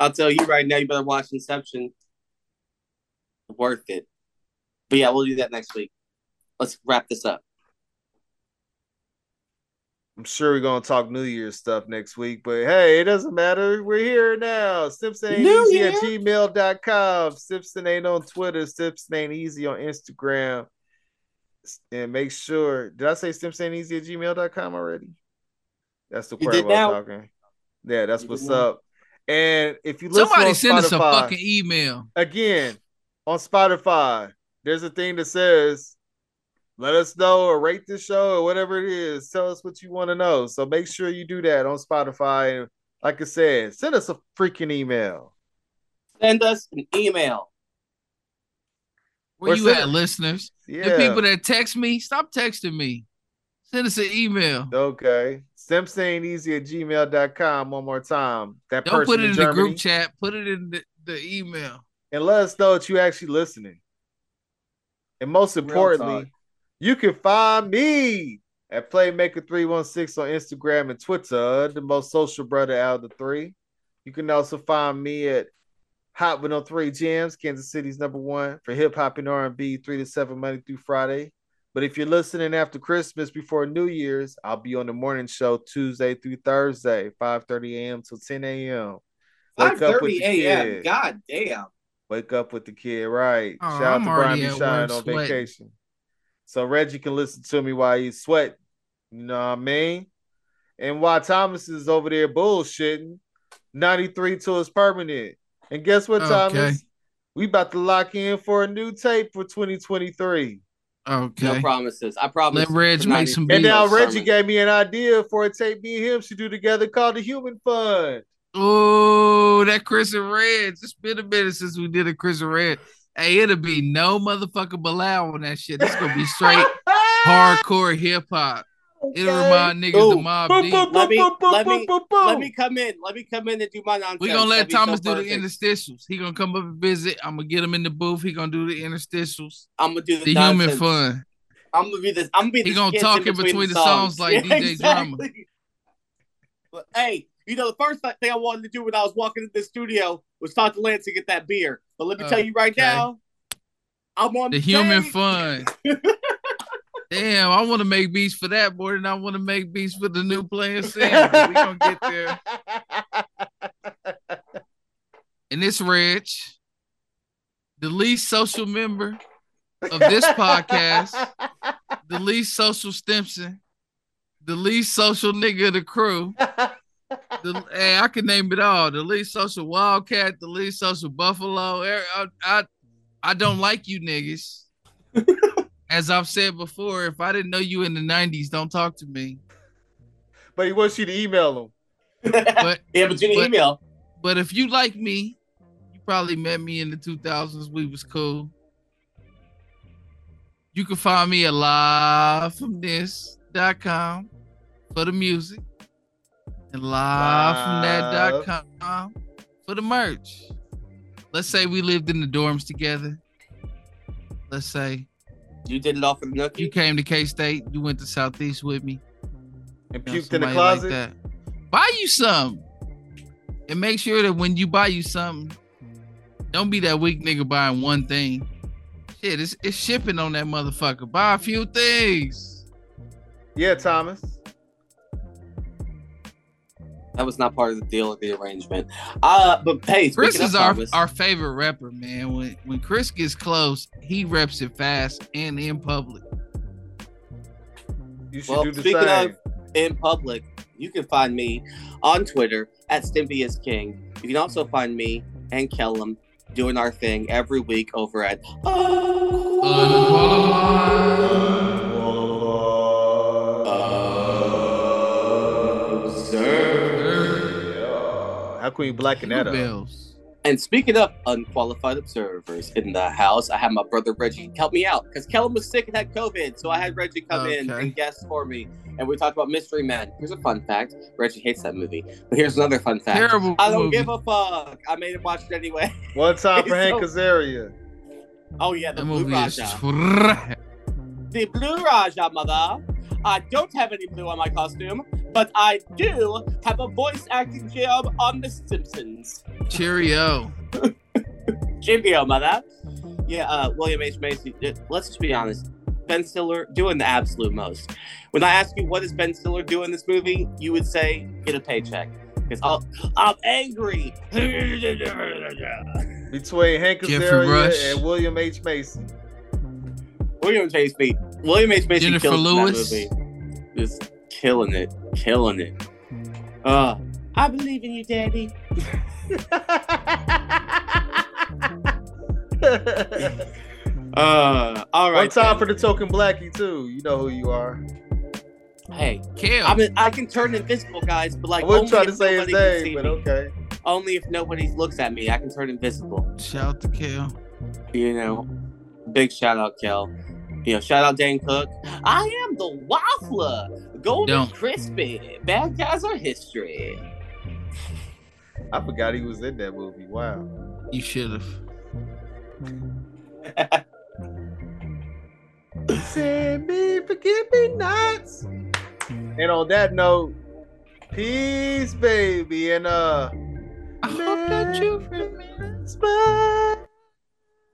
S3: I'll tell you right now. You better watch Inception. Worth it. But yeah, we'll do that next week. Let's wrap this up.
S1: I'm sure we're gonna talk New Year's stuff next week, but hey, it doesn't matter. We're here now. Simpson ain't
S3: New
S1: easy at
S3: Year.
S1: gmail.com. Simpson ain't on Twitter. Simpson ain't easy on Instagram. S- And make sure did I say Simpson ain't easy at gmail.com already? That's the
S3: You
S1: part
S3: did
S1: about
S3: now.
S1: talking. Yeah, that's
S3: You did
S1: what's
S3: now.
S1: up. And if you listen
S2: Somebody
S1: on
S2: send
S1: Spotify,
S2: us a fucking email.
S1: again on Spotify, there's a thing that says, let us know or rate this show or whatever it is. Tell us what you want to know. So make sure you do that on Spotify. And like I said, send us a freaking email.
S3: Send us an email.
S2: Where
S1: Or
S2: you
S1: send-
S2: at, listeners?
S1: Yeah.
S2: The people that text me, stop texting me. Send us an email.
S1: okay. Simpson ain't easy at gmail.com one more time. That
S2: Don't
S1: person
S2: put it in,
S1: in,
S2: the
S1: Germany.
S2: group chat. Put it in the, the email.
S1: and let us know that you actually listening. And most importantly,
S3: talk.
S1: you can find me at Playmaker316 on Instagram and Twitter, the most social brother out of the three. You can also find me at Hot 103 Jams, Kansas City's number one for hip hop and R&B, three to seven Monday through Friday. But if you're listening after Christmas before New Year's, I'll be on the morning show Tuesday through Thursday, 5:30 a.m. till 10 a.m.
S3: Five
S1: Wake up with
S3: thirty
S1: the
S3: a.m.
S1: kids.
S3: God damn.
S1: Wake up with the kid, right?
S2: Oh,
S1: Shout out
S2: I'm
S1: to Brian
S2: already
S1: B.
S2: at
S1: Shine
S2: work
S1: on
S2: sweating.
S1: vacation. So Reggie can listen to me while he's sweating. You know what I mean? And while Thomas is over there bullshitting, 93 till it's permanent. And guess what,
S2: Okay.
S1: Thomas? We about to lock in for a new tape for 2023.
S2: Okay.
S3: No promises. I
S2: Let
S3: promise.
S2: Reg
S3: for
S2: make
S3: 90
S2: some
S1: And
S2: Bingo,
S1: now Reggie
S3: sermon.
S1: gave me an idea for a tape me and him should do together called the Human Fund.
S2: oh, that Chris and Reg. It's been a minute since we did a Chris and Reg. Hey, it'll be no motherfucking Bilal on that shit. It's gonna be
S1: *laughs*
S2: straight hardcore hip hop. It'll
S1: Okay.
S2: remind niggas
S3: Ooh.
S2: the mob
S1: Boop,
S2: deep.
S1: boop,
S3: Let me-
S1: boop, boop,
S3: let me-
S1: boop, boop,
S3: Let
S1: boop.
S3: me come in. Let me come in and do my nonsense.
S2: We're gonna
S3: That'd
S2: let
S3: be so
S2: Thomas do the
S3: perfect.
S2: interstitials. He gonna come up and visit. I'm gonna get him in the booth. He gonna do the interstitials.
S3: I'm gonna do the,
S2: The human
S3: nonsense.
S2: fun.
S3: I'm gonna be this. I'm gonna be.
S2: He
S3: this
S2: gonna
S3: kid
S2: talk in between the songs
S3: *laughs*
S2: like DJ Drama.
S3: But hey, you know the first thing I wanted to do when I was walking in the studio was talk to Lance and get that beer. But let me tell you right
S2: Uh, Okay.
S3: now, I'm on
S2: The human
S3: stage.
S2: fun. Damn, I want to make beats for that more than I want to make beats for the new
S3: *laughs*
S2: playing scene. we gonna get there. And it's Rich, the least social member of this podcast, the least social Stimson, the least social nigga of the crew. The, hey, I can name it all. The least social wildcat, the least social buffalo. Er- I, I, I don't like you niggas. As I've said before, if I didn't know you in the '90s, don't talk to me.
S1: *laughs* but he wants you to email him.
S2: But
S3: *laughs* yeah, but you need
S2: But-
S3: email.
S2: but if you like me, you probably met me in the 2000s. We was cool. You can find me at livefromthis.com for the music and livefromthat.com for the merch. Let's say we lived in the dorms together. Let's say
S3: You did it off of Nookie.
S2: you came to K State, you went to Southeast with me.
S1: and
S2: you know,
S1: puked in the
S2: somebody like
S1: closet.
S2: that. Buy you some. And make sure that when you buy you something, don't be that weak nigga buying one thing. Shit, it's, it's shipping on that motherfucker. Buy a few things.
S1: yeah, Thomas.
S3: That was not part of the deal of the arrangement. Uh, but hey,
S2: Chris
S3: speaking
S2: is
S3: of
S2: our,
S3: Thomas,
S2: our favorite rapper, man. When when Chris gets close, he reps it fast and in public.
S1: You should
S3: Well,
S1: do the
S3: speaking
S1: same.
S3: in public. You can find me on Twitter at Stimpy is King. You can also find me and Kellum doing our thing every week over at
S1: How can you blacken that up?
S2: Bells.
S3: And speaking of unqualified observers in the house, I had my brother Reggie help me out because Kellum was sick and had COVID. So I had Reggie come in
S2: Okay.
S3: and guest for me. And we talked about Mystery Men. Here's a fun fact Reggie hates that movie. But here's another fun fact.
S2: Terrible.
S3: I don't
S2: movie.
S3: give a fuck. I made him watch it anyway.
S1: One time
S3: *laughs*
S1: for
S3: It's
S1: Hank
S3: so-
S1: Azaria.
S3: Oh, yeah, the
S2: That
S3: Blue
S2: movie is
S3: Raja. The Blue Raja, mother. I don't have any blue on my costume, but I do have a voice acting job on The Simpsons.
S2: Cheerio.
S3: Jimbo, mother. Yeah, uh, William H. Macy. uh, Let's just be honest. Ben Stiller doing the absolute most. When I ask you what is Ben Stiller doing in this movie, you would say get a paycheck because I'm angry. *laughs*
S1: Between Hank
S2: Jeffrey
S1: Azaria
S2: Rush.
S1: and William H. Macy.
S3: *laughs* William H. Macy. William H. Macy
S2: Jennifer
S3: kills
S2: Lewis.
S3: that movie. Just killing it, killing it. Uh, I believe in you, Daddy. Uh, all right.
S1: *laughs* One time for
S3: then.
S1: the token blackie too. You know who you are.
S3: hey,
S2: Kale.
S3: I mean, I can turn invisible, guys, but
S1: I
S3: like
S1: wouldn't try
S3: only if
S1: to say his
S3: nobody can see
S1: name, but
S3: me.
S1: okay.
S3: Only if nobody looks at me, I can turn invisible.
S2: Shout out to Kale.
S3: You know, big shout out, Kel. You know, shout out Dan Cook. I am the waffler, golden
S2: Don't.
S3: crispy. Bad guys are history.
S1: I forgot he was in that movie. Wow.
S2: You should have.
S1: Send me, forgive me nots. And on that note, peace, baby, and uh.
S2: I hope that you remember.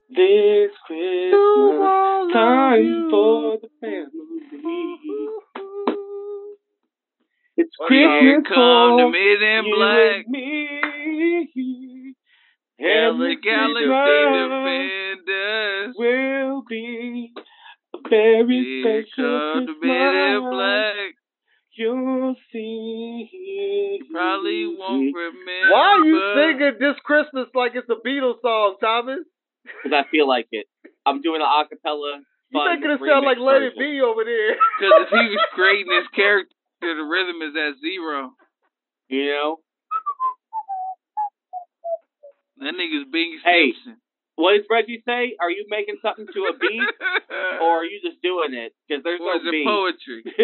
S5: This Christmas, time for the family. It's Christmas
S6: come to
S5: for
S6: me then
S5: you
S6: black.
S5: and me. And
S6: Hella
S5: the
S6: galaxy
S5: Christmas
S6: defenders.
S5: will be a very
S6: Yeah,
S5: special
S6: come to me then
S5: Christmas.
S6: black.
S5: You'll see.
S6: Probably won't remember.
S1: Why are you singing this Christmas like it's a Beatles song, Thomas?
S3: Because I feel like it. I'm doing an
S1: You
S3: acapella. fun
S1: making it sound
S3: remix
S1: like Let It
S3: version.
S1: Be over there. *laughs*
S6: Because if he was creating his character, the rhythm is at zero.
S3: You know,
S6: That nigga's being
S3: Hey.
S6: Simpson. *laughs*
S3: what does Reggie say?
S2: *laughs*
S1: Oh,
S3: Are you making something to a beat, or are you just doing it? Because there's
S6: or is
S3: no
S6: it
S3: beat.
S6: poetry?